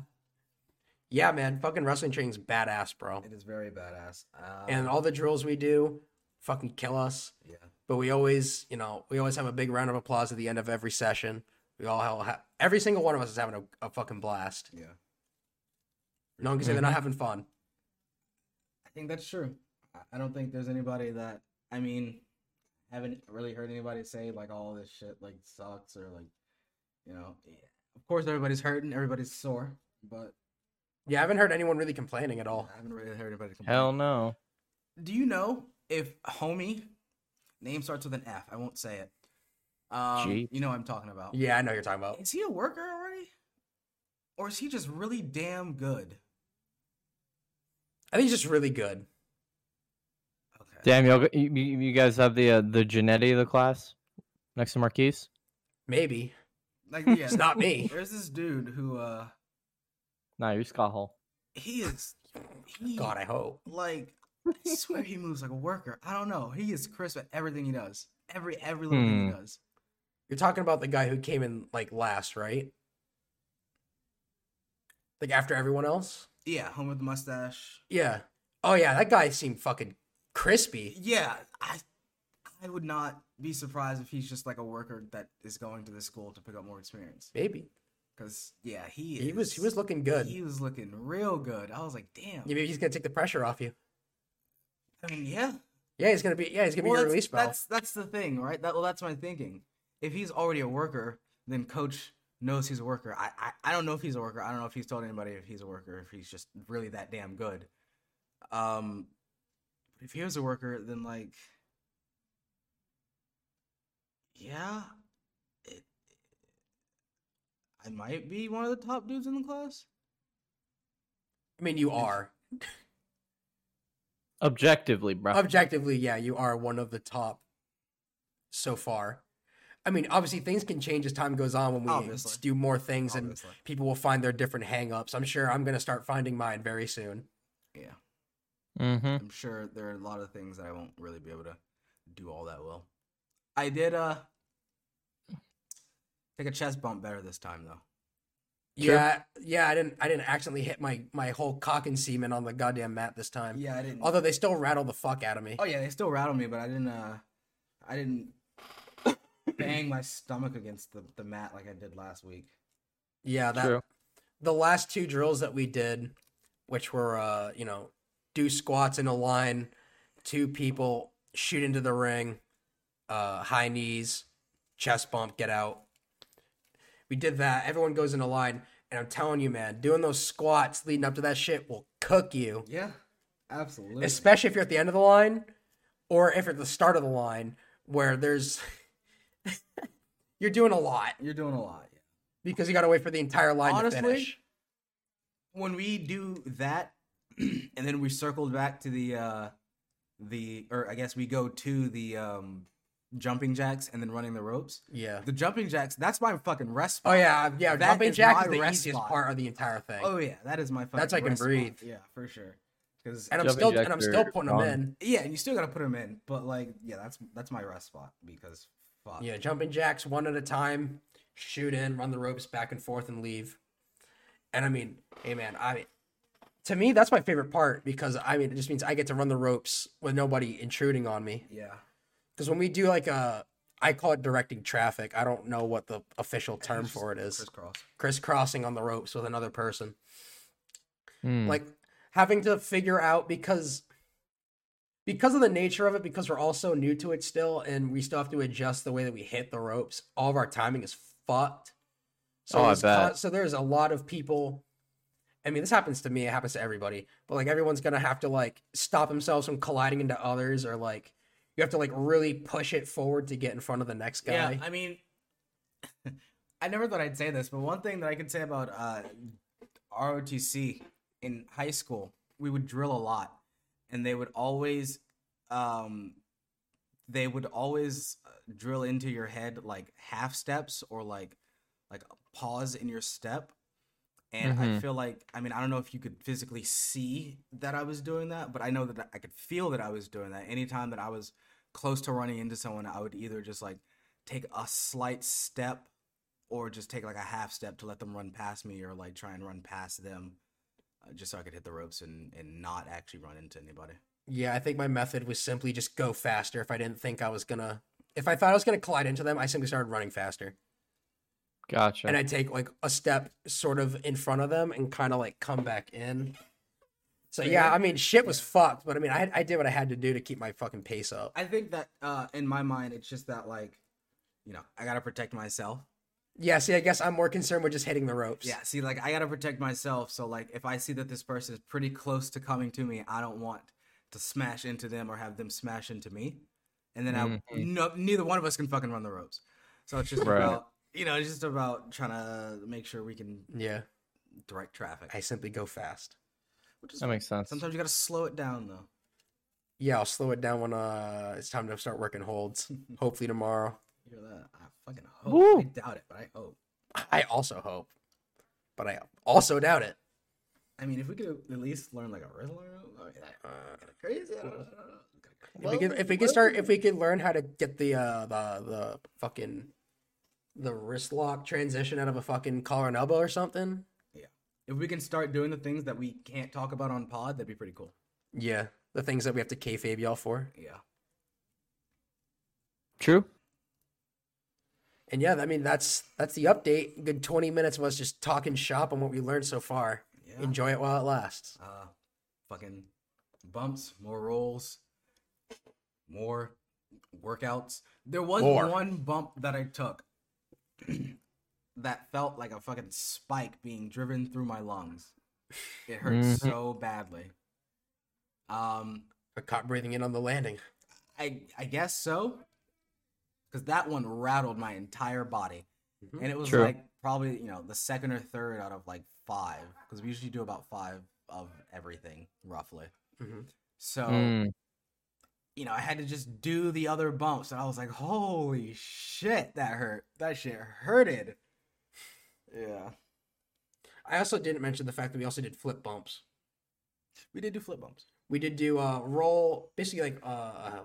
yeah, man, fucking wrestling training's badass, bro.
It is very badass. Uh,
And all the drills we do fucking kill us.
yeah.
But we always, you know, we always have a big round of applause at the end of every session. We all have, ha- every single one of us is having a, a fucking blast.
Yeah.
No one can say they're not having fun.
I think that's true. I- I don't think there's anybody that I mean, haven't really heard anybody say like all this shit like sucks or like, you know, yeah. of course everybody's hurting, everybody's sore, but
Yeah, I haven't heard anyone really complaining at all.
I haven't really heard anybody complain.
Hell no.
Do you know if homie name starts with an F? I won't say it. Um,
Jeep.
you know what I'm talking about.
Yeah, I know what you're talking about.
Is he a worker already, or is he just really damn good?
I think he's just really good.
Okay.
Damn, y'all, you, you you guys have the uh, the Genetti of the class next to Marquise.
Maybe.
Like yeah,
It's not me.
There's this dude who uh
Nah, you're Scott Hall.
he is he
God, I hope.
like I swear he moves like a worker. I don't know. He is crisp at everything he does. Every every little thing he
Hmm.
does.
You're talking about the guy who came in like last, right? Like after everyone else?
Yeah, home with the mustache.
Yeah. Oh yeah, that guy seemed fucking crispy.
Yeah, I I would not be surprised if he's just like a worker that is going to this school to pick up more experience.
Maybe.
Cause yeah, he
He was he
is-
was looking good.
he was looking real good. I was like, damn.
Yeah, Maybe he's gonna take the pressure off you.
I mean, yeah.
Yeah, he's gonna be yeah, he's gonna be your
that's,
release valve.
that's that's the thing, right? That well, that's my thinking. If he's already a worker, then coach knows he's a worker. I, I I don't know if he's a worker. I don't know if he's told anybody if he's a worker. If he's just really that damn good. Um, if he was a worker, then like, yeah, it, I might be one of the top dudes in the class.
I mean you are.
Objectively, bro.
Objectively, yeah, you are one of the top so far. I mean, obviously things can change as time goes on when we
Obviously.
do more things and
Obviously.
people will find their different hangups. I'm sure I'm gonna start finding mine very soon.
Yeah,
mm-hmm.
I'm sure there are a lot of things that I won't really be able to do all that well. I did uh take a chest bump better this time though.
Sure.
Yeah, yeah, I didn't I didn't accidentally hit my my whole cock and semen on the goddamn mat this time.
Yeah, I didn't.
Although they still rattle the fuck out of me.
oh yeah, they still rattled me, but I didn't. uh I didn't bang my stomach against the the mat like I did last week.
Yeah, that
True.
the last two drills that we did, which were uh, you know, do squats in a line, two people shoot into the ring, uh high knees, chest bump, get out. We did that. Everyone goes in a line, and I'm telling you, man, doing those squats leading up to that shit will cook you.
Yeah, absolutely.
especially if you're at the end of the line or if you're at the start of the line where there's you're doing a lot
You're doing a lot. Yeah.
because you got to wait for the entire line
Honestly,
to finish.
When we do that, and then we circled back to the uh the or I guess we go to the um jumping jacks and then running the ropes.
Yeah.
The jumping jacks, that's my fucking rest
Oh
spot.
yeah, yeah.
That
Jumping
is
jack
my
is the
rest
easiest
spot.
part of the entire thing,
Oh yeah, that is my fucking
That's I can
rest spot.
breathe.
Yeah, for sure. Cuz
and I'm
Jumping
still
jacks
and I'm
are
still putting them
wrong.
in.
yeah, and you still got to put them in, but like yeah, that's that's my rest spot because fuck.
Yeah, jumping jacks one at a time, shoot in, run the ropes back and forth, and leave. And I mean, hey man, I to me, that's my favorite part because I mean, it just means I get to run the ropes with nobody intruding on me.
Yeah.
Because when we do like a, I call it directing traffic. I don't know what the official term
It's just
for it is.
Crisscross.
Crisscrossing on the ropes with another person.
Hmm.
like having to figure out because because of the nature of it because we're all so new to it still and we still have to adjust the way that we hit the ropes all of our timing is fucked so
Oh, I
it's con-
bet.
so there's a lot of people i mean this happens to me it happens to everybody but like everyone's gonna have to like stop themselves from colliding into others or like you have to like really push it forward to get in front of the next guy
Yeah, I mean, I never thought I'd say this, but one thing that I could say about uh, ROTC in high school, we would drill a lot, and they would always, um, they would always uh, drill into your head like half steps or like, like a pause in your step. And I
Mhm.
feel like, I mean, I don't know if you could physically see that I was doing that, but I know that I could feel that I was doing that. Anytime that I was close to running into someone, I would either just like take a slight step or just take like a half step to let them run past me or like try and run past them uh, just so I could hit the ropes and, and not actually run into anybody.
Yeah, I think my method was simply just go faster if I didn't think I was gonna if I thought I was gonna collide into them, I simply started running faster.
gotcha.
And I take like a step sort of in front of them and kind of like come back in. So yeah, I mean shit was fucked, but I mean I I did what I had to do to keep my fucking pace up.
I think that uh, in my mind, it's just that like, you know, I gotta protect myself.
Yeah, see I guess I'm more concerned with just hitting the ropes.
Yeah, see, like I gotta protect myself. So like, if I see that this person is pretty close to coming to me, I don't want to smash into them or have them smash into me. And then I,
Mhm.
no, neither one of us can fucking run the ropes. So it's just
Right.
about, you know, it's just about trying to make sure we can
Yeah.
direct traffic.
I simply go fast.
Which is
that makes sense.
sometimes you gotta slow it down though.
Yeah, I'll slow it down when uh it's time to start working holds. Hopefully tomorrow.
You know that? I fucking hope. I
Woo.
doubt it, but I hope.
I also hope. But I also doubt it.
I mean, if we could at least learn like a oh, wrestling move, I mean, that
Uh,
kinda crazy. I don't know.
If we could, if we could start, if we could learn how to get the uh the the fucking the wrist lock transition out of a fucking collar and elbow or something.
If we can start doing the things that we can't talk about on pod, that'd be pretty cool.
Yeah, the things that we have to kayfabe y'all for.
Yeah.
True.
And yeah, I mean that's that's the update. Good twenty minutes of us just talking shop on what we learned so far.
Yeah.
Enjoy it while it lasts.
uh, fucking bumps, more rolls, more workouts. There was
More.
one bump that I took that felt like a fucking spike being driven through my lungs. It hurt
Mhm.
so badly. Um,
I caught breathing in on the landing.
I I guess so, because that one rattled my entire body,
Mhm.
and it was
True.
like probably you know the second or third out of like five, because we usually do about five of everything roughly.
Mhm.
So
Mm.
you know, I had to just do the other bumps, and I was like, "Holy shit, that hurt! That shit hurted." Yeah,
I also didn't mention the fact that we also did flip bumps.
we did do flip bumps
We did do uh roll, basically like uh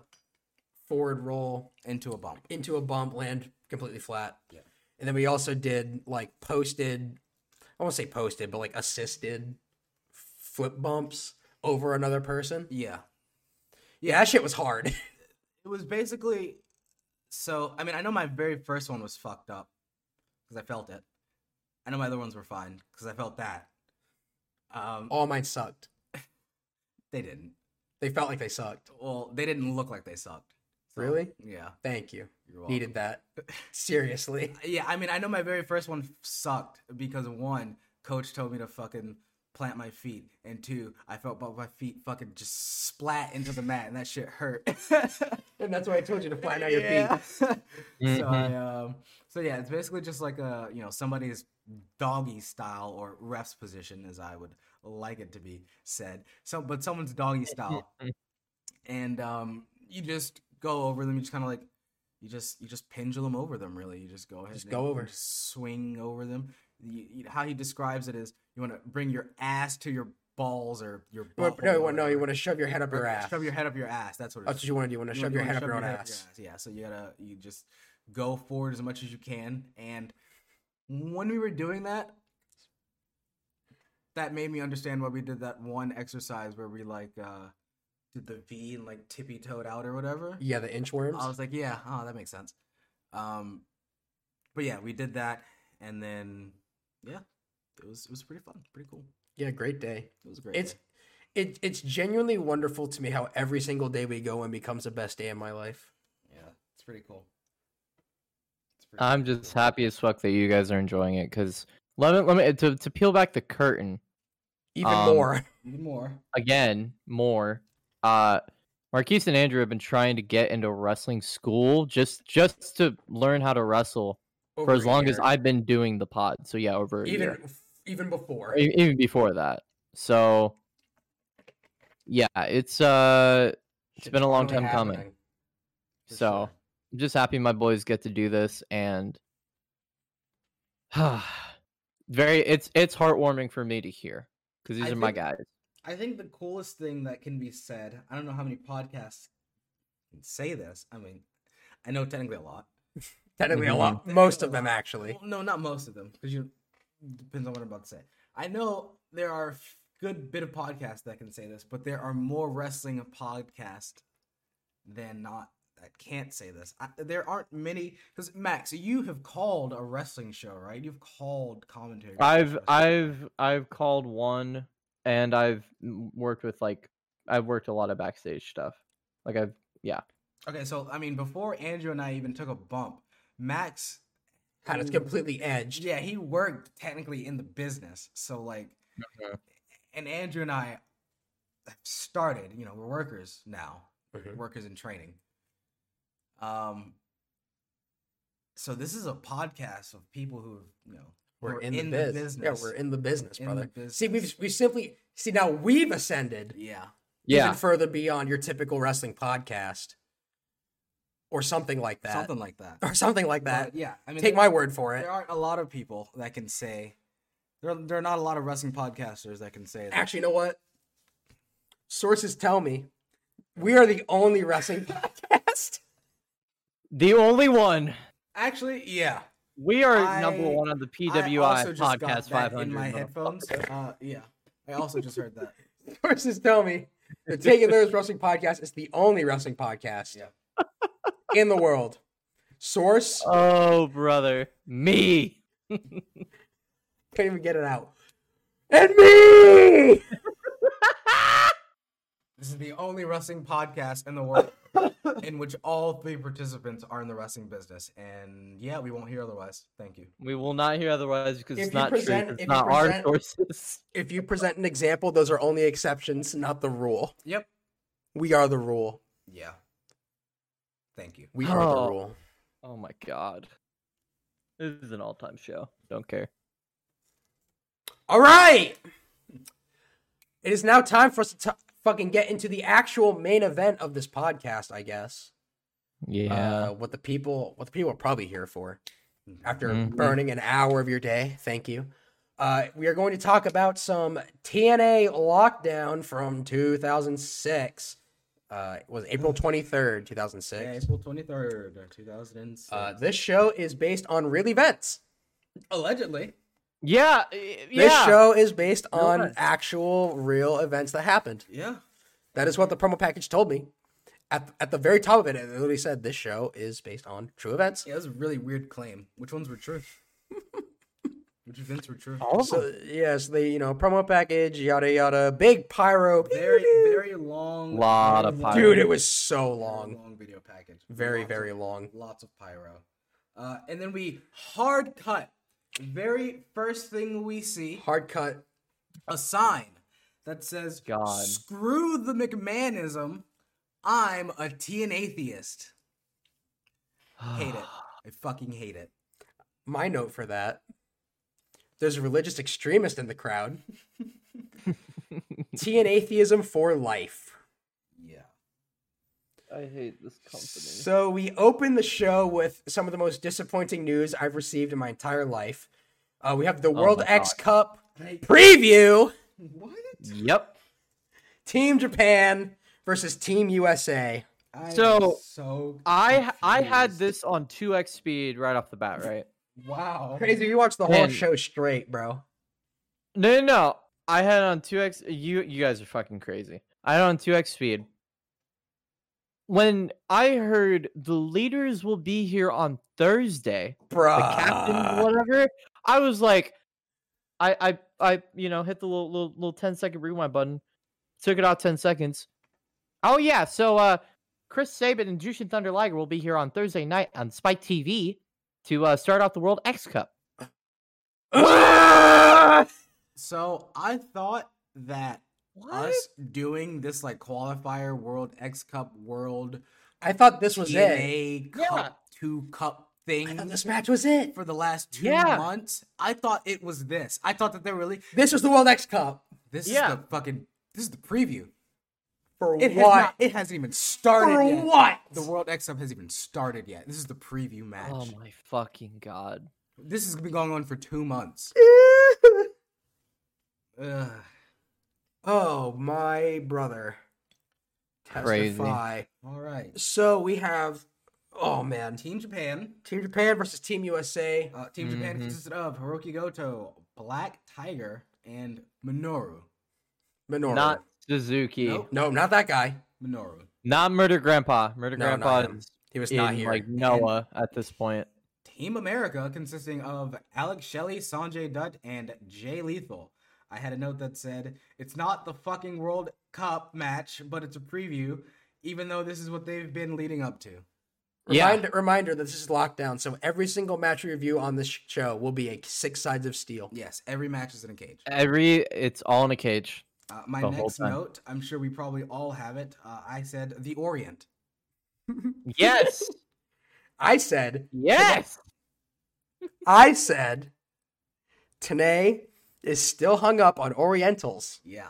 forward roll
into a bump.
into a bump, land completely flat.
Yeah.
And then we also did like posted, I won't say posted, but like assisted flip bumps over another person.
Yeah,
Yeah, that shit was hard.
it was basically so i mean i know my very first one was fucked up because i felt it i know my other ones were fine because i felt that um
All mine sucked.
they didn't
They felt like they sucked.
well they didn't look like they sucked So,
Really?
yeah
Thank you.
you're welcome.
Needed that. Seriously.
yeah i mean i know my very first one sucked because one coach told me to fucking plant my feet and two i felt both my feet fucking just splat into the mat and that shit hurt
And that's why I told you to flatten out your feet.
so I, um, so yeah, it's basically just like a you know somebody's doggy style or ref's position, as I would like it to be said. So, but someone's doggy style, and um, you just go over them. You just kind of like you just you just pendulum over them. Really, you just go ahead,
Just
and-
go
and
over.
just swing over them. You, you, how he describes it is you want to bring your ass to your balls or your
You want-
butthole
no,
or
you want, no, you
whatever.
want to shove your head up your
Or
ass.
Oh, Shove your head up your ass. That's what it is.
That's what you want to do. You want to
You
shove
wanna-
your
you
head up
wanna
your own
shove
ass.
Yeah, so you gotta you just go forward as much as you can. And when we were doing that, that made me understand why we did that one exercise where we like uh did the V and like tippy toed out or whatever.
Yeah, the inchworms.
I was like, yeah, oh, that makes sense. Um, but yeah, we did that, and then yeah, it was it was pretty fun, pretty cool.
yeah, great day.
It was a great.
It's
day.
it it's genuinely wonderful to me how every single day we go and becomes the best day in my life.
yeah, it's pretty cool. It's pretty
I'm
cool.
just happy as fuck that you guys are enjoying it because let me let me to, to peel back the curtain
Even
Um,
more.
even more.
again more. Uh, Marquise and Andrew have been trying to get into wrestling school just just to learn how to wrestle for
over
as
a
long as
year.
I've been doing the pod. So yeah, over a
even
year.
f- even before.
E- even before that. So yeah, it's uh it's been a long
finally
time coming.
happening.
for
so
sure.
I'm just happy my boys get to do this and very it's it's heartwarming for me to hear because these
I
are my
think-
guys.
I think the coolest thing that can be said. I don't know how many podcasts can say this. I mean, I know technically a lot.
Technically, a
Mhm.
lot. Most of them actually.
Well, no, not most of them, because you depends on what I'm about to say. I know there are a f- good bit of podcasts that can say this, but there are more wrestling podcasts than not that can't say this. I, there aren't many because Max, you have called a wrestling show, right? You've called commentary. for
I've
wrestling.
I've I've called one and I've m- worked with like I've worked a lot of backstage stuff. Like I've
okay. So I mean, before Andrew and I even took a bump, Max
Kind of
who-
completely edged.
Yeah, he worked technically in the business. So like
Mhm.
and Andrew and I have started, you know, we're workers now.
Mhm.
Workers in training. Um so this is a podcast of people who have, you know, who
We're
are
in, the, biz. Yeah, we're in the business,
In the
brother. See, we've
business.
we simply see now we've ascended
yeah.
yeah.
even further beyond your typical wrestling podcast, or something like that,
Something like that.
or something like that.
But, yeah. I mean
Take
there-
my word for it.
there aren't a lot of people that can say there, there are not a lot of wrestling podcasters that can say that.
Actually, you know what? Sources tell me we are the only wrestling podcast.
The only one
Actually, yeah.
we are number
I-
one on the PWI podcast 500.
in my
motherfucker.
headphones. Uh, yeah, I also just heard that.
Sources tell me the Taking Those Wrestling Podcast is the only wrestling podcast
Yeah. Uh.
in the world. Source
Oh brother, me.
can't even get it out. And me.
This is the only wrestling podcast in the world in which all three participants are in the wrestling business, and yeah, we won't hear otherwise. Thank you.
We will not hear otherwise because
If
it's
you
not
present-
true. 'cause
if you
It's not our
present-
sources.
If you present an example, those are only exceptions, not the rule.
Yep.
We are the rule.
Yeah. Thank you.
We are the
Oh.
rule.
Oh my god, this is an all-time show. Don't care.
All right. It is now time for us to t- fucking get into the actual main event of this podcast, I guess.
Yeah,
Uh, what the people, what the people are probably here for. After
Mhm.
burning an hour of your day, thank you. Uh, we are going to talk about some TNA lockdown from 2006. Uh, it was April 23rd, 2006.
April twenty third, two thousand and six.
Uh, this show is based on real events.
Allegedly,
yeah, y- yeah.
This show is based
Real
on
events.
actual real events that happened.
yeah.
That is what the promo package told me. At, at the very top of it, it literally said this show is based on true events.
Yeah, that was a really weird claim. Which ones were true? Which events were true?
All of them.
So yes, the you know promo package, yada yada, big pyro.
Very, very long.
Lot
very
of
long-
pyro.
Dude, it was so
very
long,
long video package.
very
Lots of
very long.
lots of pyro. Uh, and then we hard cut. Very first thing we see
Hard cut.
a sign that says
God.
"Screw the McMahonism, I'm a TN atheist." Hate it. I fucking hate it.
My note for that. There's a religious extremist in the crowd. T and atheism for life.
Yeah.
I hate this company.
So we open the show with some of the most disappointing news I've received in my entire life. Uh, we have the World
my
X
God.
Cup
I,
preview.
what?
Yep.
Team Japan versus Team USA.
I am
So,
so
I h- I had
confused.
this on 2x speed right off the bat, right?
Wow.
Crazy, you watched the whole
Man.
show straight, bro.
No, no, no. I had it on two X. You you guys are fucking crazy. I had it on two X speed. When I heard the leaders will be here on Thursday,
Bruh.
the
Uh.
captain, whatever, I was like, I I I you know hit the little little, little 10 second rewind button, took it out ten seconds. Oh yeah, so uh, Chris Saban and Jushin Thunder Liger will be here on Thursday night on Spike TV to uh, start off the World X Cup.
So I thought that us doing this like qualifier World X Cup World
I thought this was it.
TNA
Yeah.
Cup two cup
I thought
thing
this match was it.
for the last two
Yeah.
months. I thought it was this. I thought that they were really
This was the World X Cup.
this
Yeah.
is the fucking this is the preview.
For
It has
what?
not, it hasn't even started
For
yet.
what?
The World X Cup hasn't even started yet. This is the preview match.
Oh my fucking god.
This has been going on for two months. Ugh.
oh my brother.
Crazy.
Testify.
All right.
So we have. Oh man,
Team Japan.
Team Japan versus Team USA.
Uh, Team Japan
Mhm.
consisted of Hiroki Goto, Black Tiger, and Minoru.
Minoru.
Not Suzuki.
Nope.
No, not that guy.
Minoru.
Not Murder Grandpa. Murder
No, not
Grandpa
him.
is
He was
in,
not here.
like Noah at this point.
Team America consisting of Alex Shelley, Sanjay Dutt, and Jay Lethal. I had a note that said, It's not the fucking World Cup match, but it's a preview, even though this is what they've been leading up to.
Yeah.
Reminder, reminder that this is lockdown, so every single match we review on this sh- show will be a six sides of steel.
Yes, every match is in a cage.
Every it's all in a cage.
Uh, my
Uh, The whole
next
time.
note, I'm sure we probably all have it. Uh, I said, The Orient.
Yes.
I said,
yes.
I said, Tanae is still hung up on Orientals.
Yeah.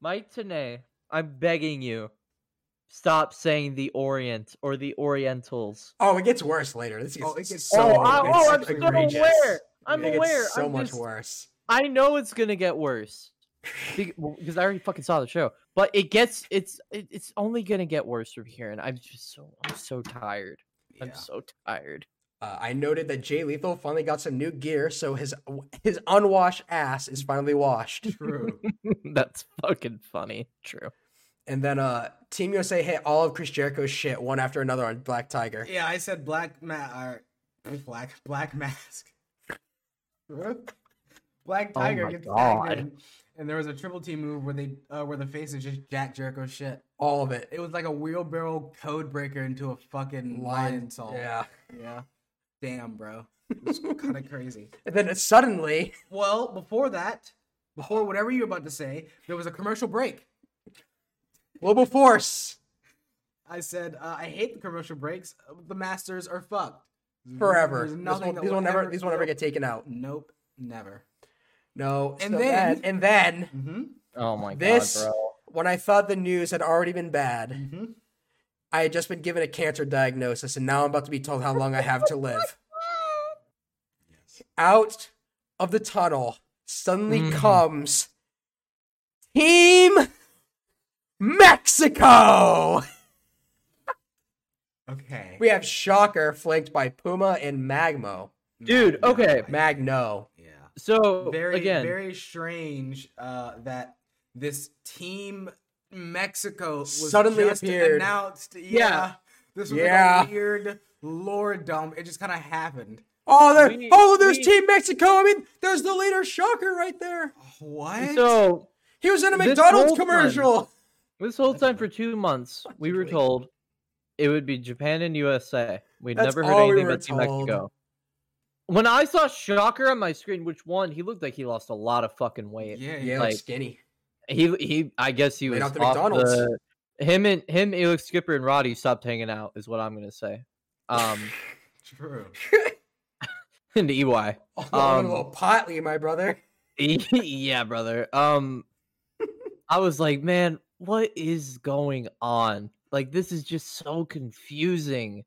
Mike Tanay, I'm begging you. Stop saying the Orient or the Orientals.
Oh, it gets worse later. This gets
Oh, it gets
so
so-
oh, I,
it's
oh, I'm
actually
so
outrageous.
aware. I'm
it
aware.
Gets so
I'm
much
just-
worse.
I know it's gonna get worse because I already fucking saw the show. But it gets it's it, it's only gonna get worse from here, and I'm just so I'm so tired.
Yeah.
I'm so tired.
Uh, I noted that Jay Lethal finally got some new gear, so his his unwashed ass is finally washed.
True.
That's fucking funny. True.
And then uh, Team USA hit all of Chris Jericho's shit one after another on Black Tiger.
yeah, I said black ma- or black black mask. black
Oh
tiger
my
gets
God.
tagged in, and there was a triple team move where they uh, where the face is just Jack Jericho shit.
All of it.
It was like a wheelbarrow code breaker into a fucking lion
Line-
insult.
Yeah.
yeah. Damn, bro. It was kind of crazy.
And then suddenly,
Well, before that, before whatever you were about to say, there was a commercial break.
Global Force
I said, uh, I hate the commercial breaks. The Masters are fucked.
forever.
There's
This
nothing
one-
that
These will never. These will never
ever-
get taken out.
Nope, never.
No.
And
so
then-
and then
Mm-hmm.
Oh my
This-
god, bro.
when I thought the news had already been bad,
Mm-hmm.
I had just been given a cancer diagnosis, and now I'm about to be told how long I have to live. Out of the tunnel suddenly
Mm.
comes Team Mexico.
Okay.
We have Shocker flanked by Puma and Magmo.
Dude,
Magno,
okay.
I-
Magno.
yeah.
So
Very,
again,
very strange uh, that this team Mexico was
Suddenly
just
appeared.
announced. Yeah. This was
Yeah.
like a weird lore dump. It just kind of happened.
Oh, there,
We-
oh, there's
we-
Team Mexico. I mean, there's the leader Shocker right there.
What?
so
He was in a
This
McDonald's
whole time-
commercial.
this whole time for two months, we were
Really?
told it would be Japan and USA. We'd
That's
never heard
all we
anything
were
about Team
told.
Mexico. When I saw Shocker on my screen, which one he looked like he lost a lot of fucking weight.
yeah,
Yeah,
yeah.
like,
Like-
skinny.
He he, I guess he
Right
was
off
off
the
the
McDonald's.
him and him, Elix Skipper and Roddy stopped hanging out. Is what I'm gonna say. Um,
True.
and E EY.
Oh, I'm a
Um,
little potly, my brother.
yeah, brother. Um, I was like, man, what is going on? Like, this is just so confusing.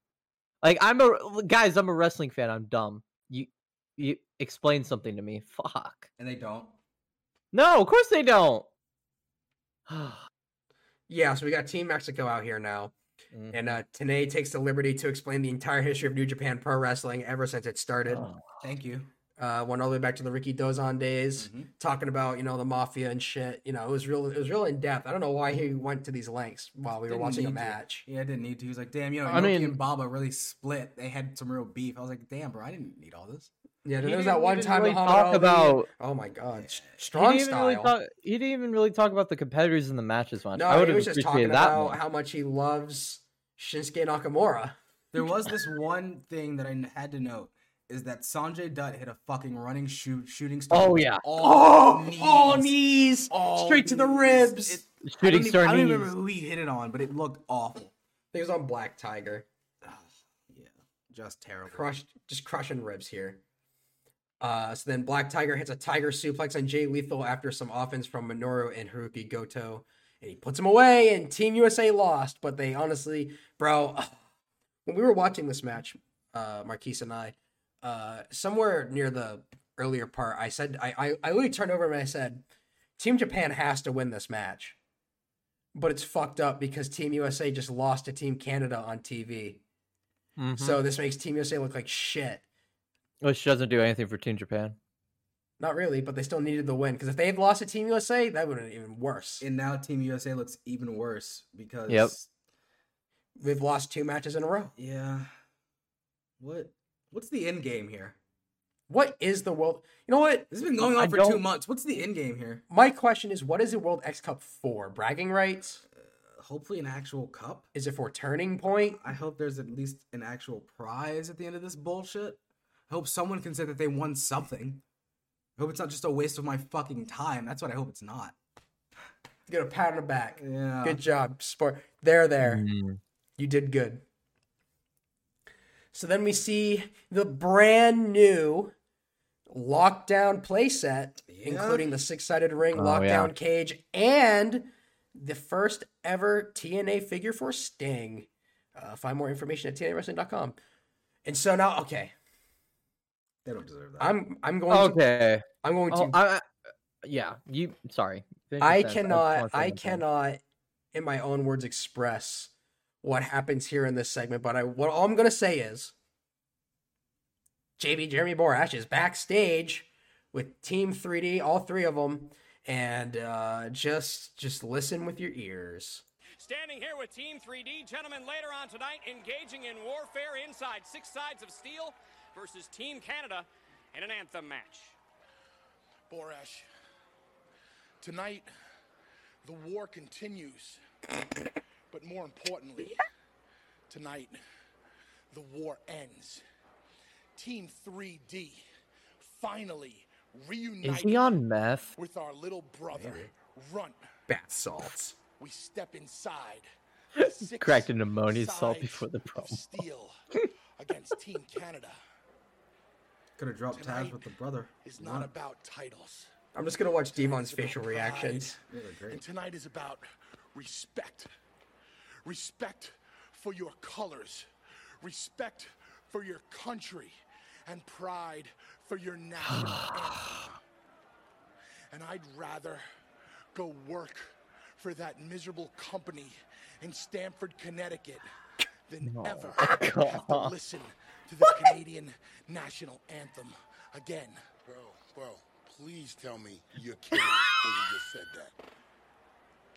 Like, I'm a guys. I'm a wrestling fan. I'm dumb. You, you explain something to me. Fuck.
And they don't.
No, of course they don't.
Yeah, so we got Team Mexico out here now.
Mm.
And uh, Tanay takes the liberty to explain the entire history of New Japan Pro Wrestling ever since it started.
Oh.
Thank you.
Uh, went all the way back to the Ricky Dozon days,
Mm-hmm.
Mhm.
talking about you know the mafia and shit. You know, it was real. It was real in depth. I don't know why he went to these lengths while we were
Didn't
watching a
need to.
match.
Yeah, I didn't need to. He was like, damn, you know,
I
Yoki
mean-
and Baba really split. They had some real beef. I was like, damn, bro, I didn't need all this.
Yeah,
He
there was
didn't
that one
even
time.
really
Muhammad
talk
Ali-
about-
Oh my god, s-
He didn't,
strong
even really
style.
talk, he didn't even really talk about the competitors in the match as much.
no,
I would
he
have
was just talking
appreciated that
about
more.
how much he loves Shinsuke Nakamura.
There was this one thing that I n- had to note is that Sanjay Dutt hit a fucking running shoot shooting star.
Oh,
with
yeah.
all
Oh, all knees,
all
straight to the
knees.
ribs.
It- I
Shooting
don't, even,
star
I don't even
knees.
remember who he hit it on, but it looked awful.
He was on Black Tiger.
Ugh, yeah, just terrible.
crushed, just crushing ribs here. Uh, so then Black Tiger hits a tiger suplex on Jay Lethal after some offense from Minoru and Haruki Goto, and he puts him away. And Team USA lost, but they honestly, bro, when we were watching this match, uh, Marquise and I, uh, somewhere near the earlier part, I said, I, I, I literally turned over and I said, Team Japan has to win this match, but it's fucked up because Team USA just lost to Team Canada on TV.
Mhm.
So this makes Team USA look like shit.
Which doesn't do anything for Team Japan.
Not really, but they still needed the win because if they had lost to Team USA, that would have been even worse.
And now Team USA looks even worse because
Yep.
We've lost two matches in a row.
yeah. What what's the end game here?
What is the world? You know what?
This has been going on
I
for two
don't-
months. What's the end game here?
My question is, what is the World X Cup for? Bragging rights?
Hopefully, an actual cup.
Is it for turning point?
I hope there's at least an actual prize at the end of this bullshit. I hope someone can say that they won something. I hope it's not just a waste of my fucking time. That's what I hope it's not.
Get a pat on the back.
Yeah.
Good job, sport. There, there.
Mm.
You did good. So then we see the brand new lockdown playset,
Yeah.
including the six sided ring,
Oh,
lockdown
yeah.
cage, and the first ever TNA figure for Sting. Uh, find more information at TNAWrestling.com. And so now, okay,
They don't deserve that.
I'm I'm going to
Okay.
I'm going to
Oh, I, I- yeah. You. Sorry. Finish your
I
sentence. just
cannot,
wanna say
I
one thing.
cannot, in my own words, express what happens here in this segment. But I, what all I'm gonna say is, JB Jeremy Borash is backstage with Team 3D, all three of them, and uh, just, just listen with your ears.
Standing here with Team 3D, gentlemen, later on tonight, engaging in warfare inside Six Sides of Steel versus Team Canada in an anthem match.
Borash, tonight the war continues, but more importantly, tonight the war ends. Team 3D finally
Is
reunited
he on meth?
with our little brother, Runt.
Bath salts.
We step inside. the six
Cracked an ammonia salt
sides
before the
of
promo.
Steel against Team Canada
Could have dropped tabs
tonight
with the brother.
is not about titles.
I'm just gonna watch Devon's facial reactions.
Yeah, they're
And
great.
tonight is about respect. Respect for your colors, respect for your country, and pride for your national anthem. And I'd rather go work for that miserable company in Stamford, Connecticut than ever have to listen to the Canadian national anthem again.
Bro, bro, please tell me you're kidding when you just said that.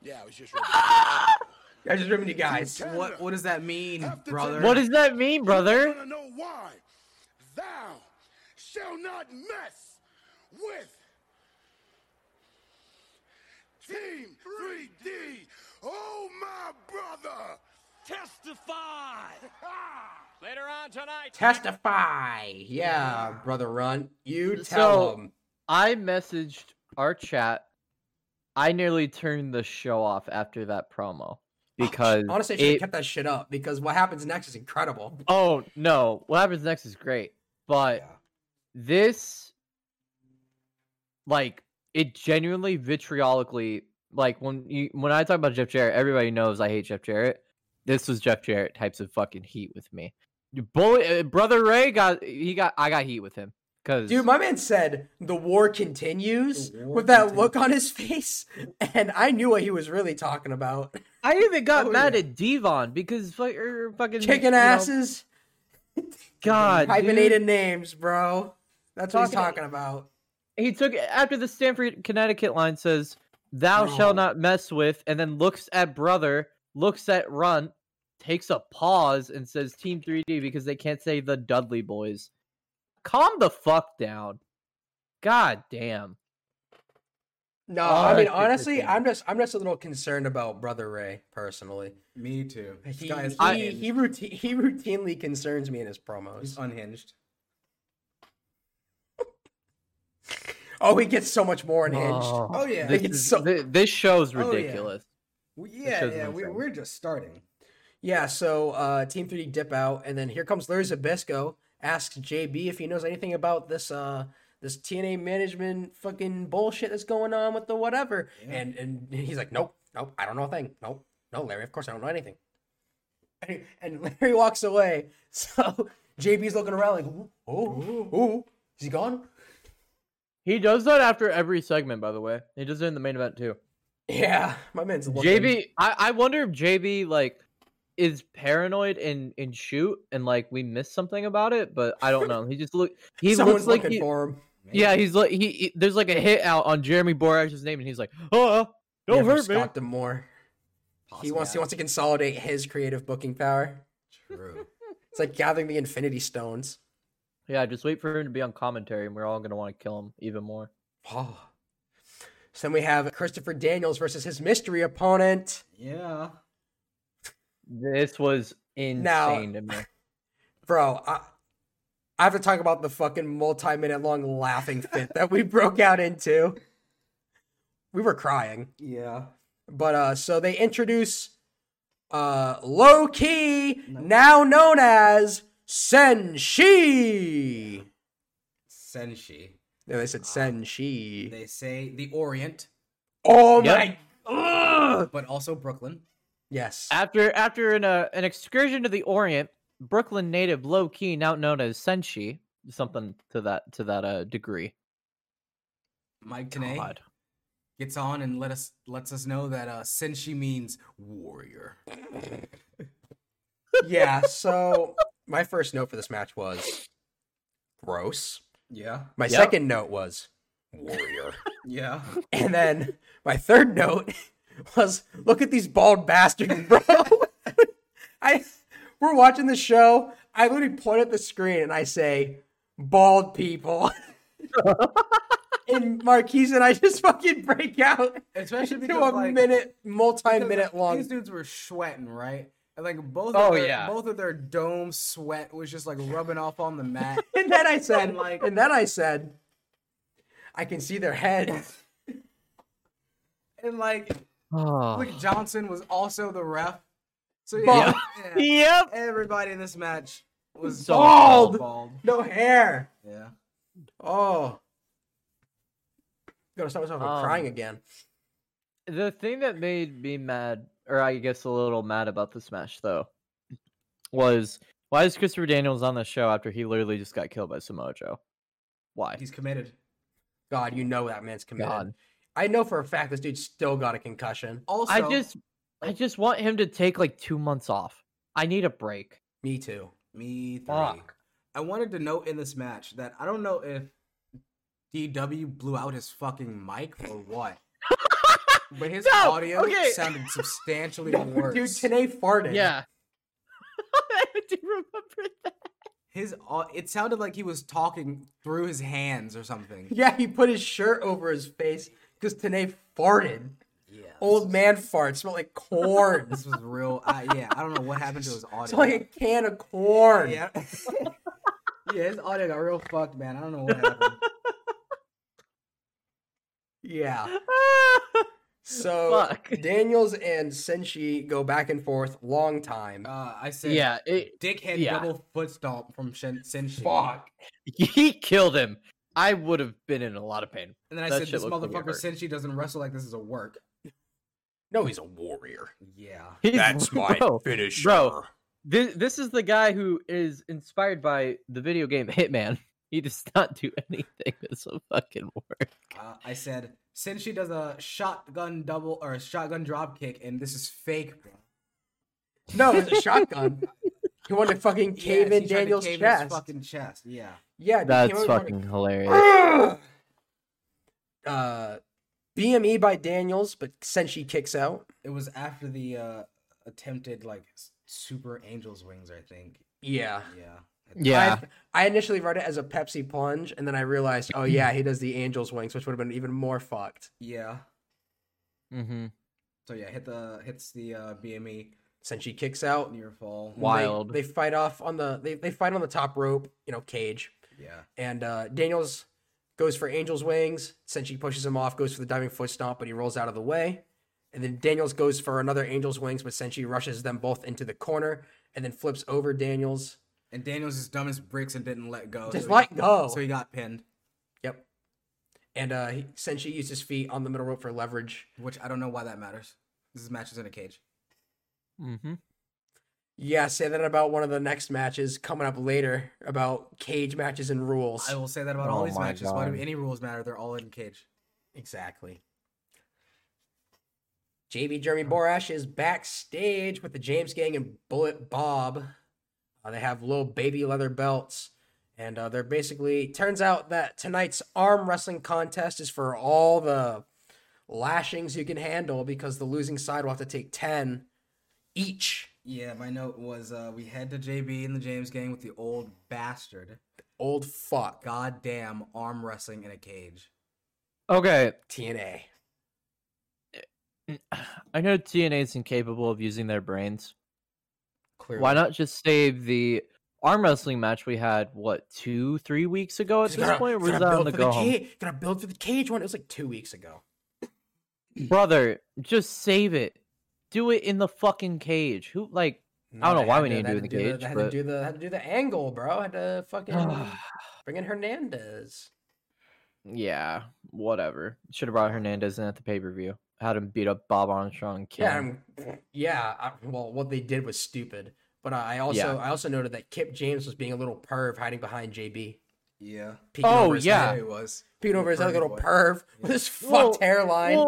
Yeah, I was just ready.
I just remember you guys.
Canada.
What what does that mean,
Have to
brother?
take-
What does that mean,
I
brother?
don't know why. Thou shall not mess with Team 3D. Oh, my brother.
Testify!
Ah!
Later on tonight,
Testify, yeah, brother Runt. You
So-
tell him.
I messaged our chat. I nearly turned the show off after that promo because
Honestly, I should have
it
kept that shit up because what happens next is incredible.
Oh no! What happens next is great, but
Yeah.
this, like, it genuinely vitriolically, like when you when I talk about Jeff Jarrett, everybody knows I hate Jeff Jarrett. This was Jeff Jarrett types of fucking heat with me. Your Boy, uh, brother Ray got he got I got heat with him because
Dude, my man said the war continues
The war
with that
continues.
look on his face, and I knew what he was really talking about.
I even got
Oh,
mad
yeah.
at Devon because like er, fucking you
Kicking
know,
asses,
God, dude.
hyphenated names, bro. That's what he's
Talking-
talking about.
He took after the Stanford Connecticut line says, "Thou
Oh.
shall
No.
not mess with," and then looks at brother, looks at Runt, takes a pause and says, "Team 3D" because they can't say the Dudley Boys. Calm the fuck down. God damn.
No,
Oh,
I mean
that's
honestly,
interesting.
I'm just I'm just a little concerned about Brother Ray personally.
Me too. This
He
guy is
he,
unhinged.
he, routine, he routinely concerns me in his promos.
He's unhinged.
Oh, he gets so much more unhinged.
Oh, yeah.
This,
Like, it's
is-
so-
thi- this show's
Oh, yeah.
ridiculous.
Well, Yeah,
show's
yeah.
what I'm
We,
saying.
we're just starting.
Yeah, so uh, Team 3D dip out, and then here comes Larry Zabisco. Asks JB if he knows anything about this uh, this TNA management fucking bullshit that's going on with the whatever. And and he's like, nope, nope, I don't know a thing. Nope, no, Larry, of course I don't know anything. And, and Larry walks away. So JB's looking around like, ooh, oh, ooh, is he gone?
He does that after every segment, by the way. He does it in the main event too.
Yeah, my man's looking.
JB, I, I wonder if JB like is paranoid and and shoot and like we miss something about it, but I don't know. He just look he
someone's
looks like
looking
he-
for him.
yeah, he's like he, he- there's like a hit out on Jeremy Borash's name, and he's like, oh,
Yeah,
don't
from
hurt me.
Scott Demore. He
Possibly
wants he
out.
wants to consolidate his creative booking power.
True.
It's like gathering the Infinity Stones.
Yeah, just wait for him to be on commentary, and we're all gonna want to kill him even more.
Oh. So then we have Christopher Daniels versus his mystery opponent.
yeah.
This was
Now-
insane to me.
Bro, I, I have to talk about the fucking multi minute long laughing fit that we broke out into. We were crying.
Yeah.
But uh so they introduce uh low key, now known as Senshi.
Senshi.
No, they
Ah.
said Senshi.
They say the Orient,
Oh
Yep.
my! Ugh!
but also Brooklyn.
Yes.
After after an uh, an excursion to the Orient, Brooklyn native low key, now known as Senshi, something to that to that uh degree.
Mike Tanay
God.
gets on and let us lets us know that uh, Senshi means warrior.
yeah. So my first note for this match was gross.
Yeah.
My
Yep.
second note was warrior,
Yeah.
and then my third note was look at these bald bastards, bro. I we're watching the show. I literally point at the screen and I say, "Bald people." and Marquise and I just fucking break out
Especially
into
because
a
like,
minute,
because, like,
multi-minute long
These dudes were sweating, right? And like both
Oh,
of their,
yeah.
both of their dome sweat was just like rubbing off on the mat.
And then I said,
And, like-
and then I said, I can see their heads.
and like
Oh.
Click Johnson was also the ref. So yeah,
Bald.
yeah,
Yep.
everybody in this match was
So
bald.
bald.
No hair.
Yeah.
Oh. Gotta stop myself from
Um,
crying again.
The thing that made me mad, or I guess a little mad about this match though, was why is Christopher Daniels on the show after he literally just got killed by Samoa Joe? Why?
He's committed.
God, you know that man's committed.
God.
I know for a fact this dude still got a concussion.
Also,
I just I just want him to take like two months off. I need a break.
Me too.
me three.
Fuck.
I wanted to note in this match that I don't know if DW blew out his fucking mic or what, but his
No,
audio
okay.
sounded substantially worse.
Dude, today farted.
Yeah. I do remember that.
his au- it sounded like he was talking through his hands or something.
Yeah, he put his shirt over his face because Tanae farted.
Yeah.
Old man fart smelled like corn.
This was real. I, yeah, I don't know what happened to his audio.
It's like a can of corn.
Yeah. yeah, his audio got real fucked, man. I don't know what happened.
yeah.
Ah.
So
Fuck.
Daniels and Senshi go back and forth long time.
Uh, I said,
yeah, it,
dickhead
yeah.
double foot stomp from Shen- Senshi.
he killed him. I would have been in a lot of pain.
And then I
That
said,
shit
this
looked like it
motherfucker
hurt.
Senshi doesn't wrestle like this is a work.
No, he's a warrior.
Yeah.
He's-
That's my
bro,
finisher.
bro. This, this is the guy who is inspired by the video game Hitman. He does not do anything that's a fucking work.
Uh, I said, Senshi does a shotgun double or a shotgun drop kick, and this is fake, bro.
No, it's a shotgun. He wanted to fucking
Yes,
cave in
he tried to
Daniel's
cave in his
chest.
fucking chest. Yeah.
Yeah, dude, came
That's
out with one-
fucking hilarious.
uh, BME by Daniels, but Senshi kicks out.
It was after the uh, attempted like s- super angels wings, I think.
Yeah.
Yeah.
Yeah.
I, I initially read it as a Pepsi plunge, and then I realized, oh yeah, he does the Angels wings, which would have been even more fucked.
Yeah.
hmm
So yeah, hit the hits the uh, BME
Senshi kicks out.
near fall.
and they-
Wild.
They, fight off on the they, they fight on the top rope, you know, cage.
Yeah.
And uh, Daniels goes for Angel's wings. Senshi pushes him off, goes for the diving foot stomp, but he rolls out of the way. And then Daniels goes for another Angel's wings, but Senshi rushes them both into the corner and then flips over Daniels.
And Daniels is dumb as bricks and didn't let go.
Just
so he-
let go.
So he got pinned,
Yep. And uh, he, Senshi used his feet on the middle rope for leverage.
which I don't know why that matters. This match is in a cage.
hmm
Yeah, say that about one of the next matches coming up later about cage matches and rules.
I will say that about all
Oh
these
my
matches. Why do
God.
any rules matter? They're all in a cage.
Exactly. JB Jeremy Borash is backstage with the James Gang and Bullet Bob. Uh, they have little baby leather belts, and uh, they're basically. Turns out that tonight's arm wrestling contest is for all the lashings you can handle because the losing side will have to take ten each.
Yeah, my note was uh, we head to JB and the James gang with the old bastard.
Old fuck
Goddamn arm wrestling in a cage.
Okay.
TNA.
I know TNA is incapable of using their brains.
Clearly,
Why not just save the arm wrestling match we had, what, two, three weeks ago at
Just
this
gotta-
point? Or was
gotta
that on
build
the
for
go home?
cage, gotta build for the cage one. It was like two weeks ago.
Brother, just save it. Do it in the fucking cage. Who, like, I don't know
they
why
had
we
to-
need
they
to
had
do it in the
the- they
cage,
had
but-
to do the had to do the angle, bro. Had to fucking bring in Hernandez.
yeah, whatever. Should have brought Hernandez in at the pay per view. Had him beat up Bob Armstrong. and kill
Yeah,
him.
I'm- yeah. I, well, what they did was stupid. But I also I also noted that Kip James was being a little perv hiding behind JB.
Yeah.
Peeking
Oh,
over his
yeah.
There
head-
he was.
peeking over his head like a
Pervy
little
boy.
perv with his
Well,
fucked hairline.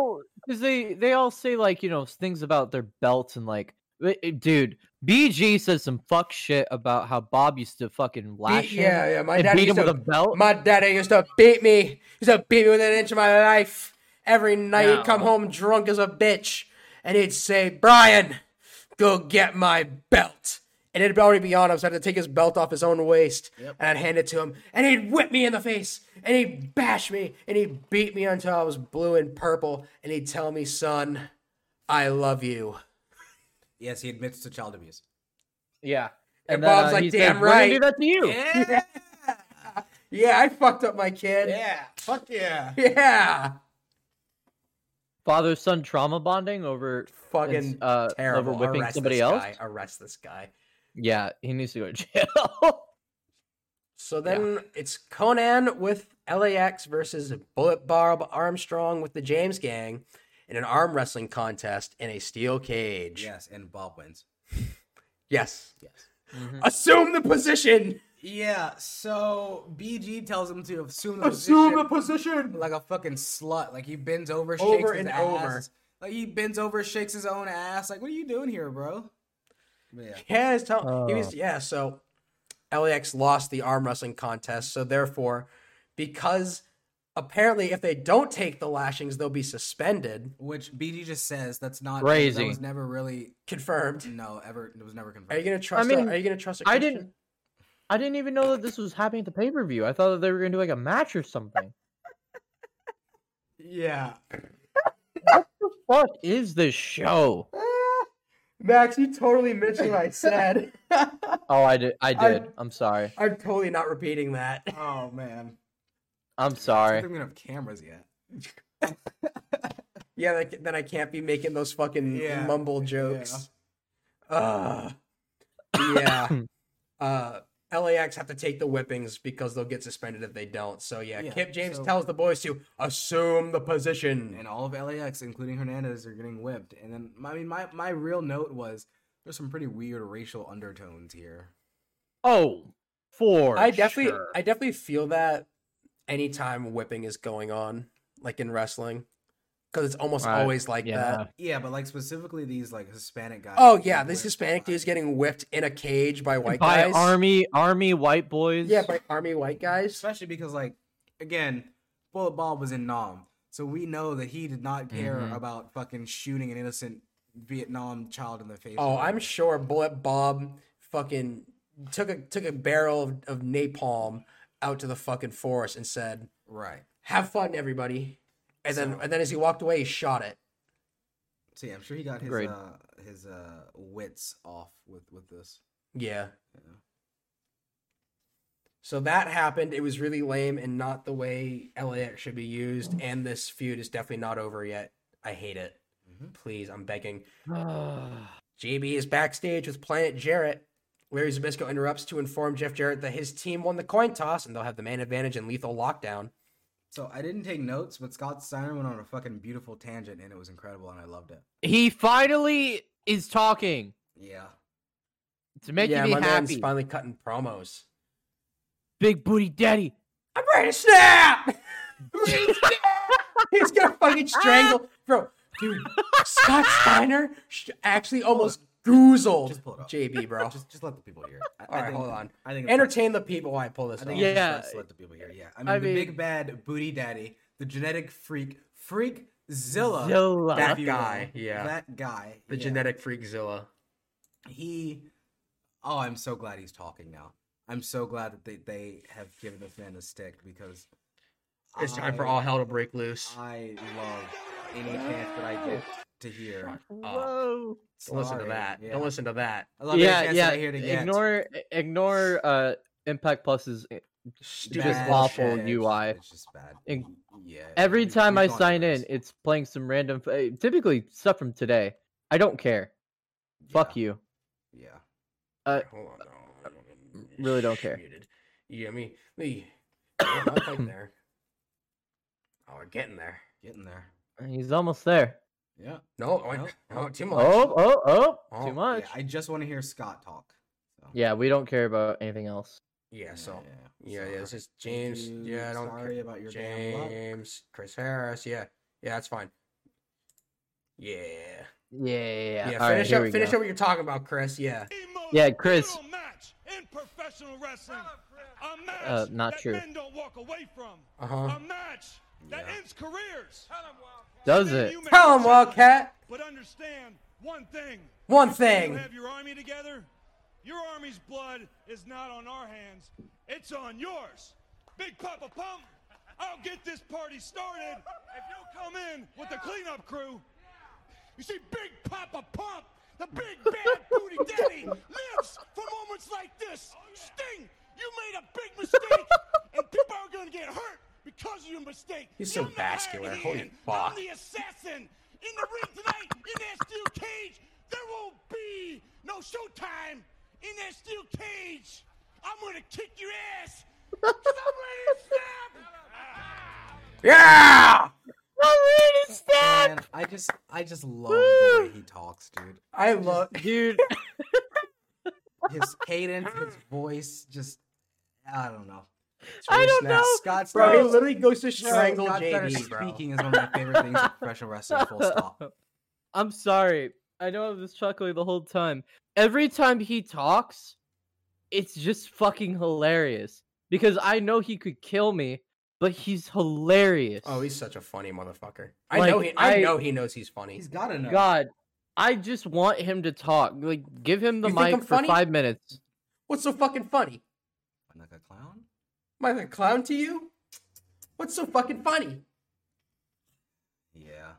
because they they all say like you know things about their belts and like, "Wait, eh, dude, BG says some fuck shit about how Bob used to fucking
Be-
lash him
yeah, yeah. My
and
dad
beat
used
him with a
to
belt.
my daddy used to beat me. He used to beat me within an inch of my life. Every night he'd come
No.
home drunk as a bitch, and he'd say, "Brian, go get my belt." And it'd already be on him, so I had to take his belt off his own waist, and I'd hand it to him, and he'd whip me in the face, and he'd bash me, and he'd beat me until I was blue and purple, and he'd tell me, "Son, I love you."
Yes, he admits to child abuse.
yeah,
And Bob's like,
uh, he
"Damn
"We're gonna
right."
do that to you.
Yeah.
Yeah, I fucked up my kid.
yeah. Fuck yeah.
yeah.
Father son trauma bonding over
fucking
uh,
terrible.
over whipping
Arrest
somebody
this
else.
Guy. Arrest this guy.
Yeah, he needs to go to jail.
So then it's Conan with LAX versus Bullet Barb Armstrong with the James Gang in an arm wrestling contest in a steel cage.
Yes, and Bob wins.
Yes.
Yes. Mm-hmm.
Assume the position.
Yeah, so BG tells him to assume the
Assume the
position
position.
like a fucking slut. Like he bends over, shakes
Over
his
and
ass.
over.
Like he bends over, shakes his own ass. Like, what are you doing here, bro? But yeah.
Yeah, it's tell- he
Oh.
was yeah. So LAX lost the arm wrestling contest, so therefore, because apparently if they don't take the lashings, they'll be suspended.
Which BG just says that's not That
Crazy.
was never really
Confirmed.
no ever. It was never confirmed.
Are you gonna trust?
mean,
a, are you gonna trust? A
I
Christian?
didn't- I didn't even know that this was happening at the pay per view. I thought that they were gonna do like a match or something.
yeah.
what is this show?
Max, you totally missed what I said.
Oh, I did. I
I-
did. I'm sorry.
I'm totally not repeating that.
Oh man.
I'm
I
sorry.
think we don't have cameras yet.
Yeah, like, then I can't be making those fucking
Yeah,
mumble jokes. Ugh. Yeah. uh, LAX have to take the whippings because they'll get suspended if they don't. So yeah,
Yeah,
Kip James
so-
tells the boys to assume the position.
And all of LAX, including Hernandez, are getting whipped. And then I mean, my my real note was there's some pretty weird racial undertones here.
Oh, four.
I definitely,
sure.
I definitely feel that anytime whipping is going on, like in wrestling, because it's almost
Right,
always like
yeah.
that.
Yeah, but like specifically these like Hispanic guys.
Oh
get
yeah, this
whipped
Hispanic
by-
dude's getting whipped in a cage by white
by
guys.
army army white boys.
Yeah, by army white guys.
especially because like again, Bullet Bob was in Nam, so we know that he did not care
Mm-hmm.
Mhm.
about fucking shooting an innocent Vietnam child in the face.
Oh, I'm sure Bullet Bob fucking took a took a barrel of, of napalm out to the fucking forest and said,
right.
"Have fun, everybody." And then
So-
and then as he walked away, he shot it.
So yeah, I'm sure he got his
Great.
uh his uh wits off with with this.
Yeah.
Yeah.
So that happened. It was really lame and not the way LAX should be used. And this feud is definitely not over yet. I hate it.
Mhm.
Please, I'm begging. JB is backstage with Planet Jarrett. Larry Zabisco interrupts to inform Jeff Jarrett that his team won the coin toss and they'll have the man advantage and lethal lockdown.
So I didn't take notes, but Scott Steiner went on a fucking beautiful tangent, and it was incredible, and I loved it.
he finally is talking.
Yeah.
It's making
yeah,
me
my man's
happy.
finally cutting promos.
Big booty daddy.
I'm ready to snap! He's gonna fucking strangle, bro. Dude, Scott Steiner sh- actually almost goozled
Just pull it up.
JB, bro.
Just just let the people hear. it. I,
All
I
right,
think-
hold on.
I think it's-
Entertain the people while I pull this
I
off.
think
Yeah.
yeah, just nice to let the people hear. it, Yeah, I mean,
I
the
mean-
big bad booty daddy, the genetic freak, freak Zilla,
Zilla.
That
if you will.
guy, yeah.
that guy,
The
yeah.
genetic freakzilla.
He, oh, I'm so glad he's talking now. I'm so glad that they, they have given this man a stick because
It's time for
I-
all hell to break loose.
I love any chance that I get to hear.
Whoa.
Don't listen to
Sorry,
that.
yeah.
Don't listen to that.
I love
yeah,
any chance
yeah.
that I hear to get.
Ignore ignore uh Impact Plus's uh,
Stupid
Bad
bullshit.
awful
It's-
UI.
It's just bad.
In-
yeah.
Every
we've-
time
we've
I
gone
sign
over
in,
this.
it's playing some random, eh, typically stuff from today. I don't care. Fuck you.
Yeah.
Hold on. no, no, no, no,
Really don't
shh,
care.
muted. Yeah, me. me. Yeah, not like there. Oh, we're getting there.
Getting there.
He's almost there.
Yeah.
No, I-
No,
no, too much.
Oh, oh, oh,
Oh, yeah,
too much.
Yeah,
Yeah,
I just want to hear Scott talk. So.
we don't care about anything else.
Yeah, so.
yeah.
Yeah, yeah, this
sorry.
is James.
Thank you,
Yeah, I don't
sorry
care.
about your damn luck.
James, Chris Harris. Yeah, yeah, that's fine. Yeah, yeah.
Yeah, yeah.
finish
All right, here
up,
we
finish
go.
up what you're talking about, Chris. Yeah,
Yeah, Chris.
Brutal match in professional wrestling. A match
Uh, not
that
true.
men don't walk away from.
uh huh.
A match that
Yeah.
ends careers.
Does
Then
it?
you make
Tell
a
him,
challenge.
Wildcat.
But understand one thing.
One
You
thing.
have your army together. Your army's blood is not on our hands. It's on yours. Big Papa Pump, I'll get this party started if you'll come in with the cleanup crew. You see, Big Papa Pump, the big bad booty daddy, lives for moments like this. Sting, you made a big mistake, and people are gonna get hurt because of your mistake.
He's so
I'm the Iron
vascular. Holy
Hand.
fuck.
I'm the assassin. In the ring tonight, in that steel cage, there will be no showtime. In that steel cage, I'm gonna kick your ass. 'Cause I'm ready to snap.
Yeah,
Man, I just, I just love the way he talks, dude.
I love.
Dude,
His cadence, his voice, just, I don't know.
I don't know.
Scott's
Bro, he
Steiner-
literally goes to
Bro,
strangle
Scott Steiner
JB, bro.
Speaking is one of my favorite things in professional wrestling. Full stop.
I'm sorry. I know I was chuckling the whole time. Every time he talks, it's just fucking hilarious. Because I know he could kill me, but he's hilarious.
Oh, he's such a funny motherfucker. I
Like,
know he. I,
I-
know he knows he's funny.
He's got to know.
God, I just want him to talk. Like, give him the
You think
mic
I'm
for
funny?
five minutes.
What's so fucking funny?
I'm like a clown.
Am I a clown to you? What's so fucking funny?
Yeah.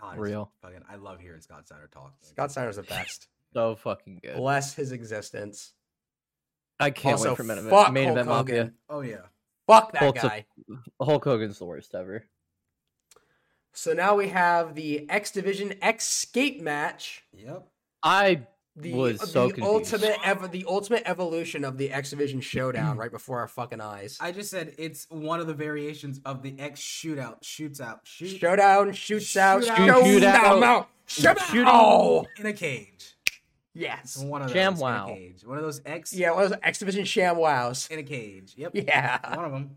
God, it's
Real.
Fucking, I love hearing Scott Steiner talk. man.
Scott Steiner's the best.
So fucking good.
Bless his existence.
I can't
also,
wait for main event.
fuck
main
Hulk
event mafia.
Hogan.
Oh yeah.
Fuck that
Bolts of-
guy.
Hulk Hogan's the worst ever.
So now we have the X Division escape match.
Yep.
I
The,
Was
the
so confused.
ultimate ev- the ultimate evolution of the X Division showdown right before our fucking eyes.
I just said it's one of the variations of the X shootout, shoots out, shoot
Showdown, shoots out,
Shootout.
showdown,
Shootout.
out,
Shooting.
shootout.
in a cage. It's
Yes.
one of those
Jam
in a
wow.
cage. One of those X
Yeah, it was X Division ShamWows.
in a cage. Yep.
Yeah.
One of them.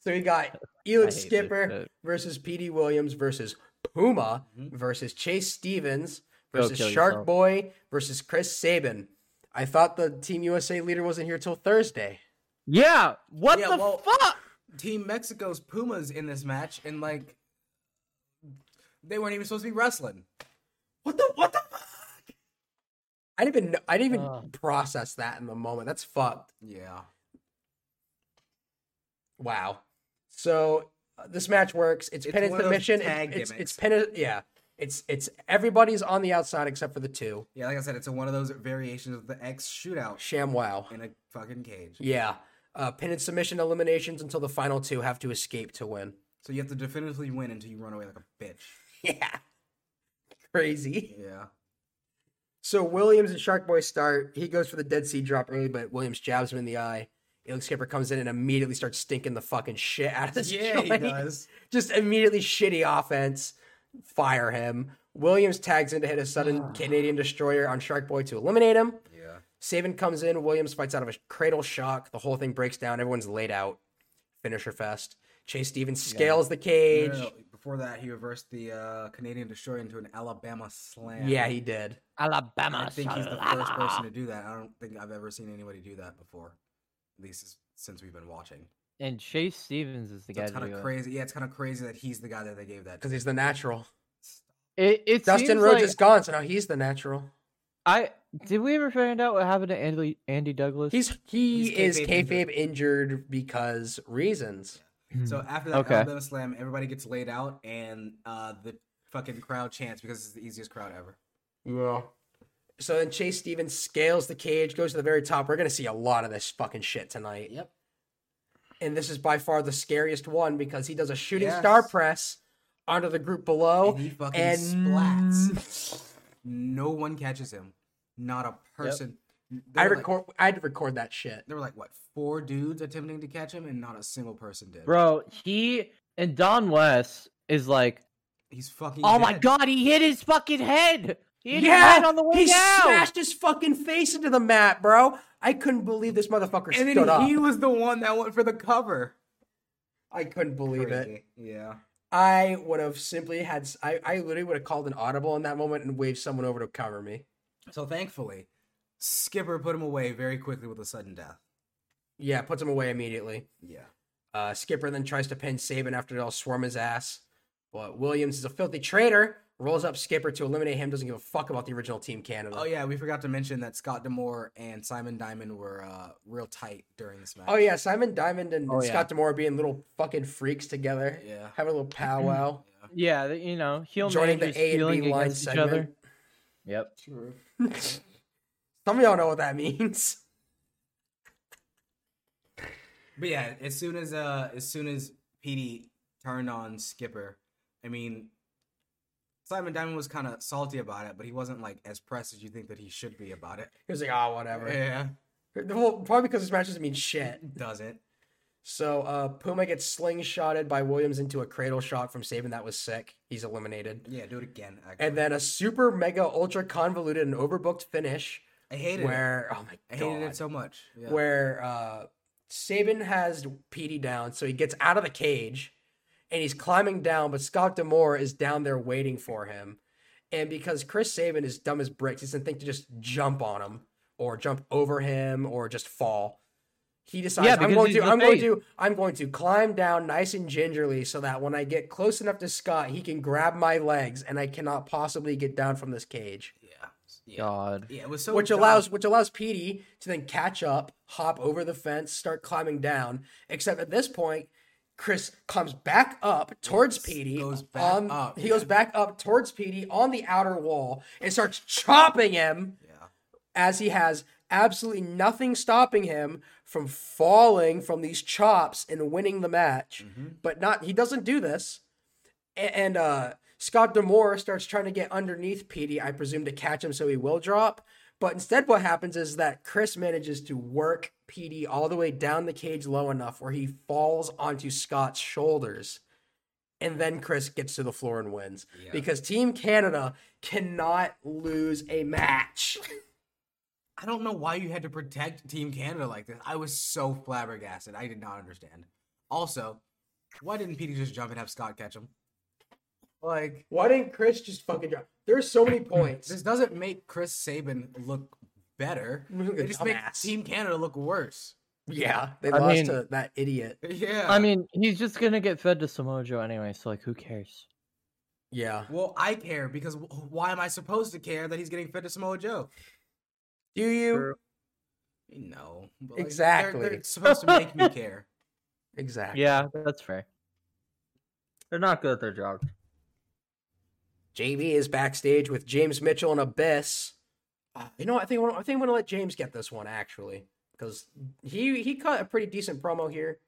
So we got
I hate
Elix
this
Skipper
shit.
versus P.D. Williams versus Puma versus Chase Stevens
Go
versus
kill
Shark
yourself.
Boy versus Chris Sabin. I thought the Team USA leader wasn't here till Thursday.
Yeah. What
Yeah,
the
well-
fuck?
Team Mexico's Pumas in this match, and like they weren't even supposed to be wrestling.
What the what the fuck? I didn't even know, I didn't even
Ugh.
process that in the moment. That's fucked.
Yeah,
Wow. So uh, this match works. It's,
It's
pin
one of
into the
those
mission.
tag
It's, it's
gimmicks.
it's pin. Yeah. It's it's everybody's on the outside except for the two.
yeah. Like I said, it's a, one of those variations of the X shootout
Sham wow.
in a fucking cage.
Yeah. Uh, pin and submission eliminations until the final two have to escape to win.
So you have to definitively win until you run away like a bitch.
Yeah. Crazy.
Yeah.
So Williams and Sharkboy start. He goes for the Dead Sea drop early, but Williams jabs him in the eye. Elix Skipper comes in and immediately starts stinking the fucking shit out of this
Yeah, he
joint.
does.
Just immediately shitty offense. Fire him. Williams tags in to hit a sudden Canadian destroyer on Sharkboy to eliminate him.
Yeah.
Saban comes in. Williams fights out of a cradle shock. The whole thing breaks down. Everyone's laid out. Finisher fest. Chase Stevens scales the
No,
cage.
no, no, Before that, he reversed the uh, Canadian Destroyer into an Alabama Slam.
Yeah, he did.
Alabama.
I think he's the first person to do that. I don't think I've ever seen anybody do that before, at least s- since we've been watching.
And Chase Stevens is the
So
guy. uh,
it's
To
kind
do
of
it.
crazy. Yeah, it's kind of crazy that he's the guy that they gave that. to.
Because he's the natural.
It, it
Dustin
seems
Rhodes
like-
is gone, so now he's the natural.
I did we ever find out what happened to Andy Andy Douglas?
He's he
He's
is
kayfabe
kayfabe
injured.
injured. because reasons.
Hmm.
So after that
Okay.
Alabama Slam, everybody gets laid out, and uh, the fucking crowd chants because it's the easiest crowd ever.
Yeah. So then Chase Stevens scales the cage, goes to the very top. We're gonna see a lot of this fucking shit tonight.
Yep.
And this is by far the scariest one because he does a shooting
Yes.
star press onto the group below
And he fucking
Oh, and
splats. No one catches him. Not a person. They
I
were like-
record. I had to record that shit.
there were like what four dudes attempting to catch him, and not a single person did.
Bro, he and Don West is like,
He's fucking.
oh my
dead.
god, he hit his fucking head. He hit his head on the way
he
down.
smashed his fucking face into the mat, bro. I couldn't believe this motherfucker
And
stood
then
up.
he was the one that went for the cover.
I couldn't believe it.
Crazy. Yeah.
I would have simply had. s- I, I literally would have called an audible in that moment and waved someone over to cover me.
So thankfully, Skipper put him away very quickly with a sudden death.
Yeah, puts him away immediately.
Yeah.
Uh, Skipper then tries to pin Saban after they'll swarm his ass. But Williams is a filthy traitor, rolls up Skipper to eliminate him, doesn't give a fuck about the original Team Canada.
Oh yeah, we forgot to mention that Scott Demore and Simon Diamond were uh, real tight during this match.
Oh, yeah, Simon Diamond and
Oh, yeah.
Scott Demore being little fucking freaks together,
Yeah.
having a little powwow,
Yeah, th- you know, heel
joining
managers
the A and
stealing
B line
against
segment.
each other. Yep.
True.
Some of y'all know what that means.
But yeah, as soon as uh as soon as Petey turned on Skipper, I mean Simon Diamond was kind of salty about it, but he wasn't like as pressed as you think that he should be about it.
He was like, ah, whatever.
Oh, Yeah,
Well, probably because this match doesn't mean shit.
doesn't.
So uh, Puma gets slingshotted by Williams into a cradle shot from Saban. That was sick. He's eliminated.
Yeah, do it again. Actually.
And then a super mega ultra convoluted and overbooked finish
I hated it.
where oh
I
my
hated
god,
it so much. Yeah.
where uh, Saban has Petey down, so he gets out of the cage and he's climbing down, but Scott Demore is down there waiting for him. And because Chris Saban is dumb as bricks, he doesn't think to just jump on him or jump over him or just fall. He decides
Yeah,
I'm
because
going
he's
to
the
I'm going
face."
to I'm going to climb down nice and gingerly so that when I get close enough to Scott, he can grab my legs and I cannot possibly get down from this cage.
yeah. Yeah.
God.
Yeah, it was so
which
dumb.
allows which allows Petey to then catch up, hop over the fence, start climbing down. Except at this point, Chris comes back up towards Petey.
goes back
on-
up,
He goes
yeah.
back up towards Petey on the outer wall and starts chopping him
Yeah.
as he has absolutely nothing stopping him from falling from these chops and winning the match.
Mm-hmm.
But not he doesn't do this. A- And uh Scott Demore starts trying to get underneath Petey, I presume, to catch him so he will drop. But instead, what happens is that Chris manages to work Petey all the way down the cage low enough where he falls onto Scott's shoulders. And then Chris gets to the floor and wins. Because Team Canada cannot lose a match.
I don't know why you had to protect Team Canada like this. I was so flabbergasted. I did not understand. Also, Why didn't Petey just jump and have Scott catch him? Like
Why didn't Chris just fucking drop? There's so many points.
this doesn't make Chris Saban look better.
Look at
It just makes
dumbass.
Team Canada look worse.
Yeah, they
I
lost
mean-
to that idiot.
Yeah.
I mean, he's just gonna get fed to Samoa Joe anyway, so like, who cares?
Yeah,
well, I care because wh- why am I supposed to care that he's getting fed to Samoa Joe?
do you
No. but, they're-
Exactly.
They're, supposed to make me care.
exactly?
Yeah, that's fair. They're not good at their job.
JB is backstage with James Mitchell and Abyss. Uh, you know, what, I think I wanna- I think I'm gonna let James get this one actually because he he cut a pretty decent promo here,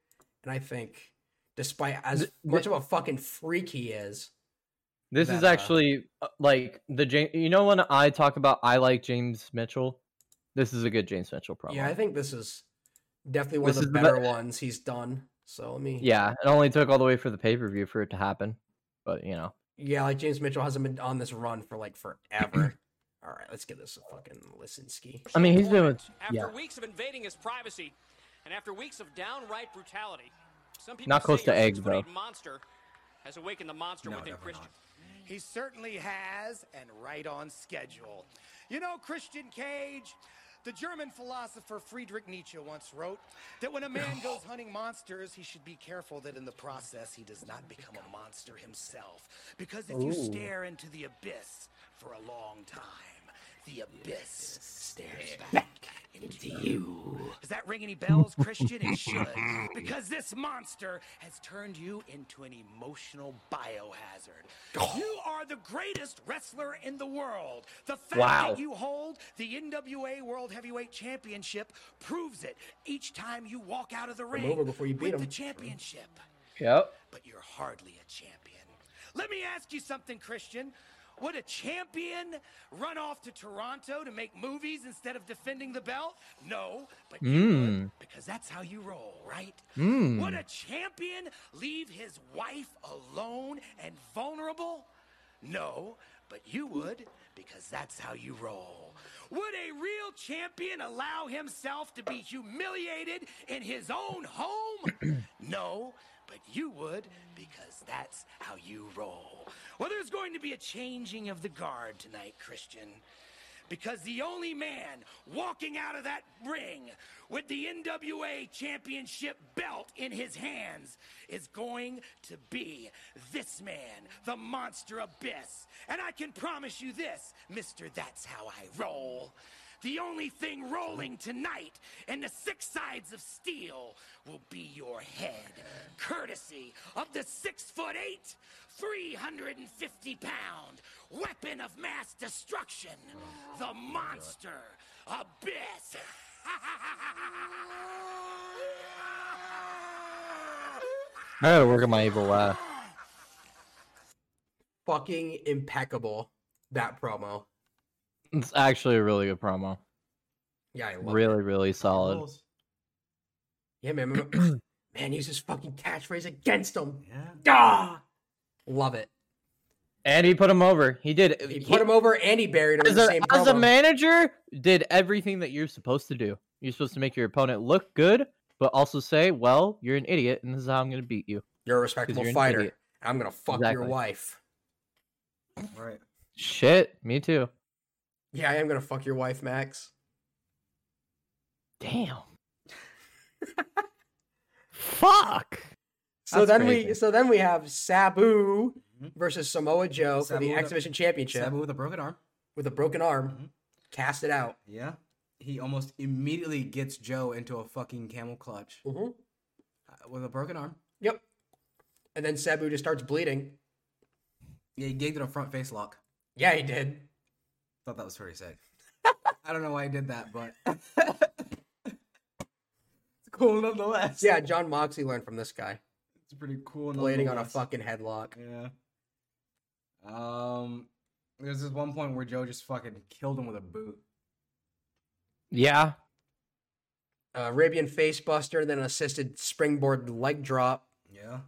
and I think despite as much of a fucking freak he is,
This is
that, uh,
actually uh, like the James. You know when I talk about I like James Mitchell, this is a good James Mitchell promo.
yeah, I think this is definitely one
This
of
is
the
the
better
be-
ones he's done. So let me
Yeah, it only took all the way for the pay per view for it to happen, but you know,
yeah, like James Mitchell hasn't been on this run for like forever. All right, let's give this a fucking listen ski.
I mean, he's been with
After
yeah,
weeks of invading his privacy, and after weeks of downright brutality, some people
Not close
say
to
the
eggs,
6'8"
though.
Monster has awakened the monster
No,
within
definitely
Christian.
not.
He certainly has, and right on schedule. You know, Christian Cage, the German philosopher Friedrich Nietzsche once wrote that when a man goes hunting monsters, he should be careful that in the process he does not become a monster himself. Because if you stare into the abyss for a long time, the abyss stares back into you. Does that ring any bells, Christian? It should. Because this monster has turned you into an emotional biohazard. You are the greatest wrestler in the world. The fact
Wow.
that you hold the NWA World Heavyweight Championship proves it each time you walk out of the ring
over before you beat
with the
him.
championship
yep.
but you're hardly a champion. Let me ask you something, Christian. Would a champion run off to Toronto to make movies instead of defending the belt? No, but you would, because that's how you roll, right? Would a champion leave his wife alone and vulnerable? No, but you would, because that's how you roll. Would a real champion allow himself to be humiliated in his own home? no, but you would, because that's how you roll. Well, there's going to be a changing of the guard tonight, Christian. Because the only man walking out of that ring with the NWA Championship belt in his hands is going to be this man, the Monster Abyss. And I can promise you this, Mr. That's How I Roll. The only thing rolling tonight in the six sides of steel will be your head, courtesy of the six foot eight, 350 pound weapon of mass destruction, the monster abyss.
I gotta work on my evil laugh.
Fucking impeccable that promo.
It's actually a really good promo.
Yeah, I love it.
Really, really solid.
Yeah, man. remember- man, use his fucking catchphrase against him.
Yeah.
Ah! Love it.
And he put him over. He did.
He put him over and he buried him in
as
the
a,
same
as a
promo.
manager did everything that you're supposed to do you're supposed to make your opponent look good but also say well you're an idiot and this is how i'm going to beat you
You're a respectable
you're an
fighter.
idiot.
I'm gonna fuck your
Exactly.
wife.
Right.
shit me too
Yeah, I am gonna fuck your wife, Max.
damn fuck
So
That's
then we
crazy.
so then we have Sabu versus Samoa Joe for
Sabu
the
with a-
exhibition championship
Sabu with a broken arm.
with a broken arm. Cast it out.
Yeah. He almost immediately gets Joe into a fucking camel clutch
hmm
uh, with a broken arm.
Yep. And then Sabu just starts bleeding.
Yeah, he gave it a front face lock.
Yeah, he did.
Thought that was pretty sick. I don't know why I did that, but it's cool nonetheless.
Yeah, John Moxley learned from this guy.
it's pretty cool.
Blading on a
nonetheless.
fucking headlock.
Yeah. Um, there's this one point where Joe just fucking killed him with a boot.
yeah
uh, Arabian facebuster, then an assisted springboard leg drop
Yeah. Uh,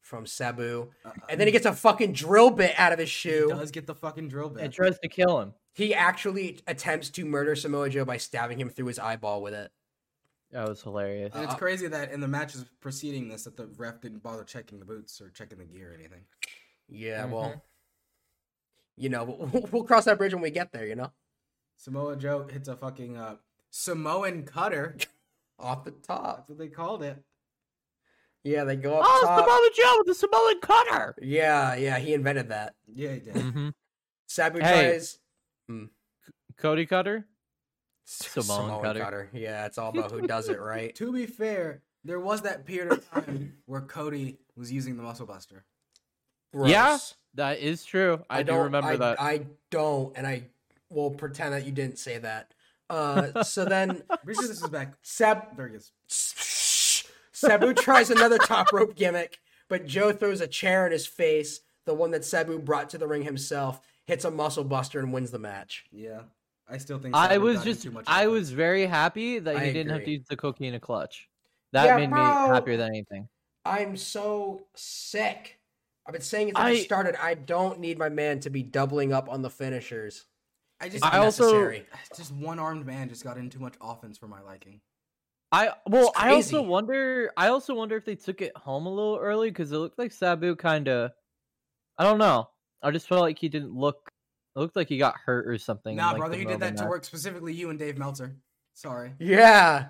from Sabu, and then he gets a fucking drill bit out of his
He
shoe.
does get the fucking drill
it
bit.
tries to kill him
He, actually attempts to murder Samoa Joe by stabbing him through his eyeball with it.
That was hilarious.
And it's
Uh,
crazy that in the matches preceding this, that the ref didn't bother checking the boots or checking the gear or anything.
Yeah,
Mm-hmm.
well, you know, we'll, we'll cross that bridge when we get there. You know,
Samoa Joe hits a fucking uh, Samoan cutter.
off the top.
That's what they called it.
Yeah, they go up
Oh,
top.
Samoa Joe with the Samoan cutter.
Yeah, yeah, he invented that.
Yeah, he did.
Mm-hmm.
Sabu
Hey.
tries
Cody Cutter.
Samoan,
Samoan
cutter.
cutter.
Yeah, it's all about who does it, right?
To be fair, there was that period of time where Cody was using the Muscle Buster.
Yeah,
Gross.
that is true. I, do
don't-
remember
I,
that.
I don't, and I will pretend that you didn't say that. Uh, so then
Pretty sure this is back.
Sab
There he is.
Sabu tries another top rope gimmick, but Joe throws a chair in his face, the one that Sabu brought to the ring himself, hits a muscle buster and wins the match.
Yeah, I still think
I
Sabu
was
got in
just
Too much
I
offense.
was very happy that
I
he didn't have to
agree.
use the coquina clutch. That
Yeah,
made me
bro.
happier than anything.
I'm so sick. I've been saying it since
I-
it started. I don't need my man to be doubling up on the finishers.
I just,
It's
I also-
unnecessary.
just one armed man just got in too much offense for my liking.
I well, I also
crazy.
wonder. I also wonder if they took it home a little early because it looked like Sabu kind of. I don't know. I just felt like he didn't look. It looked like he got hurt or something. in,
Nah,
like,
brother,
the
you did
moment
that to work specifically you and Dave Meltzer. Sorry.
Yeah.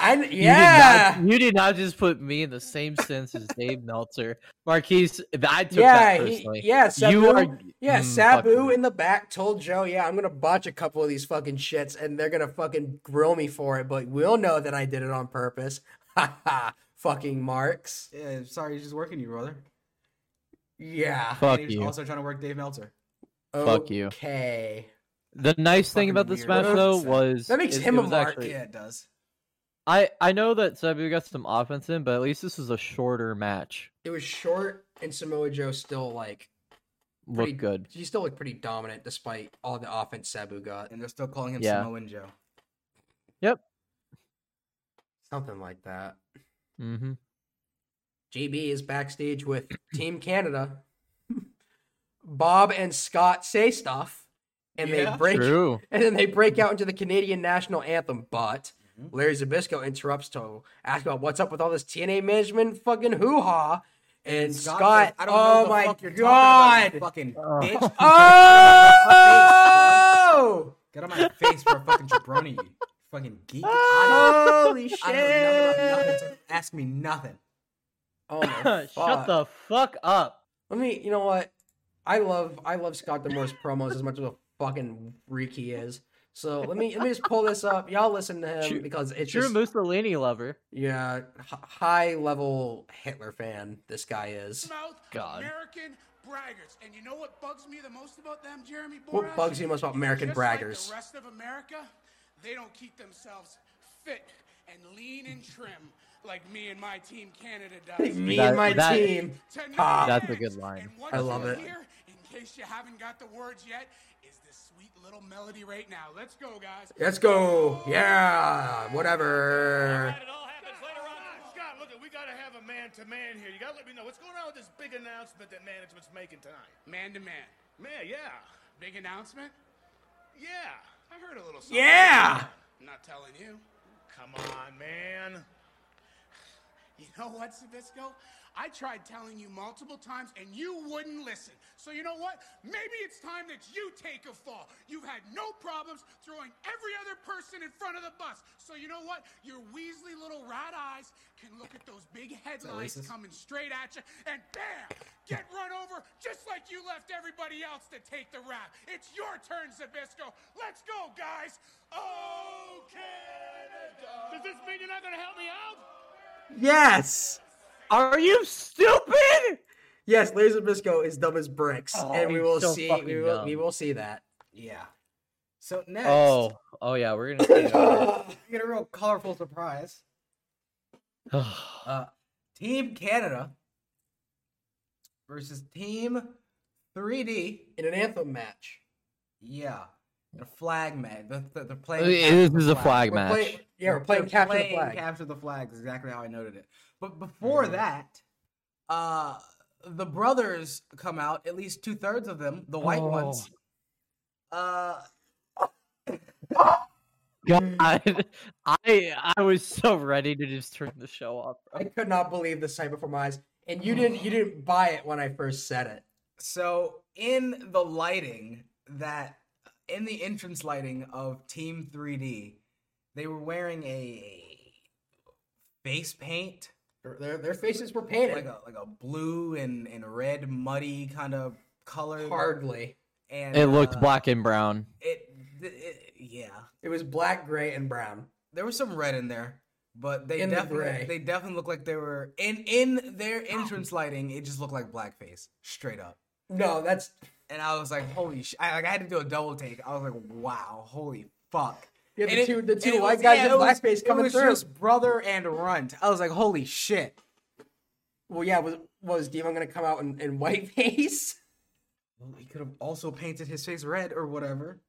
I
You did not-
yeah.
you did, not, just put me in the same sense as Dave Meltzer, Marquise. I took
Yeah,
that
he-
personally.
yeah,
you
Sabu-
are.
Yeah,
Mm, fuck
Sabu
you.
in the back told Joe, "Yeah, I'm gonna botch a couple of these fucking shits, and they're gonna fucking grill me for it, but we'll know that I did it on purpose." Ha ha! Fucking marks.
Yeah, sorry, he's just working you, brother.
Yeah.
Fuck
and he was
you.
also trying to work Dave Meltzer.
Fuck you.
Okay.
The nice
fucking
thing about this
weird.
match, though,
That
was
makes
is
him
it
a
was
mark,
actually-
Yeah, it does.
I I know that Sabu got some offense in, but at least this was a shorter match.
It was short, and Samoa Joe still like
Looked
pretty
good.
He still looked pretty dominant despite all the offense Sabu got.
And they're still calling him
Yeah.
Samoan Joe.
Something like that.
Mm-hmm.
GB is backstage with Team Canada. Bob and Scott say stuff, and
Yeah.
they break
True.
and then they break out into the Canadian national anthem. But
Mm-hmm.
Larry Zabisco interrupts to ask about what's up with all this TNA management fucking hoo ha. And Scott,
says, I don't know
oh
the
my
fuck you're
god!
talking about, you fucking bitch.
Oh!
Get out of my face for a fucking jabroni, you fucking geek. I
Holy
don't, I don't know about
Oh, shit!
nothing, so ask me nothing.
Oh my
Shut the fuck up.
Let me. You know what? I love I love Scott Demore's promos as much as a fucking freak he is. So let me let me just pull this up. Y'all listen to him
True-
because it's
True
just
Mussolini lover.
yeah h- high level Hitler fan. This guy is.
Mouth
God.
American braggarts. And you know what bugs me the most about them, Jeremy Borash?
What bugs you most about American
Just
braggers?
Like the rest of America, they don't keep themselves fit and lean and trim like me and my team Canada does.
Me
That-
and my
that-
team.
Tonight,
Ah.
That's a good line.
and what
I
you
love it.
hear, in case you haven't got the words yet, is this sweet little melody right now. Let's go, guys.
Let's go. Yeah. Whatever.
Right, it all happens later on.
Scott, look, we gotta have a man to man here. You gotta let me know what's going on with this big announcement that management's making tonight.
Man to man.
Man, yeah,
Big announcement?
yeah.
I heard a little something.
Yeah.
I'm not telling you.
Come on, man.
You know what, Sabisco? I tried telling you multiple times and you wouldn't listen. So you know what? Maybe it's time that you take a fall. You've had no problems throwing every other person in front of the bus. So you know what? Your weaselly little rat eyes can look at those big headlines
racist?
coming straight at you and bam! Get run over just like you left everybody else to take the rap. It's your turn, Zabisco. Let's go, guys. Oh, Canada.
Does this mean you're not gonna help me out?
Yes.
Are you stupid?
Yes. Laser Bisco is dumb as bricks,
Oh,
and we
he's
will
so
see. We
fucking
will. We
dumb.
will see that.
Yeah. So next,
Oh, oh yeah, we're gonna. see that.
we get a real colorful surprise. Uh, Team Canada versus Team 3D.
In an anthem match.
Yeah. And a flag match. The- the- They're playing.
this
capture
is
the
a flag
We're
match.
playing, yeah, we're playing
They're
capture the
playing
flag. Mm-hmm.
Capture the flag is exactly how I noted it. But before that, uh, the brothers come out, at least two thirds
Oh.
of them, the white ones. Uh,
God, I I was so ready to just turn the show off. bro.
I could not believe the sight before my eyes. And you didn't you didn't buy it when I first said it.
So in the lighting that in the entrance lighting of Team 3D, they were wearing a face paint,
Their their, their faces were painted.
like a like a blue and, and red muddy kind of color.
Hardly.
And
It looked
uh,
black and brown.
It, it yeah.
It was black, gray, and brown.
There was some red in there, but they
In the
definitely
gray.
they definitely looked like they were in in their entrance lighting. It just looked like blackface, straight up.
No, that's
and I was like, "Holy sh!" I, like I had to do a double take. I was like, "Wow, holy fuck!"
Yeah, the
And
two- the
and
two
it
white guys in
it
blackface coming
it was
through.
Just brother and runt. I was like, "Holy shit!"
well yeah, was was Demon gonna come out in, in white face?
Well, he could have also painted his face red or whatever.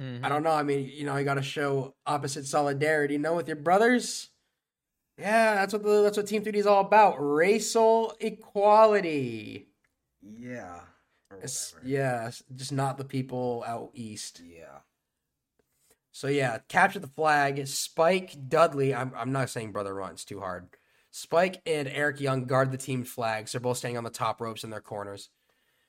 Mm-hmm.
I don't know. I mean, you know, you gotta show opposite solidarity, you know, with your brothers. Yeah, that's what the, that's what Team 3D is all about. Racial equality.
Yeah. Or
It's-
whatever.
Yeah, s- just not the people out east.
Yeah.
So yeah, capture the flag. Spike Dudley. I'm I'm not saying brother Runt, it's too hard. Spike and Eric Young guard the team flags. They're both standing on the top ropes in their corners,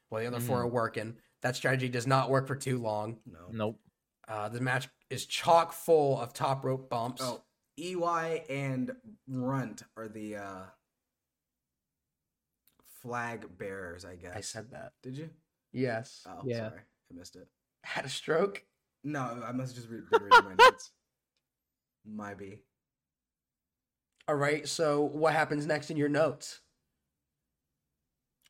while the other four
Mm-hmm.
are working. That strategy does not work for too long.
No.
Nope.
Uh, the match is chock full of top rope bumps.
Oh, EY and runt are the uh flag bearers, I guess.
I said that.
Did you?
Yes.
Oh,
Yeah.
sorry, I missed it.
Had a stroke.
No, I must just read, been reading my notes. Might be.
All right. So what happens next in your notes?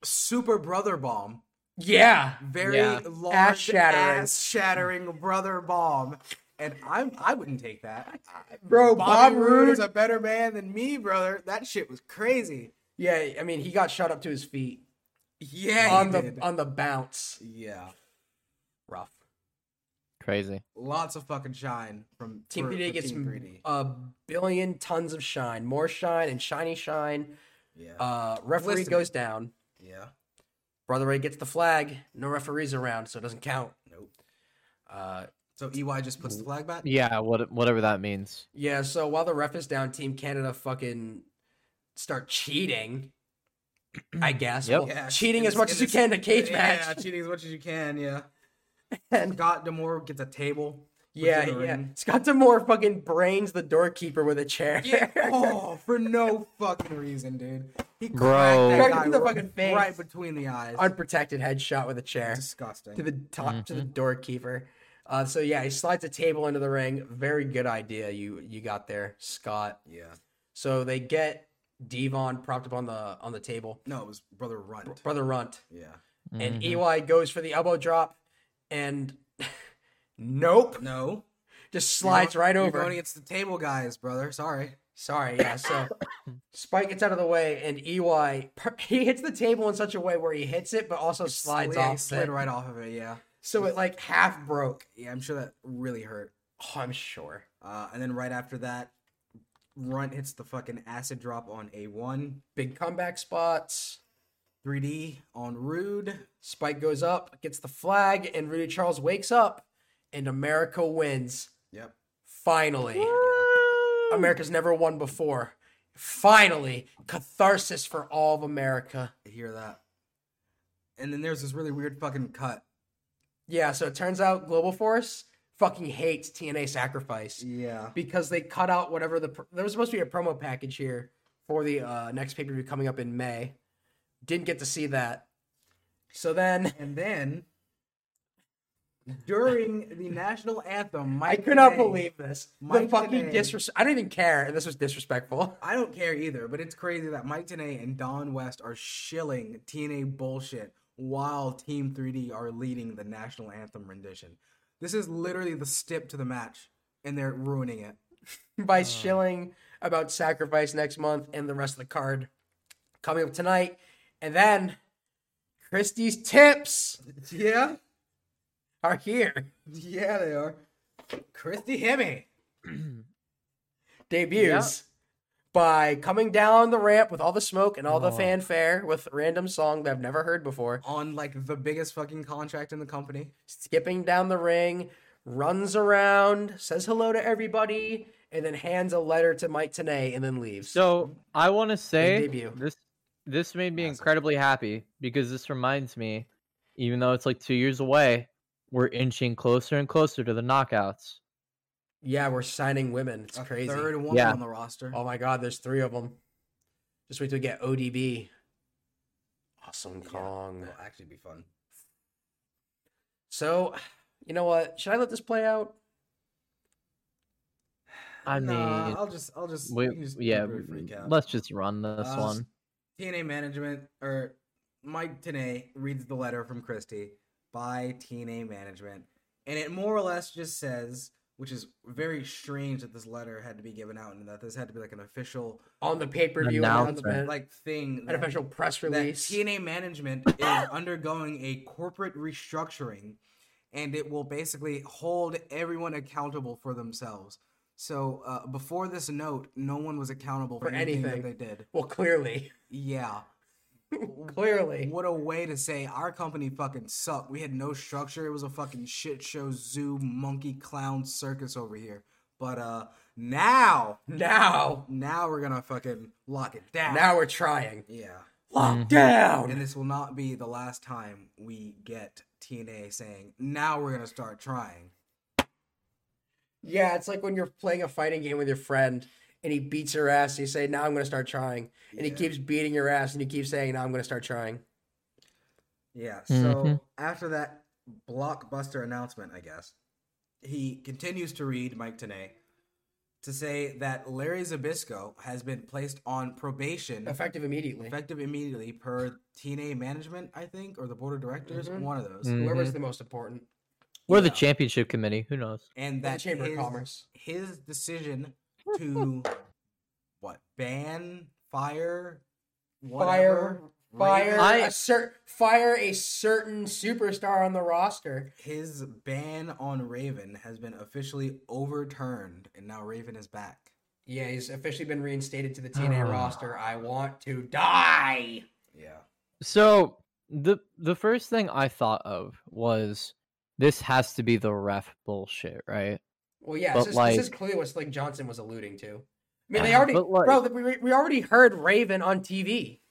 Super Brother Bomb.
Yeah.
Very
Yeah.
large
Ass-shattering.
ass shattering brother bomb. And I'm I wouldn't take that. I-
Bro,
Bobby
Bob
Roode is
Roode-
a better man than me, brother. That shit was crazy.
Yeah. I mean, he got shot up to his feet
Yeah, he
on the
did.
on the bounce.
yeah.
Rough.
Crazy.
Lots of fucking shine from
Team
for-
3D
for
gets
Team
m- uh,
3D.
a billion tons of shine, more shine and shiny shine.
Yeah.
Uh, referee
Listening.
goes down.
yeah.
Brother Ray gets the flag. No referees around, so it doesn't count.
Nope.
Uh,
So EY just puts the flag back?
Yeah. What whatever that means.
yeah. So while the ref is down, Team Canada fucking start cheating. I guess.
Yep.
Well,
Yeah,
cheating
in
as
this-
much as you
this-
can in a cage
yeah,
match.
cheating as much as you can, yeah.
And-
Scott Demore gets a table. puts
yeah,
it in the
yeah.
ring.
Scott Demore fucking brains the doorkeeper with a chair.
Yeah. Oh, for no fucking reason, dude. He cracked
Bro.
that
Cracked
guy
him in the
right,
fucking face.
right between the eyes.
Unprotected headshot with a chair.
Disgusting.
to the top to the
Mm-hmm.
doorkeeper. Uh, so yeah, he slides a table into the ring. Very good idea you you got there, Scott.
yeah.
So they get Devon propped up on the on the table.
No, it was brother Runt.
Brother Runt
Yeah. Mm-hmm.
and Eli goes for the elbow drop, and nope,
No.
just slides right
You're
over.
going against the table guys, brother. Sorry.
Sorry, yeah. So Spike gets out of the way, and Ey per- he hits the table in such a way where he hits it, but also slides
Sli- yeah, he
off.
Slid
it.
right off of it. Yeah.
So it like half broke.
Yeah. I'm sure that really hurt.
Oh, I'm sure.
Uh, and then right after that, Runt hits the fucking acid drop on A1,
Big comeback spots.
3D on Rude.
Spike goes up, gets the flag, and Rudy Charles wakes up, and America wins.
Yep.
Finally. America's never won before. Finally. Catharsis for all of America.
I hear that. And then there's this really weird fucking cut.
Yeah, so it turns out Global Force fucking hates TNA Sacrifice
Yeah.
because they cut out whatever the. Pr- there was supposed to be a promo package here for the uh, next pay per view coming up in May. Didn't get to see that. So then.
And then during the national anthem,
I
Mike
could not
Tenay-
believe this.
Mike
the fucking
today.
disrespect. I don't even care. And this was disrespectful.
I don't care either, but it's crazy that Mike Tanay and Don West are shilling TNA bullshit while Team 3D are leading the national anthem rendition. This is literally the stip to the match, and they're ruining it.
by shilling about sacrifice next month and the rest of the card coming up tonight. And then Christie's tips
Yeah,
are here.
yeah, they are. Christy Hemme.
Debuts by coming down the ramp with all the smoke and all the fanfare with random song that I've never heard before.
on like the biggest fucking contract in the company.
Skipping down the ring, runs around, says hello to everybody, and then hands a letter to Mike Tanay and then leaves.
So I want to say
debut.
this this made me incredibly happy because this reminds me, even though it's like two years away, we're inching closer and closer to the knockouts.
yeah, we're signing women. It's
A
crazy.
Third one
Yeah.
on the roster.
Oh my god, there's three of them. Just wait till we get ODB. Awesome
Yeah,
Kong.
It'll actually be fun.
So, you know what? Should I let this play out?
I
Nah,
mean,
I'll just, I'll just,
we,
you can just
yeah,
temporary freak out.
let's just run this
Uh,
one.
TNA management or Mike TNA reads the letter from Christie by TNA management, and it more or less just says, which is very strange that this letter had to be given out and that this had to be like an official
On the pay per view
Announcement.
announcement, like
like thing.
an official press release.
That TNA management is undergoing a corporate restructuring, and it will basically hold everyone accountable for themselves. So uh, before this note, no one was accountable for,
For
anything,
anything.
that they did.
Well, clearly,
Yeah.
clearly.
What a way to say our company fucking sucked. We had no structure. It was a fucking shit show, zoo, monkey, clown, circus over here. But uh now,
Now,
now we're gonna fucking lock it down.
now we're trying.
yeah.
Lockdown. down.
And this will not be the last time we get TNA saying, now we're going to start trying.
Yeah, it's like when you're playing a fighting game with your friend and he beats your ass and you say, Now I'm gonna start trying. And he
Yeah.
keeps beating your ass and you keep saying, Now I'm gonna start trying.
Yeah. So
Mhm.
after that blockbuster announcement, I guess, he continues to read Mike Tanay to say that Larry Zabisco has been placed on probation
Effective immediately.
effective immediately per TNA management, I think, or the board of directors,
Mhm.
one of those.
Whoever's
Mm-hmm.
the most important.
We're the
yeah.
championship committee. Who knows?
And
The
that
Chamber of
his-
Commerce.
his decision to what ban fire
Fire fire
Raven-
I-
a cer- fire a certain superstar on the roster.
his ban on Raven has been officially overturned, and now Raven is back.
Yeah, he's officially been reinstated to the
Ah.
TNA roster. I want to die.
Yeah,
So the the first thing I thought of was this has to be the ref bullshit, right?
Well, yeah,
But,
this, is-
like- Ah,
this is clearly what like Johnson was alluding to. I mean, they already,
But, like-
bro, we, we already heard Raven on TV.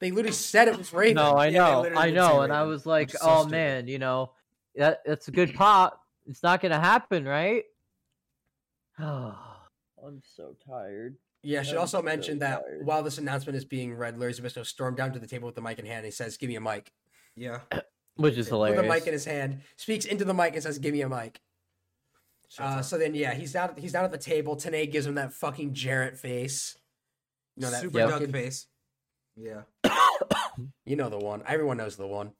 They literally said it was Raven.
No, I
Yeah, they
know,
literally
I
did say
know, and I
Raven,
was like,
is so
oh
stupid.
man, you know, that that's a good pop. It's not gonna happen, right? I'm so tired.
yeah, I should
I'm
also
so
mention that
tired.
while this announcement is being read, Larry Zabisco stormed down to the table with the mic in hand. And he says, "Give me a mic."
yeah.
Which is hilarious.
With a mic in his hand, speaks into the mic and says, "Give me a mic." Uh, so then, yeah, he's down. He's down at the table. Tanay gives him that fucking Jarrett face. You know that
super
Yep.
duck
fucking-
face. Yeah,
You know the one. Everyone knows the one.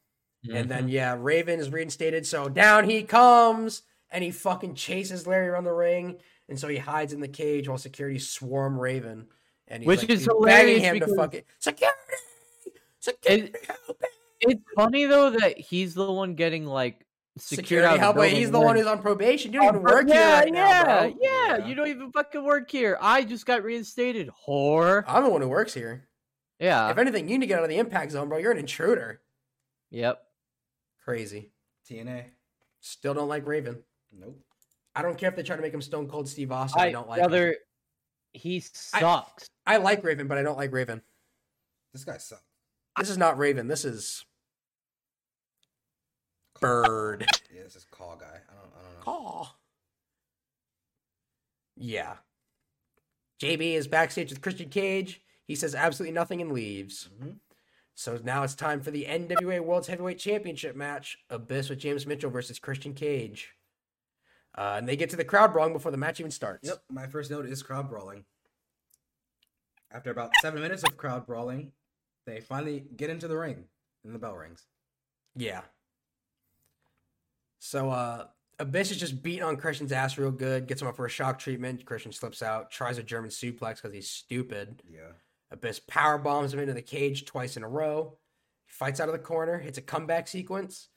Mhm.
And then yeah, Raven is reinstated. So down he comes, and he fucking chases Larry around the ring, and so he hides in the cage while security swarm Raven, and he's
Which
like,
is
begging
hilarious
him to
because-
fucking security, security, help me."
it's funny though that he's the one getting like secured
security,
out of the
help me.
building,
He's the
and
one
then-
who's on probation. You don't even
Oh,
work
yeah,
here right
yeah,
now, bro.
Yeah,
Yeah.
You don't even fucking work here. I just got reinstated, whore.
I'm the one who works here.
yeah.
Uh, if anything, you need to get out of the impact zone, bro. You're an intruder.
Yep.
Crazy.
TNA.
Still don't like Raven.
Nope.
I don't care if they try to make him Stone Cold Steve Austin. I,
I
don't like. Him.
rather. He sucks.
I like Raven, but I don't like Raven.
This guy sucks.
This is not Raven. This is Bird.
Yeah, this is call guy. I don't. I don't know.
Aw. Yeah. JB is backstage with Christian Cage. He says absolutely nothing and leaves.
Mhm.
So now it's time for the NWA World's Heavyweight Championship match Abyss with James Mitchell versus Christian Cage. Uh, and they get to the crowd wrong before the match even starts.
Yep. My first note is crowd brawling. After about seven minutes of crowd brawling, they finally get into the ring, and the bell rings.
Yeah. So uh Abyss is just beating on Christian's ass real good, gets him up for a shock treatment. Christian slips out, tries a German suplex because he's stupid.
Yeah.
Abyss power bombs him into the cage twice in a row. He fights out of the corner, hits a comeback sequence,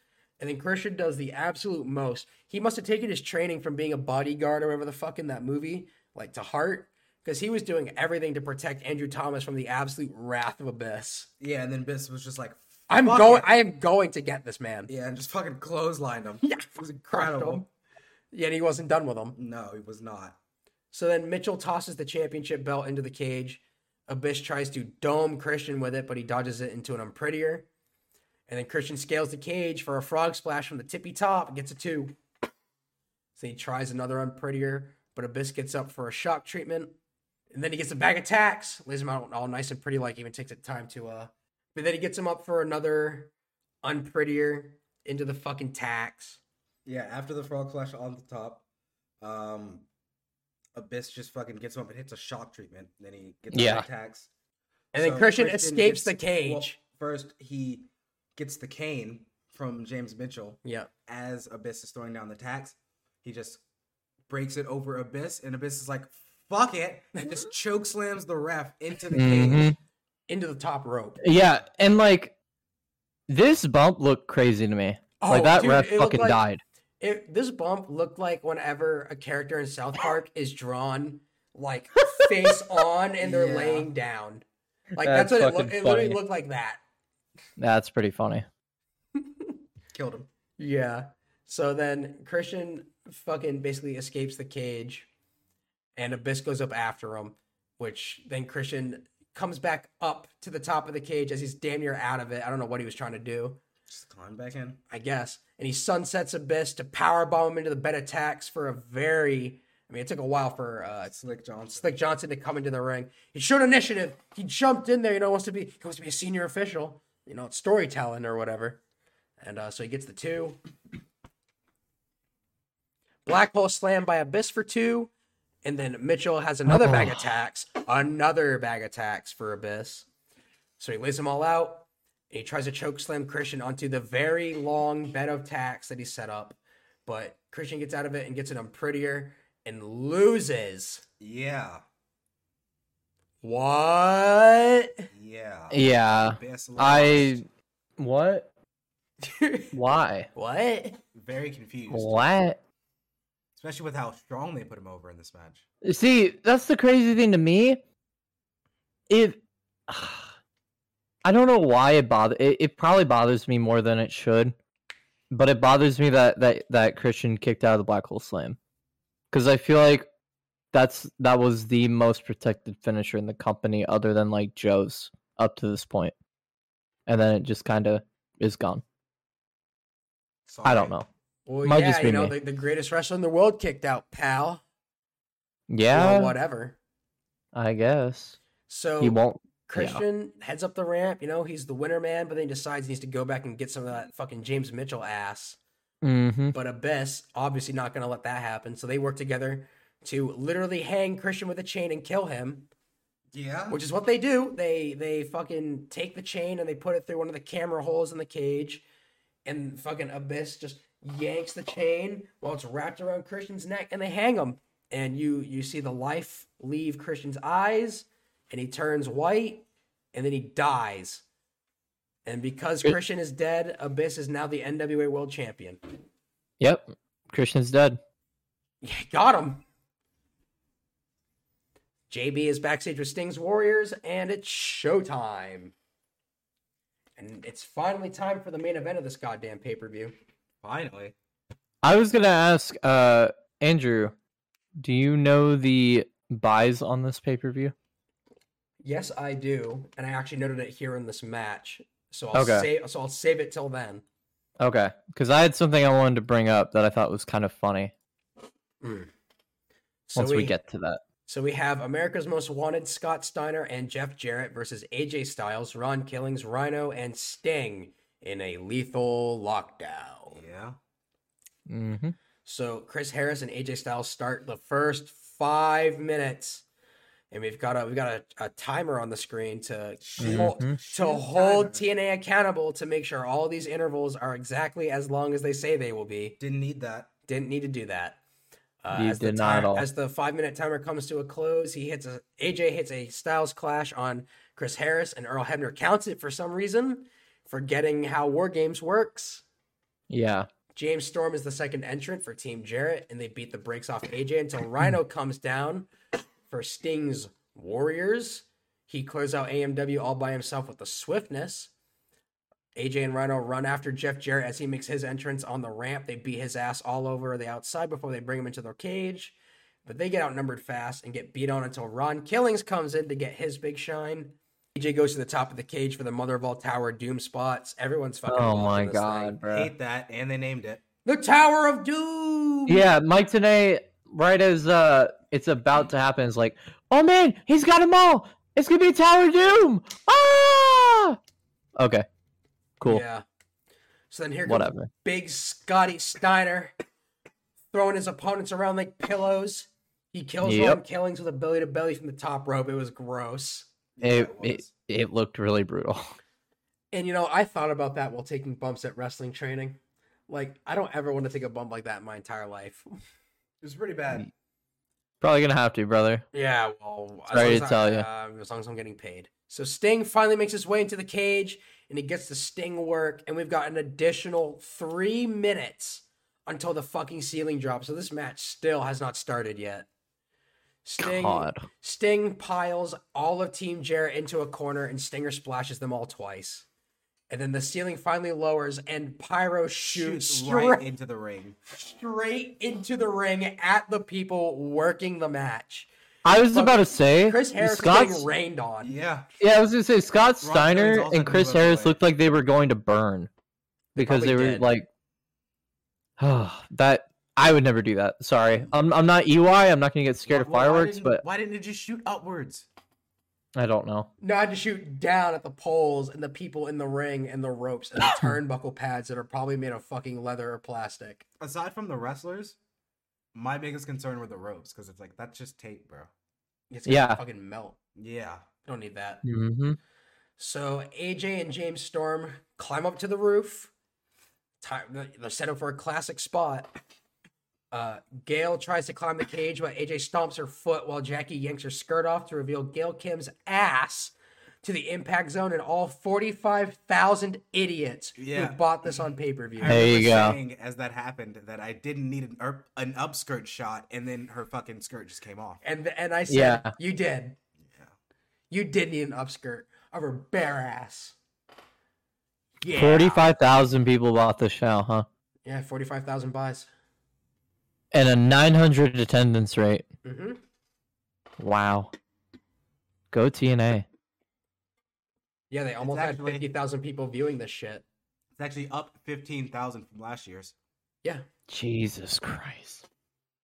and then Christian does the absolute most. He must have taken his training from being a bodyguard or whatever the fuck in that movie, like to heart, because he was doing everything to protect Andrew Thomas from the absolute wrath of Abyss.
Yeah, and then Biss was just like,
I'm
"Fuck
going.
it."
I am going to get this man.
Yeah, and just fucking clotheslined him.
Yeah,
it was
crushed him.
incredible.
Yet he wasn't done with them.
No, he was not.
So then Mitchell tosses the championship belt into the cage. Abyss tries to dome Christian with it, but he dodges it into an unprettier. And then Christian scales the cage for a frog splash from the tippy top and gets a two. So he tries another unprettier, but Abyss gets up for a shock treatment. And then he gets a bag of tacks, lays him out all nice and pretty, like even takes the time to uh but then he gets him up for another unprettier into the fucking tacks.
Yeah, after the frog splash on the top, um, Abyss just fucking gets him up and hits a shock treatment. Then he gets
Yeah.
attacks.
And then Christian escapes
gets-
the cage.
well, first, he gets the cane from James Mitchell
Yeah.
as Abyss is throwing down the tax. He just breaks it over Abyss, and Abyss is like, "Fuck it!" and just choke slams the ref into the
Mhm.
cage.
Into the top rope.
Yeah, and like this bump looked crazy to me. like
Oh,
that
dude,
ref
it looked
fucking
like-
died.
It, this bump looked like whenever a character in South Park is drawn like face on and they're
Yeah.
laying down. Like that's,
That's
what it
fucking
looked. It literally
funny.
looked like that.
That's pretty funny.
Killed him.
Yeah. So then Christian fucking basically escapes the cage and Abyss goes up after him, which then Christian comes back up to the top of the cage as he's damn near out of it. I don't know what he was trying to do,
Just climb back in.
I guess. And he sunsets Abyss to powerbomb him into the bed attacks for a very I mean it took a while for uh
Slick Johnson.
Slick Johnson to come into the ring. He showed initiative. He jumped in there. You know, wants to be he wants to be a senior official. You know, it's storytelling or whatever. And uh, so he gets the two. Black hole slam by Abyss for two, and then Mitchell has another bag of tacks. Another bag of tacks for Abyss. So he lays them all out. And he tries to choke slam Christian onto the very long bed of tacks that he set up, but Christian gets out of it and gets it on prettier and loses.
Yeah,
What?
yeah.
Yeah.
Abyss
I
lost.
what? Why?
what?
very confused,
What?
especially with how strong they put him over in this match.
See, that's the crazy thing to me. It, I don't know why it bother. It, it probably bothers me more than it should, but it bothers me that that that Christian kicked out of the black hole slam, because I feel like that's that was the most protected finisher in the company, other than like Joe's up to this point, and then it just kind of is gone. I don't
Sorry.
know.
Well,
Might
yeah,
just be
you know,
me.
the, the greatest wrestler in the world kicked out, pal. You know,
Yeah,
whatever.
I guess
So
he won't.
Christian heads up the ramp. You know, he's the winner man, but then he decides he needs to go back and get some of that fucking James Mitchell ass.
Mm-hmm.
But Abyss, obviously not going to let that happen. So they work together to literally hang Christian with a chain and kill him,
Yeah,
which is what they do. They they fucking take the chain and they put it through one of the camera holes in the cage, and fucking Abyss just yanks the chain while it's wrapped around Christian's neck, and they hang him. And you you see the life leave Christian's eyes, and he turns white, and then he dies. And because
It-
Christian is dead, Abyss is now the NWA World Champion.
Yep, Christian's dead.
Yeah, got him. JB is backstage with Sting's Warriors, and it's showtime. And it's finally time for the main event of this goddamn pay per view.
finally.
I was gonna ask, uh, Andrew, do you know the buys on this pay per view?
Yes, I do, and I actually noted it here in this match. So I'll
Okay.
save. So I'll save it till then.
Okay, because I had something I wanted to bring up that I thought was kind of funny.
So
once we, get to that,
So we have America's Most Wanted Scott Steiner and Jeff Jarrett versus AJ Styles, Ron Killings, Rhino, and Sting in a lethal lockdown.
Yeah,
mm-hmm.
So Chris Harris and AJ Styles start the first five minutes, and we've got a we've got a, a timer on the screen to hold, to hold TNA accountable to make sure all these intervals are exactly as long as they say they will be.
didn't need that.
Didn't need to do that. Uh,
You
as the
did not at
time-
all.
As the five minute timer comes to a close, he hits a AJ hits a Styles clash on Chris Harris, and Earl Hebner counts it for some reason, forgetting how War Games works.
yeah,
James Storm is the second entrant for Team Jarrett, and they beat the brakes off AJ until Rhino comes down for Sting's Warriors. He clears out AMW all by himself with the swiftness. AJ and Rhino run after Jeff Jarrett as he makes his entrance on the ramp. They beat his ass all over the outside before they bring him into their cage. But they get outnumbered fast and get beat on until Ron Killings comes in to get his big shine. AJ goes to the top of the cage for the mother of all tower doom spots. Everyone's fucking.
Oh
loving
my
this thing.
god, bro.
Hate that, and they named it.
The Tower of Doom.
Yeah, Mike today, right as uh it's about to happen, is like, oh man, he's got them all. It's gonna be a Tower of Doom. Ah. Okay. Cool.
Yeah. So then here comes
Whatever.
big Scotty Steiner throwing his opponents around like pillows. He kills
Yep.
Ron Killings with a belly to belly from the top rope. It was gross.
It,
it
it
was.
it looked really brutal.
And you know, I thought about that while taking bumps at wrestling training. Like, I don't ever want to take a bump like that in my entire life.
It was pretty bad.
Probably gonna have to, brother.
Yeah, well, as
Sorry
long as
to
I-
tell ya.
uh, as long as I'm getting paid. So Sting finally makes his way into the cage, and he gets the Sting work, and we've got an additional three minutes until the fucking ceiling drops. So this match still has not started yet. Sting,
God.
Sting piles all of Team Jarrett into a corner, and Stinger splashes them all twice. And then the ceiling finally lowers, and Pyro shoots,
Shoots
straight,
right into the ring.
straight into the ring at the people working the match.
I was about to say
Chris Harris
Scott.
getting rained on.
Yeah.
Yeah, I was gonna say Scott
Ron
Steiner
Killings also
and
knew
Chris
about the
Harris
way.
looked like they were going to burn because
probably
they were
did.
like, that I would never do that. Sorry, I'm I'm not EY. I'm not gonna get scared
Well,
of
why
fireworks,
didn't-
but
why didn't it just shoot upwards?
I don't know.
No, I had to shoot down at the poles and the people in the ring and the ropes and the turnbuckle pads that are probably made of fucking leather or plastic.
Aside from the wrestlers, my biggest concern were the ropes because it's like that's just tape, bro.
It's gonna
Yeah.
fucking melt.
Yeah.
Don't need that.
Mm-hmm.
So AJ and James Storm climb up to the roof. Time they're set up for a classic spot. Uh, Gail tries to climb the cage, but AJ stomps her foot while Jackie yanks her skirt off to reveal Gail Kim's ass to the impact zone and all 45,000 idiots
Yeah.
who bought this on pay per view.
I
There you
remember
go.
Saying as that happened, that I didn't need an up, an upskirt shot, and then her fucking skirt just came off.
And and I said,
Yeah.
you did. You did need an upskirt of her bare ass. Yeah.
Forty-five thousand people bought the show, huh?
Yeah, 45,000 buys.
And a nine hundred attendance rate.
hmm
Wow. Go TNA.
Yeah, they almost
actually-
had 50,000 people viewing this shit.
It's actually up fifteen thousand from last year's.
Yeah.
Jesus Christ.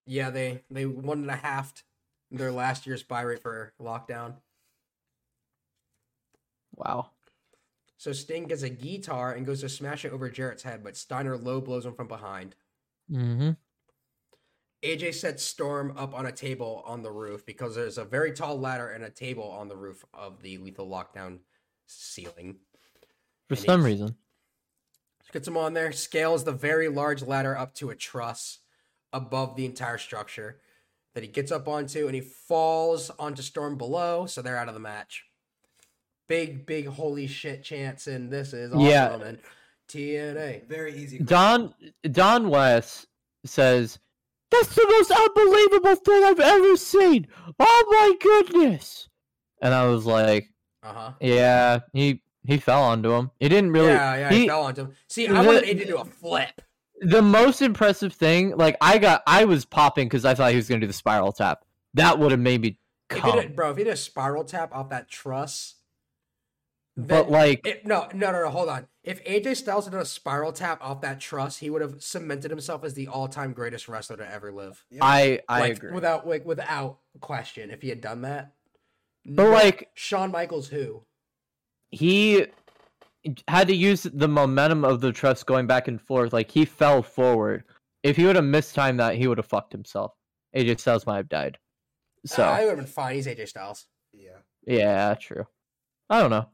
Yeah, they they one and a half their last year's buy rate for lockdown.
Wow.
So Sting gets a guitar and goes to smash it over Jarrett's head, but Steiner low blows him from behind.
Mm-hmm.
AJ sets Storm up on a table on the roof because there's a very tall ladder and a table on the roof of the lethal lockdown ceiling.
For
And
some
it's-
reason.
Gets him on there, scales the very large ladder up to a truss above the entire structure that he gets up onto and he falls onto Storm below, so they're out of the match. Big, big holy shit chance, and this is awesome.
Yeah.
And TNA.
Very easy.
Don Don West says, "That's the most unbelievable thing I've ever seen. Oh my goodness!" And I was like,
Uh huh.
"Yeah, he he fell onto him. He didn't really.
Yeah, yeah, he,
he-
fell onto him. See, I
the-
wanted AJ to do a flip.
the most impressive thing, like I got, I was popping because I thought he was gonna do the spiral tap. That would have made me
If he
come.
did, bro, if he did a spiral tap off that truss.
but
then-
like,
It, no, no, no, no. Hold on. If AJ Styles had done a spiral tap off that truss, he would have cemented himself as the all-time greatest wrestler to ever live.
I I
like,
agree.
Without like without question, if he had done that.
But, like-
Shawn Michaels, who?
he had to use the momentum of the truss going back and forth. Like he fell forward. If he would have mistimed that, he would have fucked himself. AJ Styles might have died. So
I would have been fine. He's AJ Styles.
Yeah.
yeah, true. I don't know.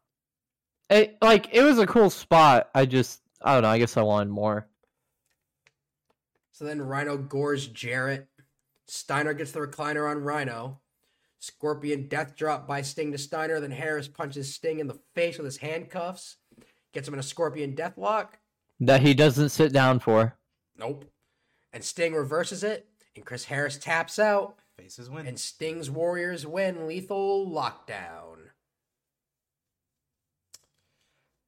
It like it was a cool spot. I just I don't know. I guess I wanted more.
So then Rhino gores Jarrett. Steiner gets the recliner on Rhino. Scorpion death drop by Sting to Steiner. Then Harris punches Sting in the face with his handcuffs. Gets him in a Scorpion death lock.
That he doesn't sit down for.
Nope. And Sting reverses it. And Chris Harris taps out.
Faces win.
And Sting's Warriors win lethal lockdown.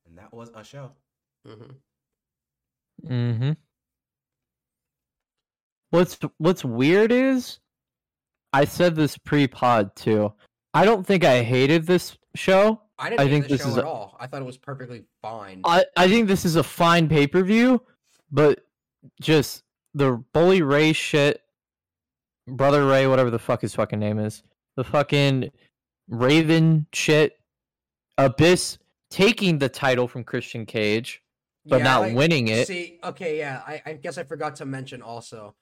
and that was a show.
hmm
Mm-hmm. What's what's weird is I said this pre-pod too. I don't think I hated this show.
I didn't
I
hate
think
the
this
show
is
at
a-
all. I thought it was perfectly fine.
I, I think this is a fine pay-per-view, but just the bully Ray shit, brother Ray, whatever the fuck his fucking name is, the fucking Raven shit, Abyss taking the title from Christian Cage but
Yeah,
not
like-
winning it.
See, okay, yeah, I, I guess I forgot to mention also.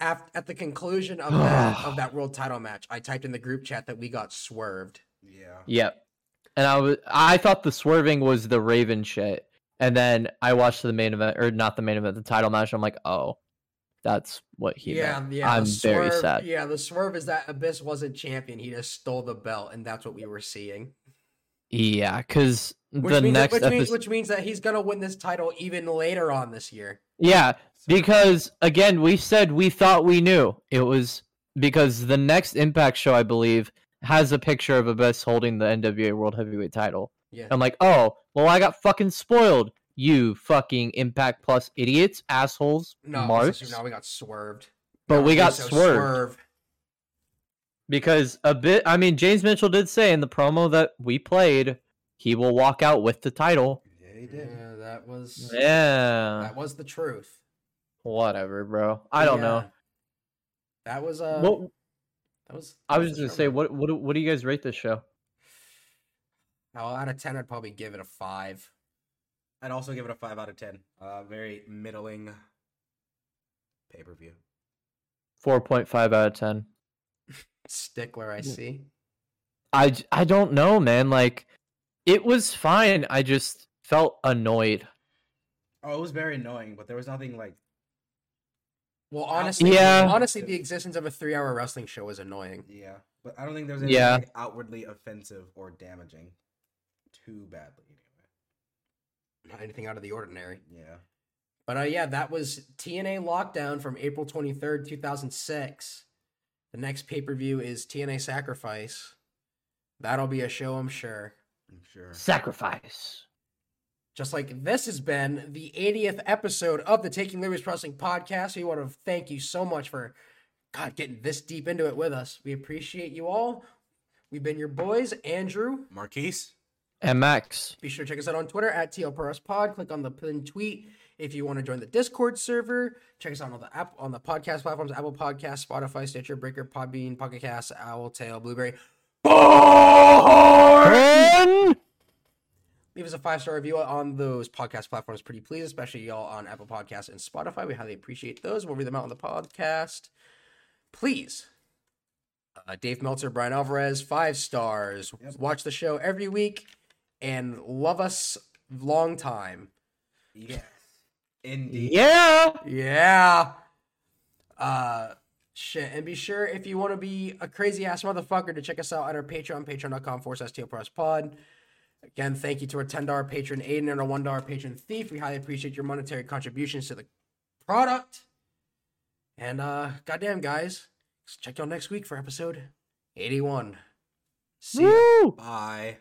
After, at the conclusion of that of that world title match, I typed in the group chat that we got swerved.
Yeah.
Yep. And I was I thought the swerving was the Raven shit. And then I watched the main event or not the main event, the title match. I'm like, oh, that's what he
yeah,
meant.
yeah. the
I'm very
swerve-
sad.
Yeah, the swerve is that Abyss wasn't champion; he just stole the belt, and that's what we were seeing.
Yeah, because
Which
the
means
next
that, which, means,
episode.
which means that he's gonna win this title even later on this year.
Yeah, because again, we said we thought we knew. It was because the next Impact show, I believe, has a picture of Abyss holding the NWA World Heavyweight title.
Yeah,
I'm like, oh, well, I got fucking spoiled. You fucking Impact Plus idiots, assholes,
no,
marks.
now we got swerved.
But
Now
we got
Russo
swerved. because a bit. I mean, James Mitchell did say in the promo that we played, he will walk out with the title.
Yeah, he did.
Yeah, that was
Yeah,
that was the truth.
whatever, bro. I don't know.
uh, Yeah. That was uh,
What
that was.
I
that
was just
the
gonna
show,
say,
man.
what what do- what do you guys rate this show?
Oh, out of ten, I'd probably give it a five.
I'd also give it a five out of ten. Uh, very middling pay per view.
Four point five out of ten.
Stickler, I see.
I j- I don't know, man. Like, it was fine. I just felt annoyed.
Oh, it was very annoying, but there was nothing like
Well, honestly,
Yeah.
honestly, the existence of a three-hour wrestling show is annoying.
yeah. But I don't think there was anything
Yeah.
like, outwardly offensive or damaging too badly anyway.
Not anything out of the ordinary.
Yeah.
But uh, yeah, that was TNA Lockdown from April 23rd, 2006. The next pay per view is TNA Sacrifice. That'll be a show, I'm sure.
I'm sure.
Sacrifice.
Just like this has been the 80th episode of the Taking Liberties Wrestling podcast. We want to thank you so much for God getting this deep into it with us. We appreciate you all. We've been your boys, Andrew.
Marquise.
And Max.
Be sure to check us out on Twitter at TLPRSPod. Click on the pinned tweet if you want to join the Discord server. Check us out on the app on the podcast platforms: Apple Podcasts, Spotify, Stitcher, Breaker, Podbean, Pocket Cast, Owl Tail, Blueberry.
And
Leave us a five star review on those podcast platforms, pretty please, especially y'all on Apple Podcasts and Spotify. We highly appreciate those. We'll read them out on the podcast. Please. Uh, Dave Meltzer, Brian Alvarez, five stars. Watch the show every week and love us long time.
Yes. Indeed.
yeah.
Yeah. Uh shit. And be sure if you want to be a crazy ass motherfucker to check us out at our Patreon, patreon.com forward slash TLPRS pod. Again, thank you to our ten dollar patron Aiden and our one dollar patron Thief. We highly appreciate your monetary contributions to the product. And uh goddamn guys, check y'all next week for episode eighty one. See ya.
Woo!
Bye.